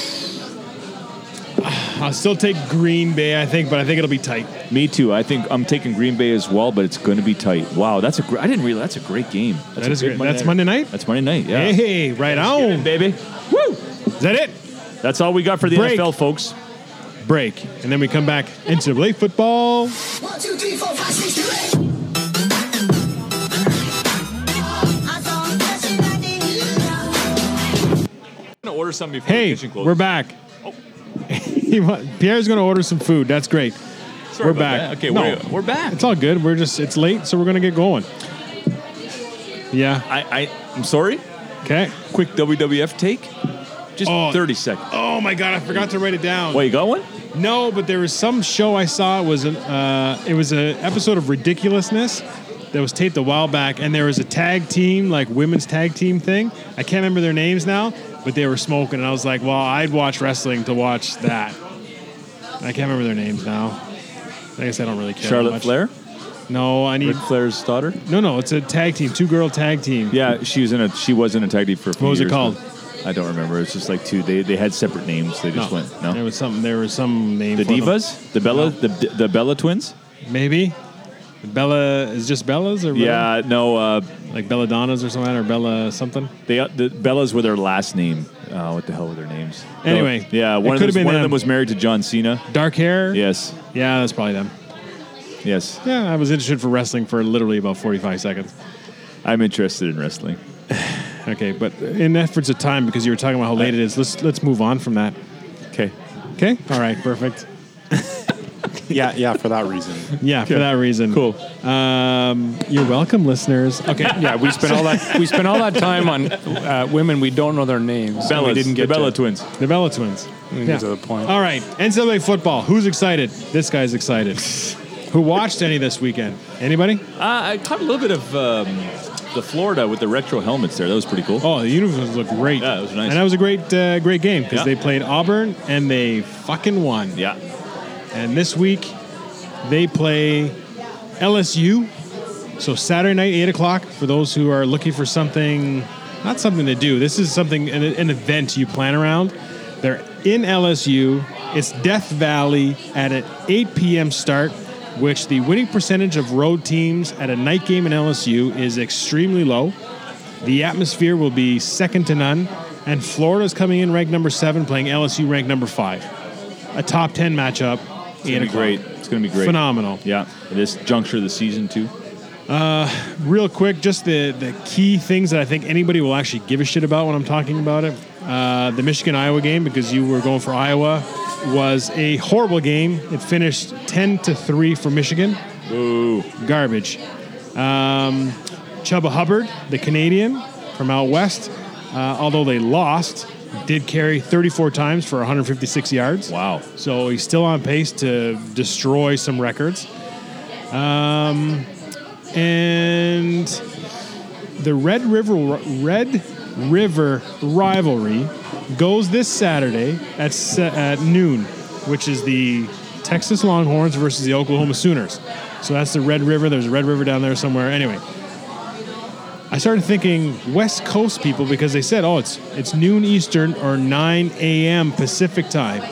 S4: I'll still take Green Bay, I think, but I think it'll be tight.
S5: Me too. I think I'm taking Green Bay as well, but it's going to be tight. Wow, that's a gr- I didn't realize that's a great game. That's
S4: That is
S5: good
S4: great. That's Monday night.
S5: That's Monday night. Yeah.
S4: Hey, oh. right on.
S5: baby. Woo!
S4: Is that it?
S5: That's all we got for the
S4: Break.
S5: NFL, folks.
S4: Break, and then we come back. NCAA football.
S7: One, two, three, four, five, six, do it.
S5: gonna order something before
S4: Hey, Oh. we're back. [LAUGHS] He wa- Pierre's going to order some food. That's great. we're back.
S5: Okay,
S4: No,
S5: we're, we're back.
S4: It's all good. We're just it's late, so we're going to get going. Yeah.
S5: I, I I'm sorry.
S4: Okay.
S5: Quick WWF take. Just
S4: Oh.
S5: 30 seconds.
S4: Oh my god, I forgot to write it down.
S5: Wait, you got one?
S4: No, but there was some show I saw. It was an uh, it was an episode of Ridiculousness that was taped a while back, and there was a tag team like women's tag team thing. I can't remember their names now, but they were smoking, and I was like, well, I'd watch wrestling to watch that. I can't remember their names now. I guess I don't really care. that
S5: Charlotte
S4: much.
S5: Flair,
S4: No, I need
S5: Ric Flair's daughter.
S4: no, no. It's a tag team, two girl tag team.
S5: Yeah, she was in a she was in a tag team for a few
S4: was it
S5: years,
S4: called?
S5: but I don't remember. It's just like two. They they had separate names. They just went
S4: There
S5: no.
S4: was some. There was some name.
S5: The
S4: for them.
S5: divas, the Bella, the the Bella twins.
S4: maybe. Bella is just Bella's or
S5: Yeah, no. Uh,
S4: like Belladonna's or something or Bella something.
S5: They uh, the Bellas were their last name. Uh, what the hell were their names?
S4: Anyway,
S5: yeah,
S4: it
S5: one, of,
S4: could've
S5: those,
S4: been
S5: one of
S4: them.
S5: them was married to John Cena.
S4: Dark hair.
S5: Yes,
S4: yeah, that's probably them.
S5: yes,
S4: Yeah, I was interested for wrestling for literally about forty-five seconds.
S5: I'm interested in wrestling.
S4: Okay, but in efforts of time, because you were talking about how late it is, let's let's move on from that.
S5: Okay,
S4: Okay, all right, perfect.
S6: Yeah, yeah, for that reason. [LAUGHS]
S4: Yeah, for that reason.
S5: Cool.
S4: Um, you're welcome, listeners.
S5: [LAUGHS]
S4: Okay,
S2: Yeah, we spent all that we spent all that time on uh, women we don't know their names. and
S5: Bellas,
S2: we didn't get
S5: the Bella
S2: to,
S5: twins.
S4: the Bella twins.
S2: didn't get to the point.
S4: All right, NCAA football. Who's excited? This
S5: [LAUGHS]
S4: guy's excited. Who watched any this weekend? Anybody?
S5: Uh, I caught a little bit of um, the Florida with the retro helmets there. That was pretty cool.
S4: Oh, the uniforms look great.
S5: Yeah, it was nice.
S4: And that was a great, uh, great game because
S5: Yeah.
S4: they played Auburn and they fucking won.
S5: Yeah,
S4: And this week they play LSU. So Saturday night, eight o'clock. For those who are looking for something, not something to do. This is something an, an event you plan around. They're in LSU. It's Death Valley at an 8 p.m. start, which the winning percentage of road teams at a night game in LSU is extremely low. The atmosphere will be second to none, and Florida's coming in ranked number seven, playing LSU ranked number five. A top ten matchup.
S5: it's gonna be great. It's gonna be great.
S4: Phenomenal.
S5: Yeah, at this juncture of the season too.
S4: Real quick, just the, the key things that I think anybody will actually give a shit about when I'm talking about it. Uh, the Michigan Iowa game, because you were going for Iowa, was a horrible game. It finished 10 to 3 for Michigan.
S5: Ooh,
S4: Garbage. Um, Chuba Hubbard, the Canadian from out west, uh, although they lost, did carry 34 times for 156 yards.
S5: wow.
S4: So he's still on pace to destroy some records. Um, and the Red River Red River rivalry goes this Saturday at se- at noon, which is the Texas Longhorns versus the Oklahoma Sooners. So that's the Red River. There's a Red River down there somewhere. Anyway, I started thinking West Coast people because they said, "Oh, it's it's noon Eastern or 9 a.m. Pacific time."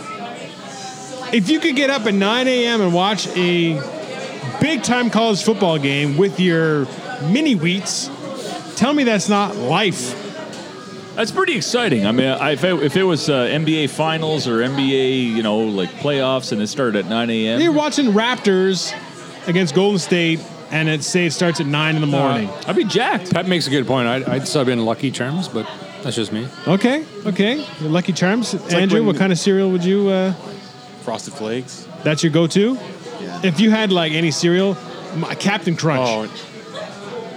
S4: If you could get up at 9 a.m. and watch a big time college football game with your mini wheats, tell me that's not life.
S5: That's pretty exciting. I mean, I, if, it, if it was uh, NBA finals or NBA, you know, like playoffs, and it started at 9 a.m.
S4: You're watching Raptors against Golden State, and it say it starts at nine in the morning.
S5: I'd be jacked.
S2: Pep makes a good point. I'd, I'd sub in Lucky Charms, but that's just me.
S4: Uh, okay, okay. Your Lucky Charms,
S6: like
S4: Andrew.
S6: when-
S4: what kind of cereal would you? Uh,
S6: Frosted Flakes.
S4: that's your go-to. If you had like any cereal, my, Captain Crunch.
S6: Oh,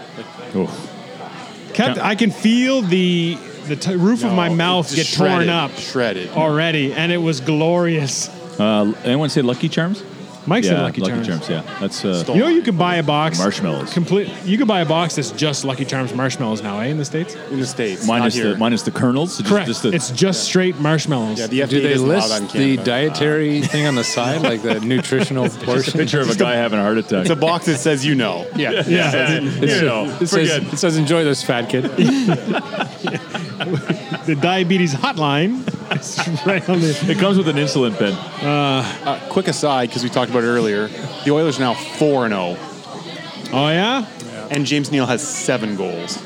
S4: Captain, I can feel the the t- roof of my
S6: no,
S4: mouth
S6: just
S4: get
S6: shredded,
S4: torn up Oh.
S6: Shredded.
S4: already, and it was glorious.
S5: Uh, anyone say Lucky Charms?
S4: Mike said
S5: yeah,
S4: Lucky, Charms.
S5: Yeah, that's uh,
S4: You know you can buy a box
S5: Marshmallows.
S4: Complete. You can buy a box that's just Lucky Charms marshmallows now, eh? In the states,
S6: in the states.
S5: minus
S6: not here.
S5: the minus the kernels. so Just,
S4: correct.
S5: Just the, [LAUGHS]
S4: it's just straight marshmallows.
S6: yeah, the FDA
S2: Do they
S6: doesn't allow that in
S2: list the
S6: Canada.
S2: dietary thing on the side, like the nutritional portion?
S5: picture of a guy having a heart attack. [LAUGHS]
S6: it's a box that says you know.
S2: Yeah, yeah. [LAUGHS]
S5: you know,
S2: it, says,
S5: forget.
S2: it says, enjoy this, fat kid.
S4: the diabetes hotline. [LAUGHS] It's right on the.
S5: [LAUGHS] It comes with an insulin pen.
S6: Uh, quick aside, because we talked about it earlier, the Oilers are now four and zero,
S4: Oh yeah,
S6: and James Neal has seven goals.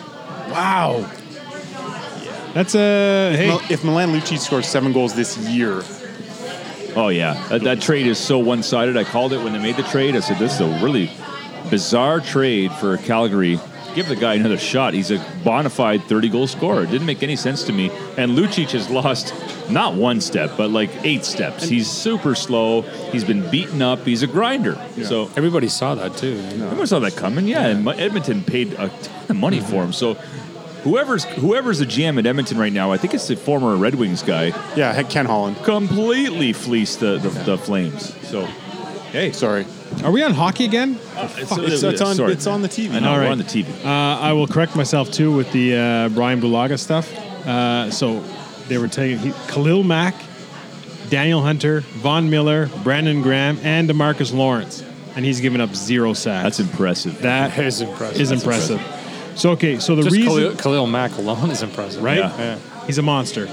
S4: wow. That's a hey.
S6: Well, if Milan Lucic scores seven goals this year,
S5: Oh yeah, that, that trade is so one-sided. I called it when they made the trade. I said this is a really bizarre trade for Calgary. Give the guy another shot. He's a bona fide 30 goal scorer. It didn't make any sense to me. And Lucic has lost not one step, but like eight steps. He's super slow. He's been beaten up. He's a grinder. So
S2: Everybody saw that too.
S5: Everyone saw that coming, yeah. And And Edmonton paid a ton of money for him. So whoever's whoever's the GM at Edmonton right now, I think it's the former Red Wings guy,
S6: yeah, heck, Ken Holland.
S5: completely fleeced the, the, the Flames. So hey,
S6: Sorry,
S4: Are we on hockey
S5: Uh,
S4: again?
S5: it's,
S6: it's, it's on
S5: sorry.
S6: it's on the TV.
S5: I know
S4: All right.
S5: we're on the TV.
S4: Uh, I will correct myself too with the uh, Brian Bulaga stuff. Uh, so they were telling he, Khalil Mack, Daniel Hunter, Von Miller, Brandon Graham, and Demarcus Lawrence, and he's given up zero sacks.
S5: That's impressive.
S4: that
S2: That is impressive.
S4: is
S2: That's
S4: impressive. So okay, so the
S2: Just
S4: reason
S2: Khalil, Khalil Mack alone is impressive.
S4: right?
S2: Yeah.
S4: He's a monster.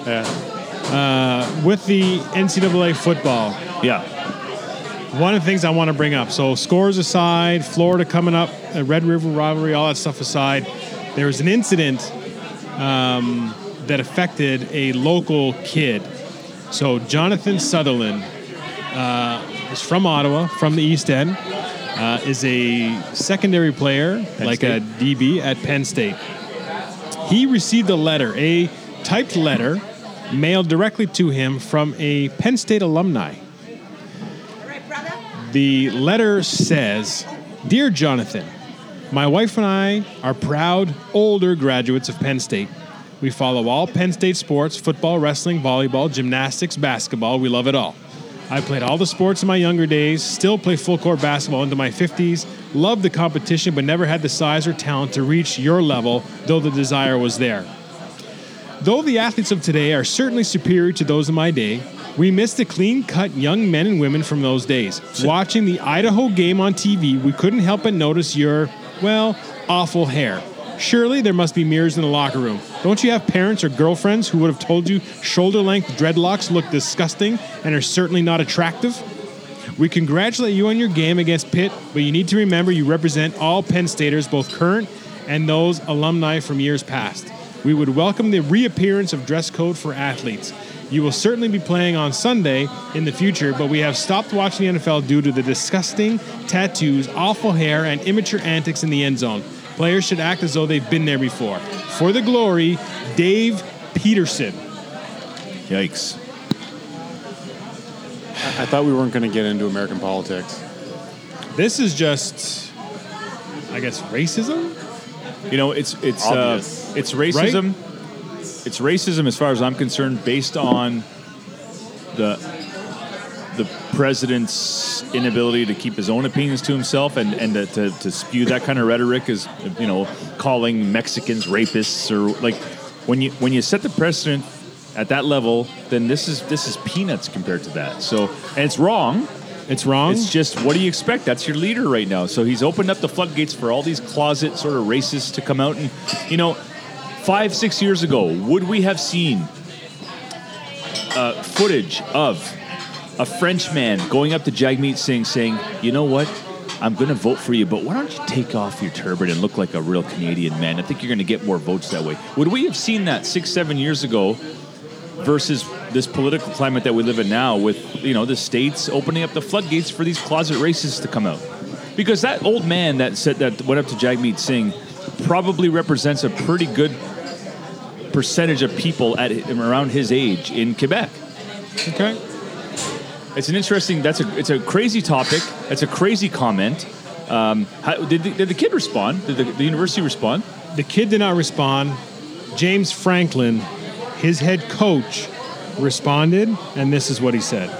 S4: Uh, with the NCAA football,
S5: yeah.
S4: one of the things I want to bring up. So scores aside, Florida coming up, uh, Red River rivalry, all that stuff aside, there was an incident um, that affected a local kid. So Jonathan Sutherland uh, is from Ottawa, from the East End, uh, is a secondary player, like a DB at Penn State. He received a letter, a typed letter, mailed directly to him from a Penn State alumni. The letter says Dear Jonathan, my wife and I are proud older graduates of Penn State. We follow all Penn State sports football, wrestling, volleyball, gymnastics, basketball. We love it all. I played all the sports in my younger days, still play full court basketball into my 50s, loved the competition, but never had the size or talent to reach your level, though the desire was there. Though the athletes of today are certainly superior to those of my day, we miss the clean cut young men and women from those days. Watching the Idaho game on TV, we couldn't help but notice your, well, awful hair. Surely there must be mirrors in the locker room. Don't you have parents or girlfriends who would have told you shoulder length dreadlocks look disgusting and are certainly not attractive? We congratulate you on your game against Pitt, but you need to remember you represent all Penn Staters, both current and those alumni from years past. We would welcome the reappearance of dress code for athletes. You will certainly be playing on Sunday in the future, but we have stopped watching the NFL due to the disgusting tattoos, awful hair, and immature antics in the end zone. Players should act as though they've been there before. For the glory, Dave Peterson.
S5: Yikes.
S6: I, I thought we weren't going to get into American politics.
S4: This is just, I guess, racism?
S5: You know, it's it's uh,
S6: Obvious.
S5: it's racism. It's racism, as far as I'm concerned, based on the the president's inability to keep his own opinions to himself and and to, to, to spew that kind of rhetoric is you know calling Mexicans rapists or like when you when you set the precedent at that level, then this is this is peanuts compared to that. So and it's wrong.
S4: It's wrong.
S5: It's just what do you expect? That's your leader right now. So he's opened up the floodgates for all these closet sort of racists to come out and you know, five six years ago, would we have seen uh, footage of a French man going up to Jagmeet Singh saying, "You know what? I'm going to vote for you, but why don't you take off your turban and look like a real Canadian man? I think you're going to get more votes that way." Would we have seen that six seven years ago? versus this political climate that we live in now with you know the states opening up the floodgates for these closet racists to come out because that old man that said that went up to Jagmeet Singh probably represents a pretty good percentage of people at around his age in Quebec.
S4: okay.
S5: It's an interesting. That's a. It's a crazy topic. That's a crazy comment. Um, how, did, the, did the kid respond? Did the, the university respond?
S4: The kid did not respond. James Franklin, his head coach, responded, and this is what he said.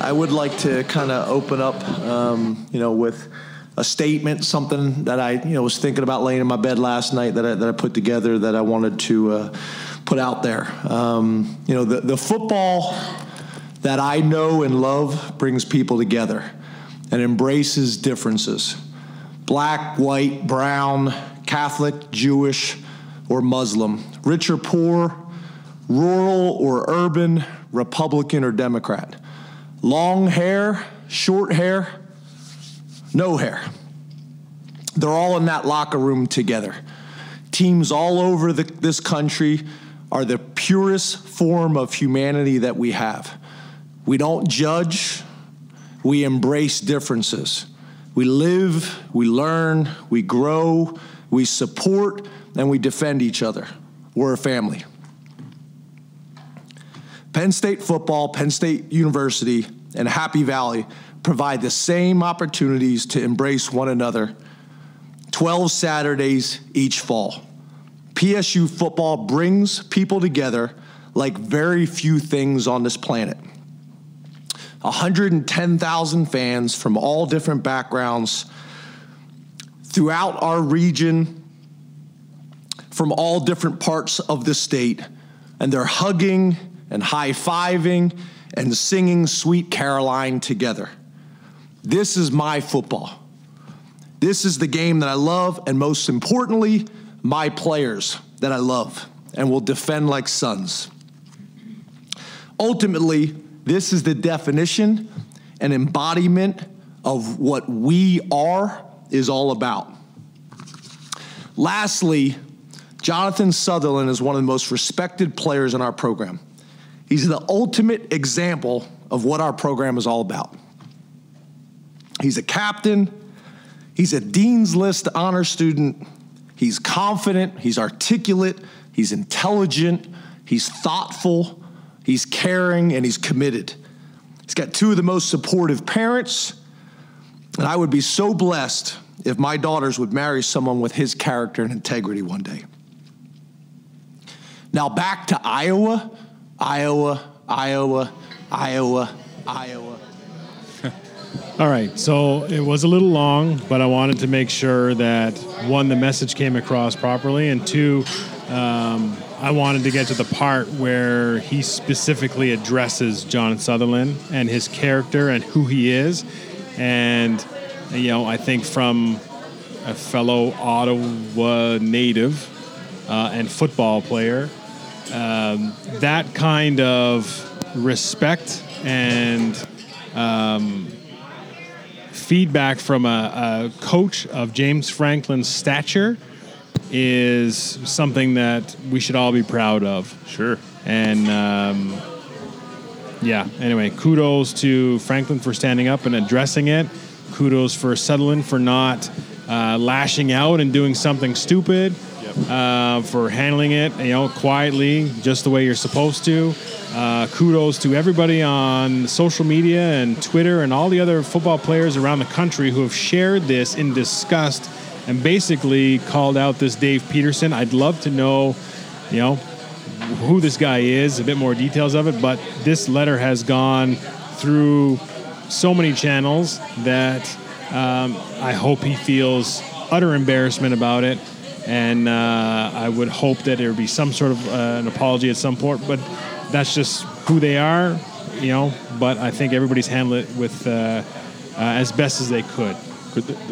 S9: I would like to kind of open up, um, you know, with a statement, something that I, you know, was thinking about laying in my bed last night that I, that I put together that I wanted to uh, put out there. Um, you know, the, the football that I know and love brings people together and embraces differences black, white, brown, Catholic, Jewish, or Muslim, rich or poor, rural or urban, Republican or Democrat, long hair, short hair, no hair. They're all in that locker room together. Teams all over the, this country are the purest form of humanity that we have. We don't judge, we embrace differences. We live, we learn, we grow, we support, and we defend each other. We're a family. Penn State football, Penn State University, and Happy Valley provide the same opportunities to embrace one another 12 Saturdays each fall. PSU football brings people together like very few things on this planet. 110,000 fans from all different backgrounds throughout our region, from all different parts of the state, and they're hugging and high fiving and singing Sweet Caroline together. This is my football. This is the game that I love, and most importantly, my players that I love and will defend like sons. Ultimately, this is the definition and embodiment of what we are is all about. Lastly, Jonathan Sutherland is one of the most respected players in our program. He's the ultimate example of what our program is all about. He's a captain, he's a Dean's List honor student, he's confident, he's articulate, he's intelligent, he's thoughtful, he's caring, and he's committed. He's got two of the most supportive parents, and I would be so blessed if my daughters would marry someone with his character and integrity one day. Now back to Iowa, Iowa, Iowa, Iowa, Iowa.
S4: All right, so it was a little long, but I wanted to make sure that one, the message came across properly, and two, um, I wanted to get to the part where he specifically addresses John Sutherland and his character and who he is. And, you know, I think from a fellow Ottawa native uh, and football player, um, that kind of respect and feedback from a, a coach of James Franklin's stature is something that we should all be proud of.
S5: Sure.
S4: And um, yeah, anyway, kudos to Franklin for standing up and addressing it. Kudos for Sutherland for not uh, lashing out and doing something stupid. Uh, for handling it, you know, quietly, just the way you're supposed to. Uh, kudos to everybody on social media and Twitter and all the other football players around the country who have shared this in disgust and basically called out this Dave Peterson. I'd love to know, you know, who this guy is, a bit more details of it, but this letter has gone through so many channels that um, I hope he feels utter embarrassment about it. And uh, I would hope that there would be some sort of uh, an apology at some point, but that's just who they are, you know. But I think everybody's handled it with uh, uh, as best as they could.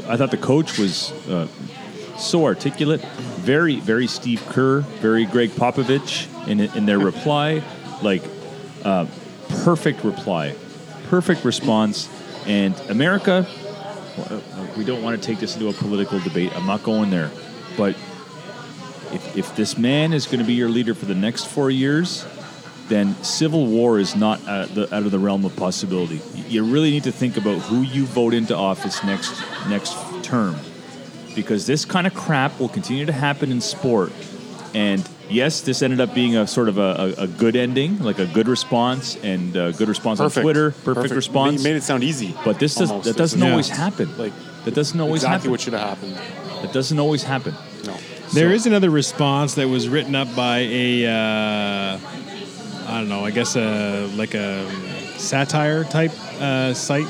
S5: I thought the coach was uh, so articulate, very, very Steve Kerr, very Greg Popovich in, in their reply, like uh, perfect reply, perfect response. And America, uh, we don't want to take this into a political debate. I'm not going there, but if, if this man is going to be your leader for the next four years, then civil war is not out of, the, out of the realm of possibility. You really need to think about who you vote into office next next term, because this kind of crap will continue to happen in sport. And yes, this ended up being a sort of a, a, a good ending, like a good response and a good response on Twitter, perfect, response.
S6: Made it sound easy.
S5: but this does,
S6: almost.
S5: that doesn't
S6: It's-
S5: always
S6: yeah.
S5: happen.
S6: Like
S5: that doesn't always
S6: exactly
S5: happen.
S6: what should have happened.
S5: that doesn't always happen.
S6: No.
S4: There is another response that was written up by a, uh, I don't know, I guess a like a satire type uh, site,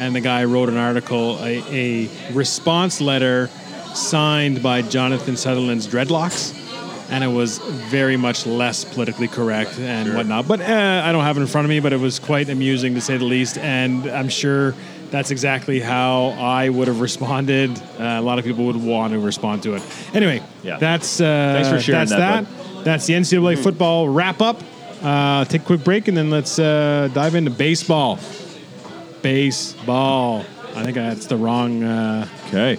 S4: and the guy wrote an article, a, a response letter signed by Jonathan Sutherland's dreadlocks, and it was very much less politically correct and whatnot. But uh, I don't have it in front of me, but it was quite amusing to say the least, and I'm sure. That's exactly how I would have responded. Uh, a lot of people would want to respond to it. Anyway,
S5: Yeah.
S4: that's uh,
S5: Thanks for sharing
S4: that's
S5: that, Hmm.
S4: that. That's the NCAA football wrap up. Uh, take a quick break and then let's uh, dive into baseball. Baseball. I think that's the wrong. Uh,
S5: Okay.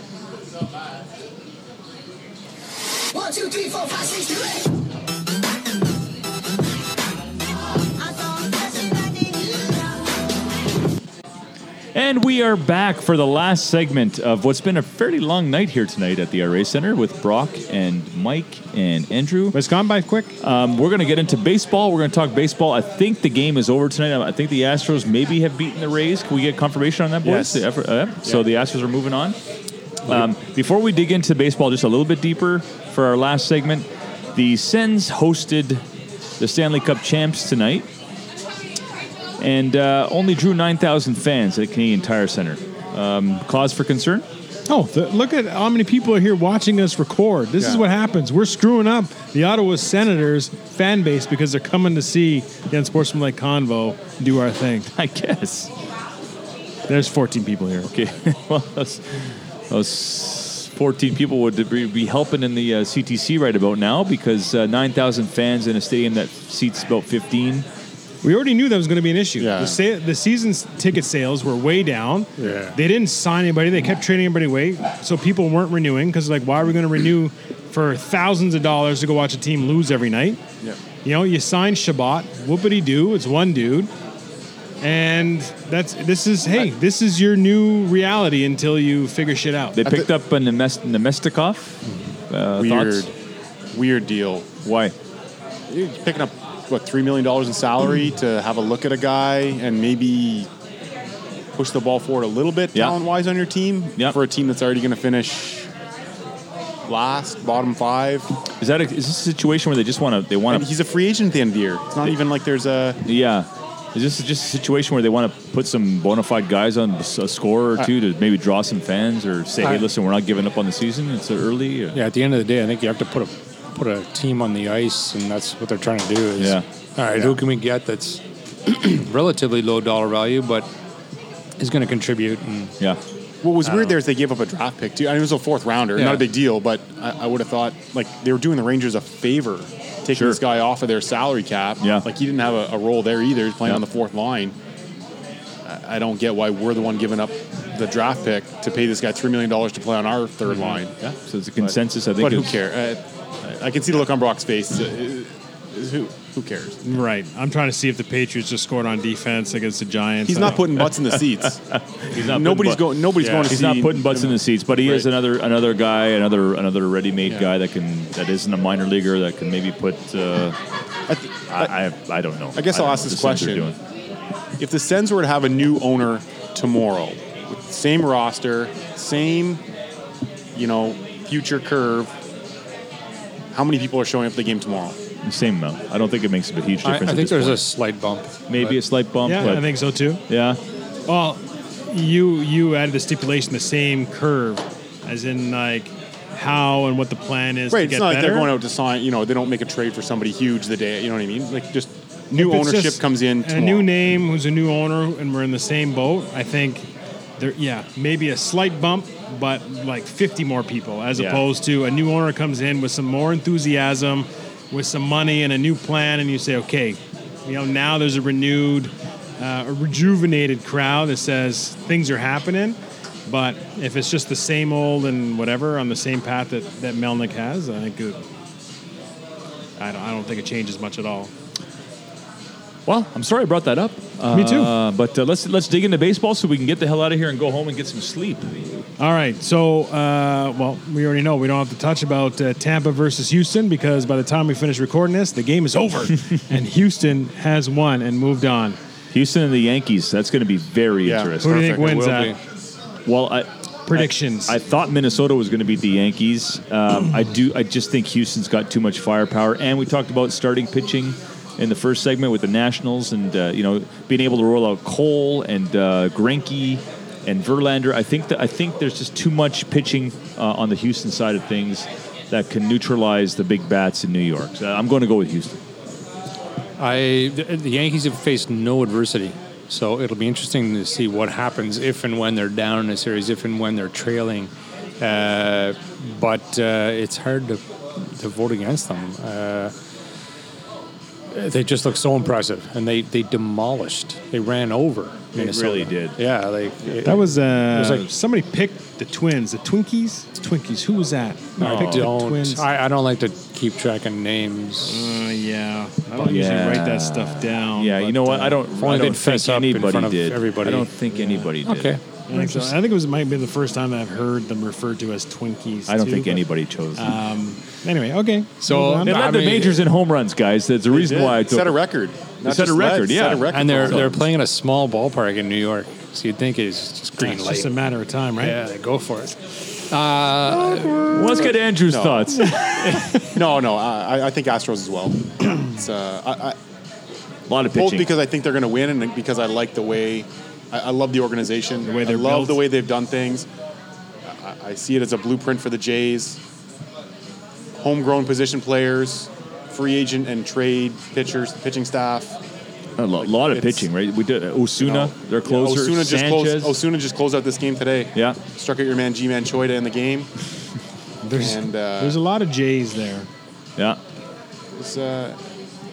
S7: One, two, three, four, five, six, do it.
S5: And we are back for the last segment of what's been a fairly long night here tonight at the RA Center with Brock and Mike and Andrew.
S4: but it's gone by quick.
S5: Um, we're going to get into baseball. We're going to talk baseball. I think the game is over tonight. Um, I think the Astros maybe have beaten the Rays. Can we get confirmation on that, boys?
S6: Yes.
S5: The effort- uh, So the Astros are moving on. Um, before we dig into baseball just a little bit deeper for our last segment, the Sens hosted the Stanley Cup champs tonight and uh, only drew 9,000 fans at the Canadian Tire Center. Um, cause for concern? [LAUGHS]
S4: Oh, th- look at how many people are here watching us record. This is
S6: Yeah.
S4: what happens. We're screwing up the Ottawa Senators fan base because they're coming to see the Unsportsmanlike Convo do our thing.
S5: I guess.
S4: There's 14 people here.
S5: Okay. [LAUGHS] well, those, those 14 people would be be helping in the uh, CTC right about now because uh, 9,000 fans in a stadium that seats about 15.
S4: We already knew that was going to be an issue.
S6: Yeah.
S4: The, sa- the season's ticket sales were way down.
S6: Yeah.
S4: They didn't sign anybody. They kept trading everybody away. So people weren't renewing because, like, why are we going to renew for thousands of dollars to go watch a team lose every night?
S6: Yeah.
S4: You know, you sign Shabbat, whoopity doo, it's one dude. And that's this is hey, this is your new reality until you figure shit out.
S5: They
S6: I
S5: picked
S6: thi-
S5: up a Nemes- Nemestikov. Uh,
S6: Weird,
S5: Thoughts?
S6: weird deal.
S5: Why?
S6: You're picking up what three million dollars
S5: [CLEARS THROAT]
S6: in salary to have a look at a guy and maybe push the ball forward a little bit
S5: Yeah.
S6: talent wise on your team
S5: Yeah.
S6: for a team that's already going to finish last, bottom five.
S5: Is that a, is this a situation where they just want to they
S6: And
S5: want to
S6: he's a free agent at the end of the year. It's not even like there's a
S5: yeah. Is this just a situation where they want to put some bona fide guys on a score or two to maybe draw some fans or say, hey,
S2: I-
S5: listen, we're not giving up on the season. It's early. Or,
S2: Yeah, at the end of the day, I think you have to put a put a team on the ice, and that's what they're trying to do. Is,
S5: Yeah.
S2: All right, who can we get that's [CLEARS THROAT] relatively low dollar value, but is going to contribute? And
S5: yeah.
S6: What was weird there is they gave up a draft pick too. I mean, it was a fourth rounder,
S2: Yeah.
S6: not a big deal, but I, I would have thought like they were doing the Rangers a favor taking
S5: Sure.
S6: this guy off of their salary cap.
S5: Yeah.
S6: like he didn't have a, a role there either. He's playing
S5: Yeah.
S6: on the fourth line. I, I don't get why we're the one giving up the draft pick to pay this guy three million dollars to play on our 3rd line.
S5: Yeah. So it's a consensus. I Mm-hmm. think.
S6: But who
S5: it's-
S6: cares? Uh, I can see the look on Brock's face. Uh, uh, who who cares?
S5: [LAUGHS]
S4: Right. I'm trying to see if the Patriots just scored on defense against the Giants.
S6: He's
S4: I
S6: not
S4: don't-
S6: putting butts in the seats.
S5: He's [LAUGHS] not putting
S6: nobody's
S5: bu-
S6: going. Nobody's
S4: Yeah.
S6: going to
S5: He's
S6: see.
S5: not putting butts in the seats, but he is
S6: Right.
S5: another another guy, another another ready-made
S6: Yeah.
S5: guy that can that isn't a minor leaguer that can maybe put. Uh,
S6: I th-
S5: I, I I don't know.
S6: I guess
S5: don't
S6: I'll
S5: know
S6: ask
S5: what
S6: this
S5: the Sens are
S6: question. if the Sens were to have a new owner tomorrow, with the same roster, same, you know, future curve, how many people are showing up to the game tomorrow?
S5: doing. Same amount. I don't think it makes a huge
S2: I, I
S5: difference. at this
S2: think there's a
S5: point.
S2: slight bump.
S5: maybe a
S2: but-
S5: slight bump.
S4: Yeah,
S5: but
S4: I think so too.
S5: yeah.
S4: Well, you you added the stipulation, the same curve, as in like how and what the plan is to
S6: Right.
S4: get
S6: It's not like
S4: better.
S6: they're going out to sign. You know, they don't make a trade for somebody huge the day. You know what I mean? Like just new
S4: If it's
S6: ownership
S4: just
S6: comes in.
S4: A
S6: Tomorrow.
S4: new name who's a new owner, and we're in the same boat. I think there, yeah, maybe a slight bump, but like 50 more people as
S5: Yeah.
S4: opposed to a new owner comes in with some more enthusiasm, with some money and a new plan, and you say, okay, you know, now there's a renewed, uh, a rejuvenated crowd that says things are happening. But if it's just the same old and whatever on the same path that, that Melnick has, I think it, I, don't, I don't think it changes much at all.
S5: Well, I'm sorry I brought that up.
S4: Me too.
S5: Uh, but uh, let's let's dig into baseball so we can get the hell out of here and go home and get some sleep.
S4: All right. So, uh, well, we already know we don't have to touch about uh, Tampa versus Houston because by the time we finish recording this, the game is over, and Houston has won and moved on.
S5: Houston and the Yankees. That's going to be very
S6: Yeah.
S4: Who
S5: interesting.
S4: do you think
S6: Perfect. It
S4: wins
S2: will
S4: that?
S2: be.
S5: Well, I,
S4: Predictions.
S5: I, I thought Minnesota was going to beat the Yankees. Um, I do. I just think Houston's got too much firepower, and we talked about starting pitching. in the first segment with the Nationals, and uh, you know being able to roll out Cole and uh, Greinke and Verlander. I think that I think there's just too much pitching uh, on the Houston side of things that can neutralize the big bats in New York. So I'm going to go with Houston.
S2: I the the Yankees have faced no adversity, so it'll be interesting to see what happens if and when they're down in a series, if and when they're trailing. Uh, but uh, it's hard to to vote against them. Uh, they just look so impressive, and they, they demolished. They ran over. They
S5: really did.
S2: Yeah, like it-
S4: That was, uh,
S2: It was like-
S4: somebody picked the twins, the Twinkies. It's Twinkies. Who was that? No, I
S2: I
S4: picked the
S2: don't.
S4: twins.
S2: I, I don't like to keep track of names.
S4: Uh, yeah, I don't usually
S5: Yeah.
S4: write that stuff
S2: Um,
S4: down.
S5: Yeah, you
S4: but,
S5: know what?
S4: uh,
S5: I don't.
S2: only
S5: I
S2: they'd
S5: don't
S2: fess
S5: think
S2: up in
S5: anybody
S2: front of
S5: did.
S2: everybody.
S5: I don't think anybody did.
S2: Okay,
S4: I think, so. I think it was might be the first time that I've heard them referred to as Twinkies.
S5: I don't
S4: too,
S5: think
S2: uh,
S4: but,
S5: anybody chose. them.
S4: Um, anyway, okay.
S2: So-
S4: moving on.
S5: they
S2: I
S5: led the
S2: mean-
S5: majors in home runs, guys. That's the reason why I took.
S6: set a record. Not
S5: set a
S6: just
S5: record,
S6: led,
S5: yeah.
S6: Set a record
S2: and they're
S6: for
S2: they're
S6: themselves.
S2: playing in a small ballpark in New York, so you'd think it's just green
S4: it's
S2: light.
S4: just a matter of time, right?
S2: yeah, go for it.
S5: Let's get Andrew's
S6: No.
S5: thoughts. a
S6: No, no, I, I- I think Astros as well. [CLEARS THROAT] it's, uh, I, I,
S5: lot of
S6: both
S5: pitching.
S6: because I think they're going to win and because I like the way I, I love the organization.
S4: way
S6: I
S4: they're
S6: love
S4: built.
S6: the way they've done things. I, I see it as a blueprint for the Jays. Homegrown position players, free agent and trade pitchers, pitching staff.
S5: a lo- lot of
S6: it's-
S5: pitching, right? We did Osuna, their closer.
S6: Osuna just
S5: Sanchez.
S6: closed. Osuna just closed out this game today.
S5: Yeah.
S6: struck out your man G-Man Choida in the game.
S4: There's,
S6: And, uh,
S4: there's a lot of J's there.
S5: yeah.
S6: It's, uh,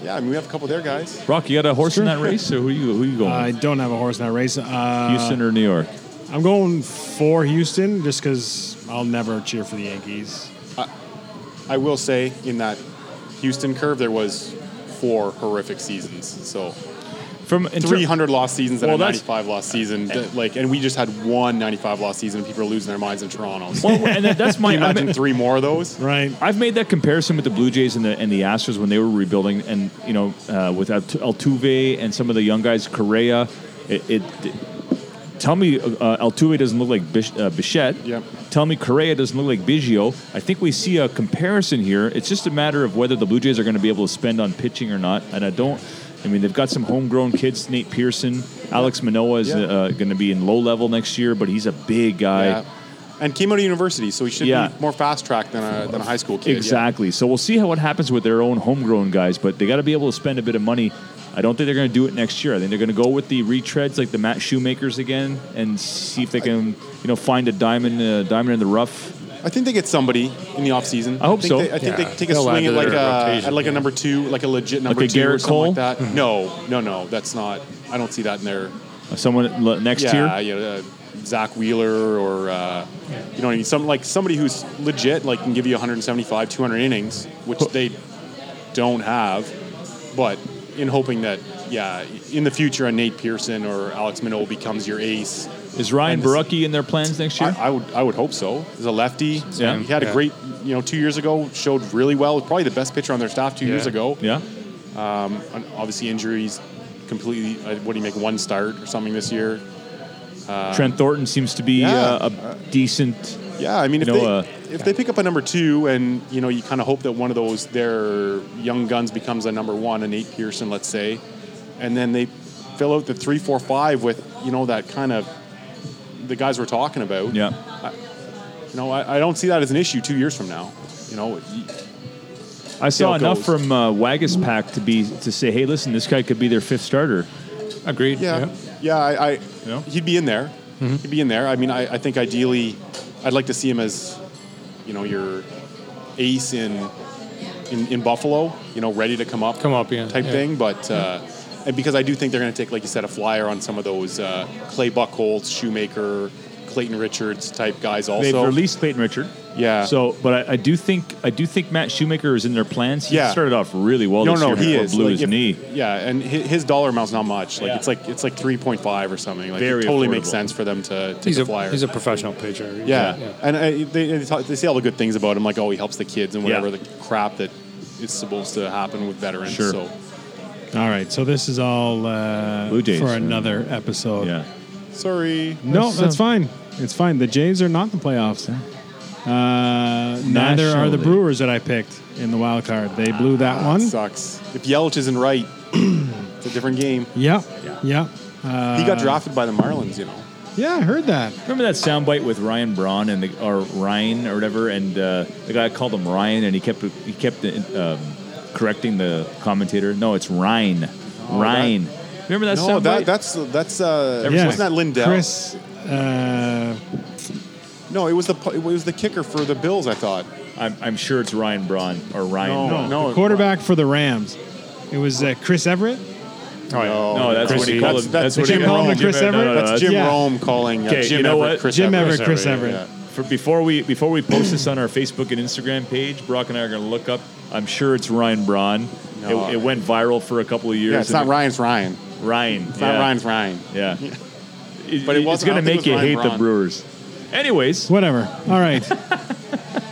S6: yeah, I mean we have a couple of their guys.
S5: Brock, you got a horse in
S4: Sure.
S5: that race, or who you who you going?
S4: I
S5: with?
S4: don't have a horse in that race. Uh,
S5: Houston or New York?
S4: I'm going for Houston just because I'll never cheer for the Yankees.
S6: I will say in that Houston curve there was four horrific seasons. So
S5: From in ter-
S6: 300 loss seasons and
S5: Well,
S6: a
S5: that's-
S6: 95 loss season. th- like, and we just had one 95 loss season, and people are losing their minds in Toronto. So
S5: Well, and that- that's
S6: [LAUGHS] can
S5: my.
S6: you imagine
S5: I mean-
S6: three more of those?
S4: Right.
S5: I've made that comparison with the Blue Jays and the and the Astros when they were rebuilding, and you know, uh, with Alt- Altuve and some of the young guys, Correa. It, it, tell me, uh, Altuve doesn't look like Bish, uh, Bichette.
S6: Yep.
S5: Tell me, Correa doesn't look like Biggio. I think we see a comparison here. It's just a matter of whether the Blue Jays are going to be able to spend on pitching or not, and I don't. I mean, they've got some homegrown kids. Nate Pearson, Alex Manoa is
S6: Yeah.
S5: uh, going to be in low level next year, but he's a big guy.
S6: Yeah. And came out of university, so he should
S5: Yeah.
S6: be more fast track than a, than a high school kid. yeah.
S5: Exactly. So we'll see how what happens with their own homegrown guys, but they got to be able to spend a bit of money. I don't think they're going to do it next year. I think they're going to go with the retreads like the Matt Shoemakers again and see if they can, you know, find a diamond, uh, diamond in the rough.
S6: I think they get somebody in the offseason.
S5: I hope
S6: think
S5: so.
S6: They, I think
S2: Yeah.
S6: they take a
S2: They'll add
S6: swing
S2: to
S6: at like
S2: their
S6: a,
S2: rotation,
S6: at like a number two, like a legit number
S5: a
S6: two or
S5: Garrett
S6: something
S5: Cole?
S6: like that. No, no, no. That's not, I don't see that in their
S5: uh, Someone l- next
S6: yeah,
S5: year.
S6: you know, uh, Zach Wheeler or uh, you know, what I mean? some like somebody who's legit, like can give you 175, 200 innings, which they don't have. But in hoping that, yeah, in the future, a Nate Pearson or Alex Manoa becomes your ace.
S5: Is Ryan
S6: And this-
S5: Barucki in their plans next year?
S6: I, I would, I would hope so. He's a lefty.
S5: Yeah.
S6: he had a
S2: Yeah.
S6: great, you know, two years ago showed really well. Probably the best pitcher on their staff two years
S2: Yeah.
S6: ago.
S5: yeah.
S6: And Obviously injuries, completely. uh, What do you make one start or something this year?
S5: Trent Thornton seems to be
S6: uh, yeah.
S5: uh, a decent.
S6: Yeah, I mean, if
S5: You know, uh,
S6: they if they pick up a number two, and you know, you kind of hope that one of those their young guns becomes a number one, a Nate Pearson, let's say, and then they fill out the three, four, five with you know that kind of the guys we're talking about.
S5: Yeah.
S6: You know, I, I don't see that as an issue two years from now. You know, y-
S5: I saw
S6: how it
S5: enough
S6: goes.
S5: from uh, Waggis Pack to be to say, hey, listen, this guy could be their fifth starter.
S2: Agreed.
S6: yeah, yeah, I, I
S5: Yeah.
S6: he'd be in there.
S2: Mm-hmm.
S6: He'd be in there. I mean, I, I think ideally, I'd like to see him as you know your ace in. In, in Buffalo, you know, ready to come up,
S2: Come up, yeah,
S6: type
S2: yeah.
S6: thing. But uh, and because I do think they're going to take, like you said, a flyer on some of those uh, Clay Buckholz, Shoemaker, Clayton Richards type guys. Also,
S5: They've released Clayton Richard.
S6: Yeah.
S5: So, but I, I do think I do think Matt Shoemaker is in their plans. He
S6: Yeah.
S5: started off really well.
S6: no,
S5: this
S6: no,
S5: year
S6: he
S5: before
S6: is
S5: blew
S6: Like,
S5: his
S6: if-
S5: knee.
S6: Yeah, and his, his dollar amount's not much. Like
S5: Yeah.
S6: it's like it's like three point five or something. Like
S5: Very
S6: it totally
S5: affordable.
S6: makes sense for them to take
S2: He's
S6: a
S2: a
S6: flyer.
S2: he's a professional pitcher.
S6: Yeah, and I, they they, talk, they say all the good things about him, like oh he helps the kids and whatever
S5: Yeah.
S6: the crap that is supposed to happen with veterans.
S5: Sure.
S6: So
S4: All right, so this is all uh,
S5: Blue Jays,
S4: for
S5: yeah.
S4: another episode.
S5: Yeah.
S6: sorry.
S4: No,
S5: That's,
S4: that's
S5: uh,
S4: fine. It's fine. The Jays are not in the playoffs. Uh, neither are the
S5: Nationally. Ah,
S4: Brewers that I picked in the wild card. They blew that one.
S6: Sucks. If Yelich isn't right, [CLEARS THROAT] it's a different game.
S4: Yep. Yep. Uh,
S6: He got drafted by the Marlins, you know.
S4: yeah, I heard that.
S5: Remember that soundbite with Ryan Braun and the or Ryan or whatever, and uh, the guy called him Ryan, and he kept he kept um, correcting the commentator. No, it's Ryan, Ryan. Remember that
S6: Oh, No,
S5: soundbite?
S6: that, that's that's uh,
S4: Yeah.
S6: wasn't that Lindell?
S4: Chris. Uh,
S6: No, it was the it was the kicker for the Bills. I thought.
S5: I'm, I'm sure it's Ryan Braun or Ryan.
S6: No,
S5: Braun.
S6: no,
S4: the quarterback for the Rams. It was uh, Chris Everett.
S2: Oh, yeah.
S5: No, that's
S2: Chris
S5: what he
S2: Heath.
S5: called him. That's,
S6: That's- that's
S5: what
S4: Jim
S5: he called
S4: Rome
S5: him.
S4: and Chris
S5: Jim- no, no,
S4: Everett?
S5: no,
S6: That's Jim
S4: yeah.
S6: Rome calling. uh,
S5: Okay,
S6: Jim
S5: you know
S6: Everett,
S5: what?
S6: Chris
S4: Jim
S6: Everett.
S4: Everett, Chris Everett.
S6: Yeah.
S5: For before we before we post this on our Facebook and Instagram page, Brock and I are going to look up. I'm sure it's Ryan Braun.
S6: No.
S5: It, it went viral for a couple of years.
S6: Yeah, it's
S5: and
S6: not Ryan's Ryan.
S5: it- Ryan.
S6: It's not Ryan's Ryan. [LAUGHS]
S5: Yeah.
S6: But it
S5: it's
S6: wasn't-
S5: going to
S6: I don't think
S5: make
S6: it
S5: you
S6: was Ryan
S5: hate the
S6: Braun.
S5: Brewers. Anyways,
S4: Whatever. All right.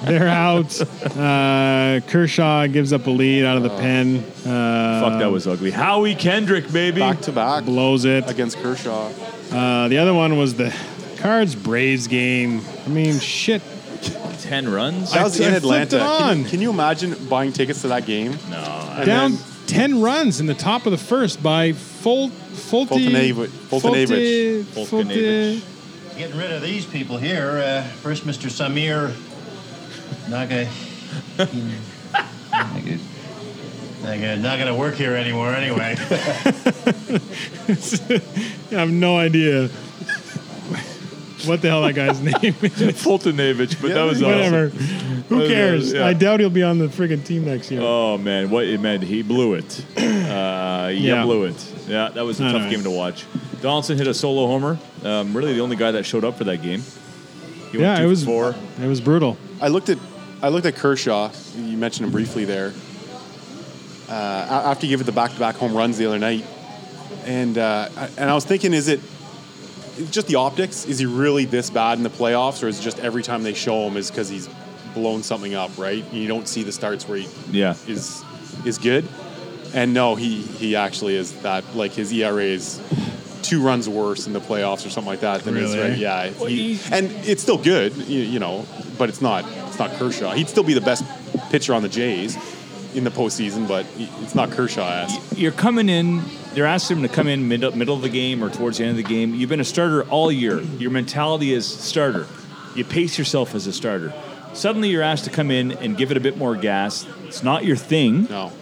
S4: They're out. Uh, Kershaw gives up a lead out of the pen. Uh,
S5: fuck, that was ugly. Howie Kendrick, baby.
S6: Back to back
S4: blows it.
S6: against Kershaw.
S4: Uh, the other one was the Cards Braves game. I mean, shit.
S5: Ten runs.
S6: That was
S4: I
S6: in
S4: flipped
S6: Atlanta.
S4: it
S6: Can,
S4: on.
S6: you- can you imagine buying tickets to that game? No.
S4: Down 10 runs in the top of the first by Fol- Fulte.
S6: Fulton-Average.
S4: Fulte.
S6: Fulton-Average.
S4: Fulte.
S1: Getting rid of these people here. Uh, first, Mr. Samir Naga. Naga. Naga. Not going to work here anymore anyway.
S4: [LAUGHS] I have no idea what the hell that guy's name is.
S5: Fultonavich, but that was
S4: Whatever.
S5: awesome.
S4: Who cares?
S5: Yeah.
S4: I doubt he'll be on the friggin' team next year.
S5: Oh man, what it meant? He blew it. [CLEARS THROAT] Uh,
S4: Yeah.
S5: yeah, blew it. Yeah, that was a
S4: All
S5: tough
S4: right.
S5: game to watch. Donaldson hit a solo homer. Um, really, the only guy that showed up for that game. He went
S4: yeah,
S5: two
S4: it
S5: for
S4: was
S5: four.
S4: It was brutal.
S6: I looked at I looked at Kershaw. You mentioned him briefly there. Uh, a- after he gave it the back-to-back home runs the other night, and uh, I- and I was thinking, is it just the optics? Is he really this bad in the playoffs, or is it just every time they show him is because he's blown something up, right? And you don't see the starts where he
S5: Yeah.
S6: is is good. And no, he he actually is that. Like his ERA is two runs worse in the playoffs or something like that than his
S4: Really?
S6: right. Yeah, he- and it's still good, you, you know, but it's not it's not Kershaw. He'd still be the best pitcher on the Jays in the postseason, but he- it's not Kershaw. Ass.
S5: You're coming in. They're asking him to come in mid, middle of the game or towards the end of the game. You've been a starter all year. Your mentality is starter. You pace yourself as a starter. Suddenly, you're asked to come in and give it a bit more gas. It's not your thing.
S6: No,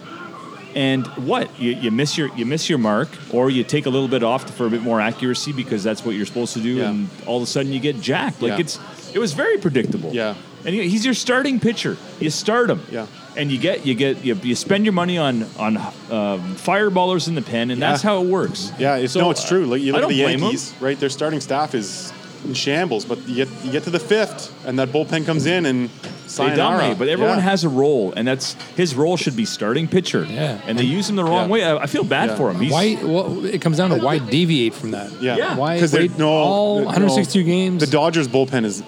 S5: and what you, you miss your you miss your mark or you take a little bit off for a bit more accuracy because that's what you're supposed to do
S6: Yeah.
S5: and all of a sudden you get jacked like
S6: Yeah.
S5: it's it was very predictable
S6: Yeah.
S5: and he- he's your starting pitcher you start him
S6: Yeah.
S5: and you get you get you, you spend your money on on um, fireballers in the pen and
S6: Yeah.
S5: that's how it works
S6: yeah, it's,
S5: So,
S6: no, it's true. Like, you
S5: I
S6: look at
S5: don't
S6: the
S5: blame him.
S6: Yankees, right? Their starting staff is in shambles, but you get you get to the fifth, and that bullpen comes in and
S5: they
S6: sayonara.
S5: dominate, but everyone
S6: Yeah.
S5: has a role, and that's his role should be starting pitcher.
S2: Yeah.
S5: and they use him the wrong
S6: Yeah.
S5: way. I, I feel bad
S6: Yeah.
S5: for him. He's,
S2: Why? Well, it comes down to why deviate from that.
S6: Yeah.
S5: Yeah.
S2: Why?
S6: Because they're
S2: wait
S6: no
S2: all
S6: no.
S2: 162 games.
S6: The Dodgers bullpen is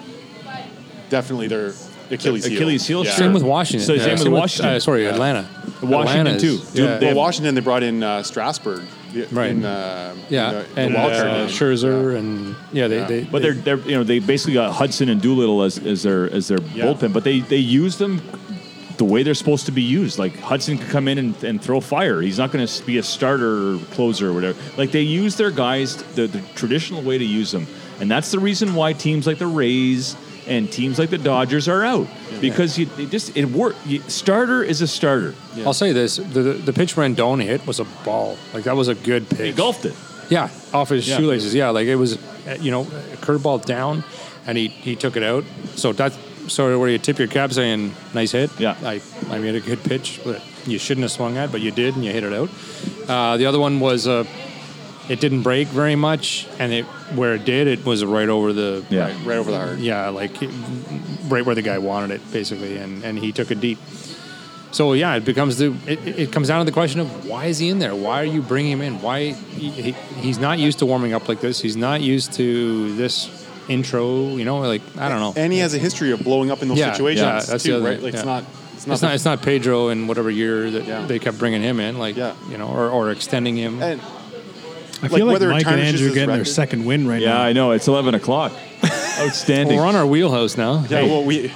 S6: definitely their Achilles. heel.
S5: Achilles heel,
S6: Yeah.
S5: sure.
S2: same with Washington.
S5: So same with Washington.
S2: uh, sorry, Atlanta.
S5: Washington,
S2: Atlanta is-
S5: too. Dude,
S2: yeah.
S5: they-
S6: Well, Washington they brought in uh, Strasburg. the-
S2: Right.
S6: In, uh,
S2: yeah,
S6: in the,
S2: and
S6: the wild
S2: uh,
S6: card. game.
S2: Scherzer and yeah, they. they
S5: But they're, they're you know they basically got Hudson and Doolittle as, as their as their
S6: Yeah.
S5: bullpen, but they they use them the way they're supposed to be used. Like Hudson could come in and, and throw fire. He's not going to be a starter or closer or whatever. Like they use their guys the, the traditional way to use them, and that's the reason why teams like the Rays and teams like the Dodgers are out because you it just it work. You, starter is a starter.
S2: I'll say this: the the, the pitch Rendon hit was a ball. Like that was a good pitch.
S5: They golfed it.
S2: Yeah, off his
S5: Yeah.
S2: shoelaces. Yeah, like it was, uh, you know, a curveball down, and he he took it out. So that's sort of where you tip your cap saying, "Nice hit."
S5: Yeah.
S2: I I made a good pitch that you shouldn't have swung at, but you did, and you hit it out. Uh, the other one was uh, it didn't break very much, and it where it did, it was right over the
S5: Yeah.
S6: Right, right over the heart.
S2: yeah, like it- right where the guy wanted it, basically, and, and he took it deep. So yeah, it becomes the it, it it comes down to the question of why is he in there? Why are you bringing him in? Why he, he, he's not used to warming up like this? He's not used to this intro, you know? Like I don't know.
S6: And he has a history of blowing up in those
S2: Yeah,
S6: situations
S2: yeah, that's the
S6: too,
S2: other
S6: right?
S2: thing,
S6: Like
S2: yeah.
S6: it's not. It's not.
S2: It's not
S6: the-
S2: it's not Pedro in whatever year that
S6: Yeah.
S2: they kept bringing him in, like
S6: Yeah.
S2: you know, or, or extending him.
S6: and
S4: I feel like,
S6: whether it
S4: Mike and
S6: tarnishes
S4: Andrew
S6: his
S4: getting their
S6: record.
S4: second win right
S5: Yeah,
S4: now.
S5: I know. It's eleven o'clock.
S2: Well,
S5: Outstanding.
S2: we're on our wheelhouse now.
S6: yeah, well, we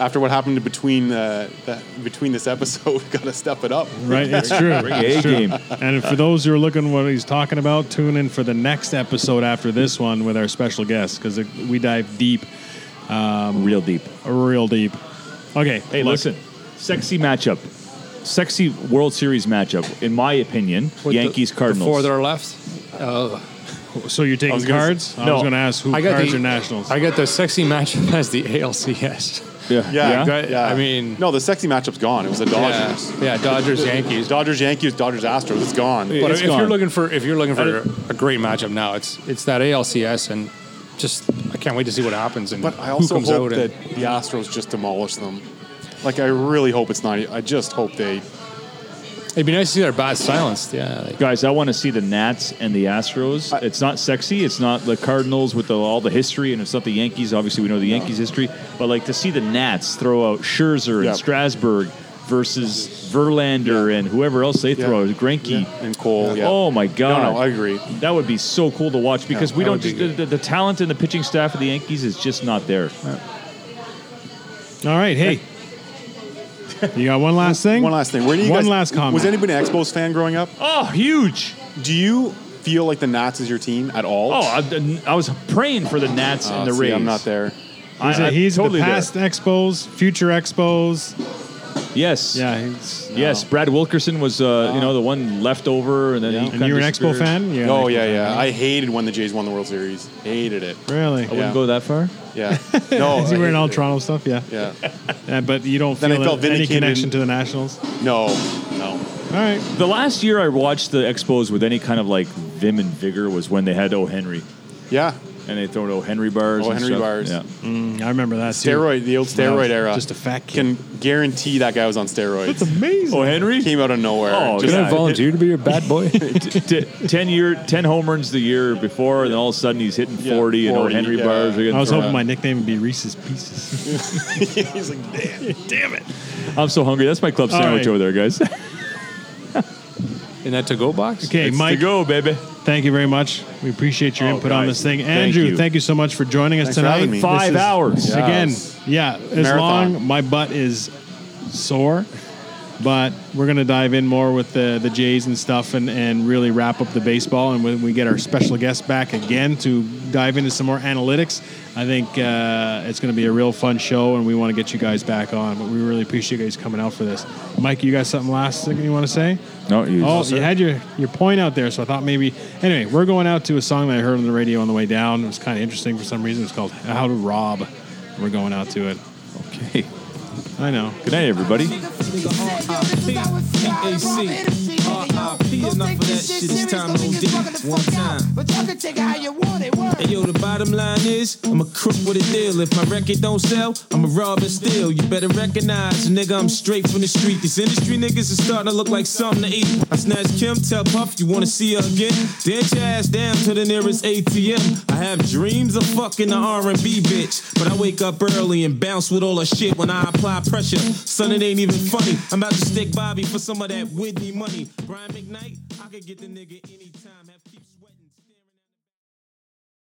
S6: after what happened between uh, the, between this episode, [LAUGHS] we got to step it up.
S4: Right, it's true.
S5: Bring
S4: It's
S5: A
S4: true.
S5: game.
S4: And for those who are looking what he's talking about, tune in for the next episode after this one with our special guest because we dive deep,
S5: Real deep.
S4: real deep. Okay,
S5: Hey,
S4: look,
S5: listen. Sexy matchup. Sexy World Series matchup, in my opinion.
S2: With the-
S5: Yankees Cardinals.
S2: The four that are left.
S4: So you're taking
S6: was gonna
S4: cards? I
S5: no.
S4: was going to ask who
S2: I got
S4: cards
S2: the
S4: are nationals.
S2: I got the sexy matchup [LAUGHS] as the ALCS.
S5: yeah.
S6: Yeah,
S2: That-
S6: yeah.
S2: I mean-
S6: no, the sexy matchup's gone. It was the Dodgers.
S2: Yeah, yeah Dodgers Yankees.
S6: Dodgers, Yankees, Dodgers, Astros. It's gone.
S2: But
S5: It's
S2: if
S5: gone.
S2: you're looking for if you're looking for a great matchup now, it's it's that ALCS and just I can't wait to see what happens and
S6: But I
S2: who
S6: also
S2: comes
S6: hope
S2: out.
S6: that
S2: and,
S6: the Astros just demolish them. Like I really hope it's not. e, I just hope they.
S2: it'd be nice to see their bats silenced. Yeah, like,
S5: Guys, I want to see the Nats and the Astros. it's not sexy. It's not the Cardinals with the, all the history, and it's not the Yankees. Obviously, we know the Yankees' history, but like to see the Nats throw out Scherzer
S6: Yeah.
S5: and Strasburg versus Verlander and whoever else they throw out, Greinke.
S6: and Cole. Yeah.
S5: Oh my God!
S6: No, no, I agree.
S5: That would be so cool to watch because we
S2: that
S5: don't
S2: would be
S5: just the, the, the talent and the pitching staff of the Yankees is just not there.
S4: All right, hey. You got one last thing?
S6: One last thing. Where do you
S4: One
S6: guys-
S4: last comment.
S6: Was anybody an Expos fan growing up?
S5: Oh, huge!
S6: Do you feel like the Nats is your team at all?
S5: Oh, I, I was praying for the Nats
S6: Uh,
S5: and the
S6: see,
S5: Rays.
S6: I'm not there.
S5: I-
S4: He's, a,
S5: I'm
S4: he's
S5: totally
S4: the
S5: there.
S4: past expos, future expos.
S5: Yes.
S4: Yeah, he's,
S5: Yes, Brad Wilkerson was uh, you know the one left over, and then he
S4: And
S5: kinda
S4: you're an Expo
S5: disappeared.
S4: fan? You're an
S6: Oh
S4: Expo
S6: yeah,
S4: fan,
S6: yeah.
S4: right?
S6: I hated when the Jays won the World Series. Hated it.
S4: really?
S5: I wouldn't go that far.
S6: Yeah. No.
S4: Is he wearing
S6: I-
S4: all Toronto stuff? Yeah.
S6: Yeah.
S4: Uh, but you don't
S6: Then I
S4: feel
S6: felt
S4: any
S6: vindicated.
S4: connection to the Nationals?
S6: No. No.
S4: All right.
S5: The last year I watched the Expos with any kind of like vim and vigor was when they had O Henry,
S6: Yeah.
S5: and they throw O Henry bars.
S6: O.
S5: and
S6: Henry
S5: stuff.
S6: bars.
S5: Yeah.
S4: Mm, I remember that too.
S6: Steroid. The old steroid
S4: Yeah,
S6: era.
S4: Just a fat kid.
S6: Can guarantee that guy was on
S4: That's
S6: steroids.
S4: amazing.
S5: O Henry.
S6: Came out of nowhere.
S5: Oh,
S6: Just-
S5: yeah.
S2: I volunteer to be your bad boy?
S5: T- t- ten year, ten home runs the year before, and then all of a sudden he's hitting
S6: Yeah,
S5: forty, and O
S6: 40,
S5: Henry
S6: yeah.
S5: bars. Are getting
S4: I was
S5: thrown
S6: uh,
S4: hoping my
S5: out.
S4: nickname would be Reese's Pieces.
S6: He's like, damn.
S4: Damn it.
S5: I'm so hungry. That's my club
S4: All
S5: sandwich
S4: right.
S5: over there, guys.
S2: [LAUGHS] In that to go box?
S4: Okay,
S5: It's to
S4: Mike,
S5: go, baby.
S4: thank you very much. We appreciate your
S5: Oh,
S4: input on
S5: guys,
S4: this thing.
S5: thank
S4: Andrew,
S5: you.
S4: thank you so much for joining us
S6: Thanks for
S4: tonight.
S6: having me.
S4: This
S5: Five hours.
S4: Again,
S6: Yes.
S4: yeah, as
S6: Marathon.
S4: long my butt is sore, but we're going to dive in more with the, the Jays and stuff and, and really wrap up the baseball. And when we get our special guest back again to dive into some more analytics, I think uh, it's going to be a real fun show, and we want to get you guys back on. But we really appreciate you guys coming out for this. Mike, you got something last thing you want to say?
S5: No, you.
S4: Oh, you had your, your point out there, so I thought maybe. Anyway, we're going out to a song that I heard on the radio on the way down. It was kind of interesting for some reason. It's called How to Rob. We're going out to it.
S5: Okay.
S4: I know.
S5: Good night, everybody.
S10: R.I.P. Enough of that shit. It's time to OD. One time.
S7: But y'all can take it how you want it. Word.
S10: And yo, the bottom line is, I'm a crook with a deal. If my record don't sell, I'm a rob and steal. You better recognize, nigga, I'm straight from the street. These industry niggas is starting to look like something to eat. I snatch Kim, tell Puff, you wanna see her again? Dance your ass down to the nearest ATM. I have dreams of fucking the R&B bitch, but I wake up early and bounce with all her shit when I apply pressure. Son, it ain't even funny. I'm about to stick Bobby for some of that Whitney money. Brian McKnight, I could get the nigga anytime. Have keep.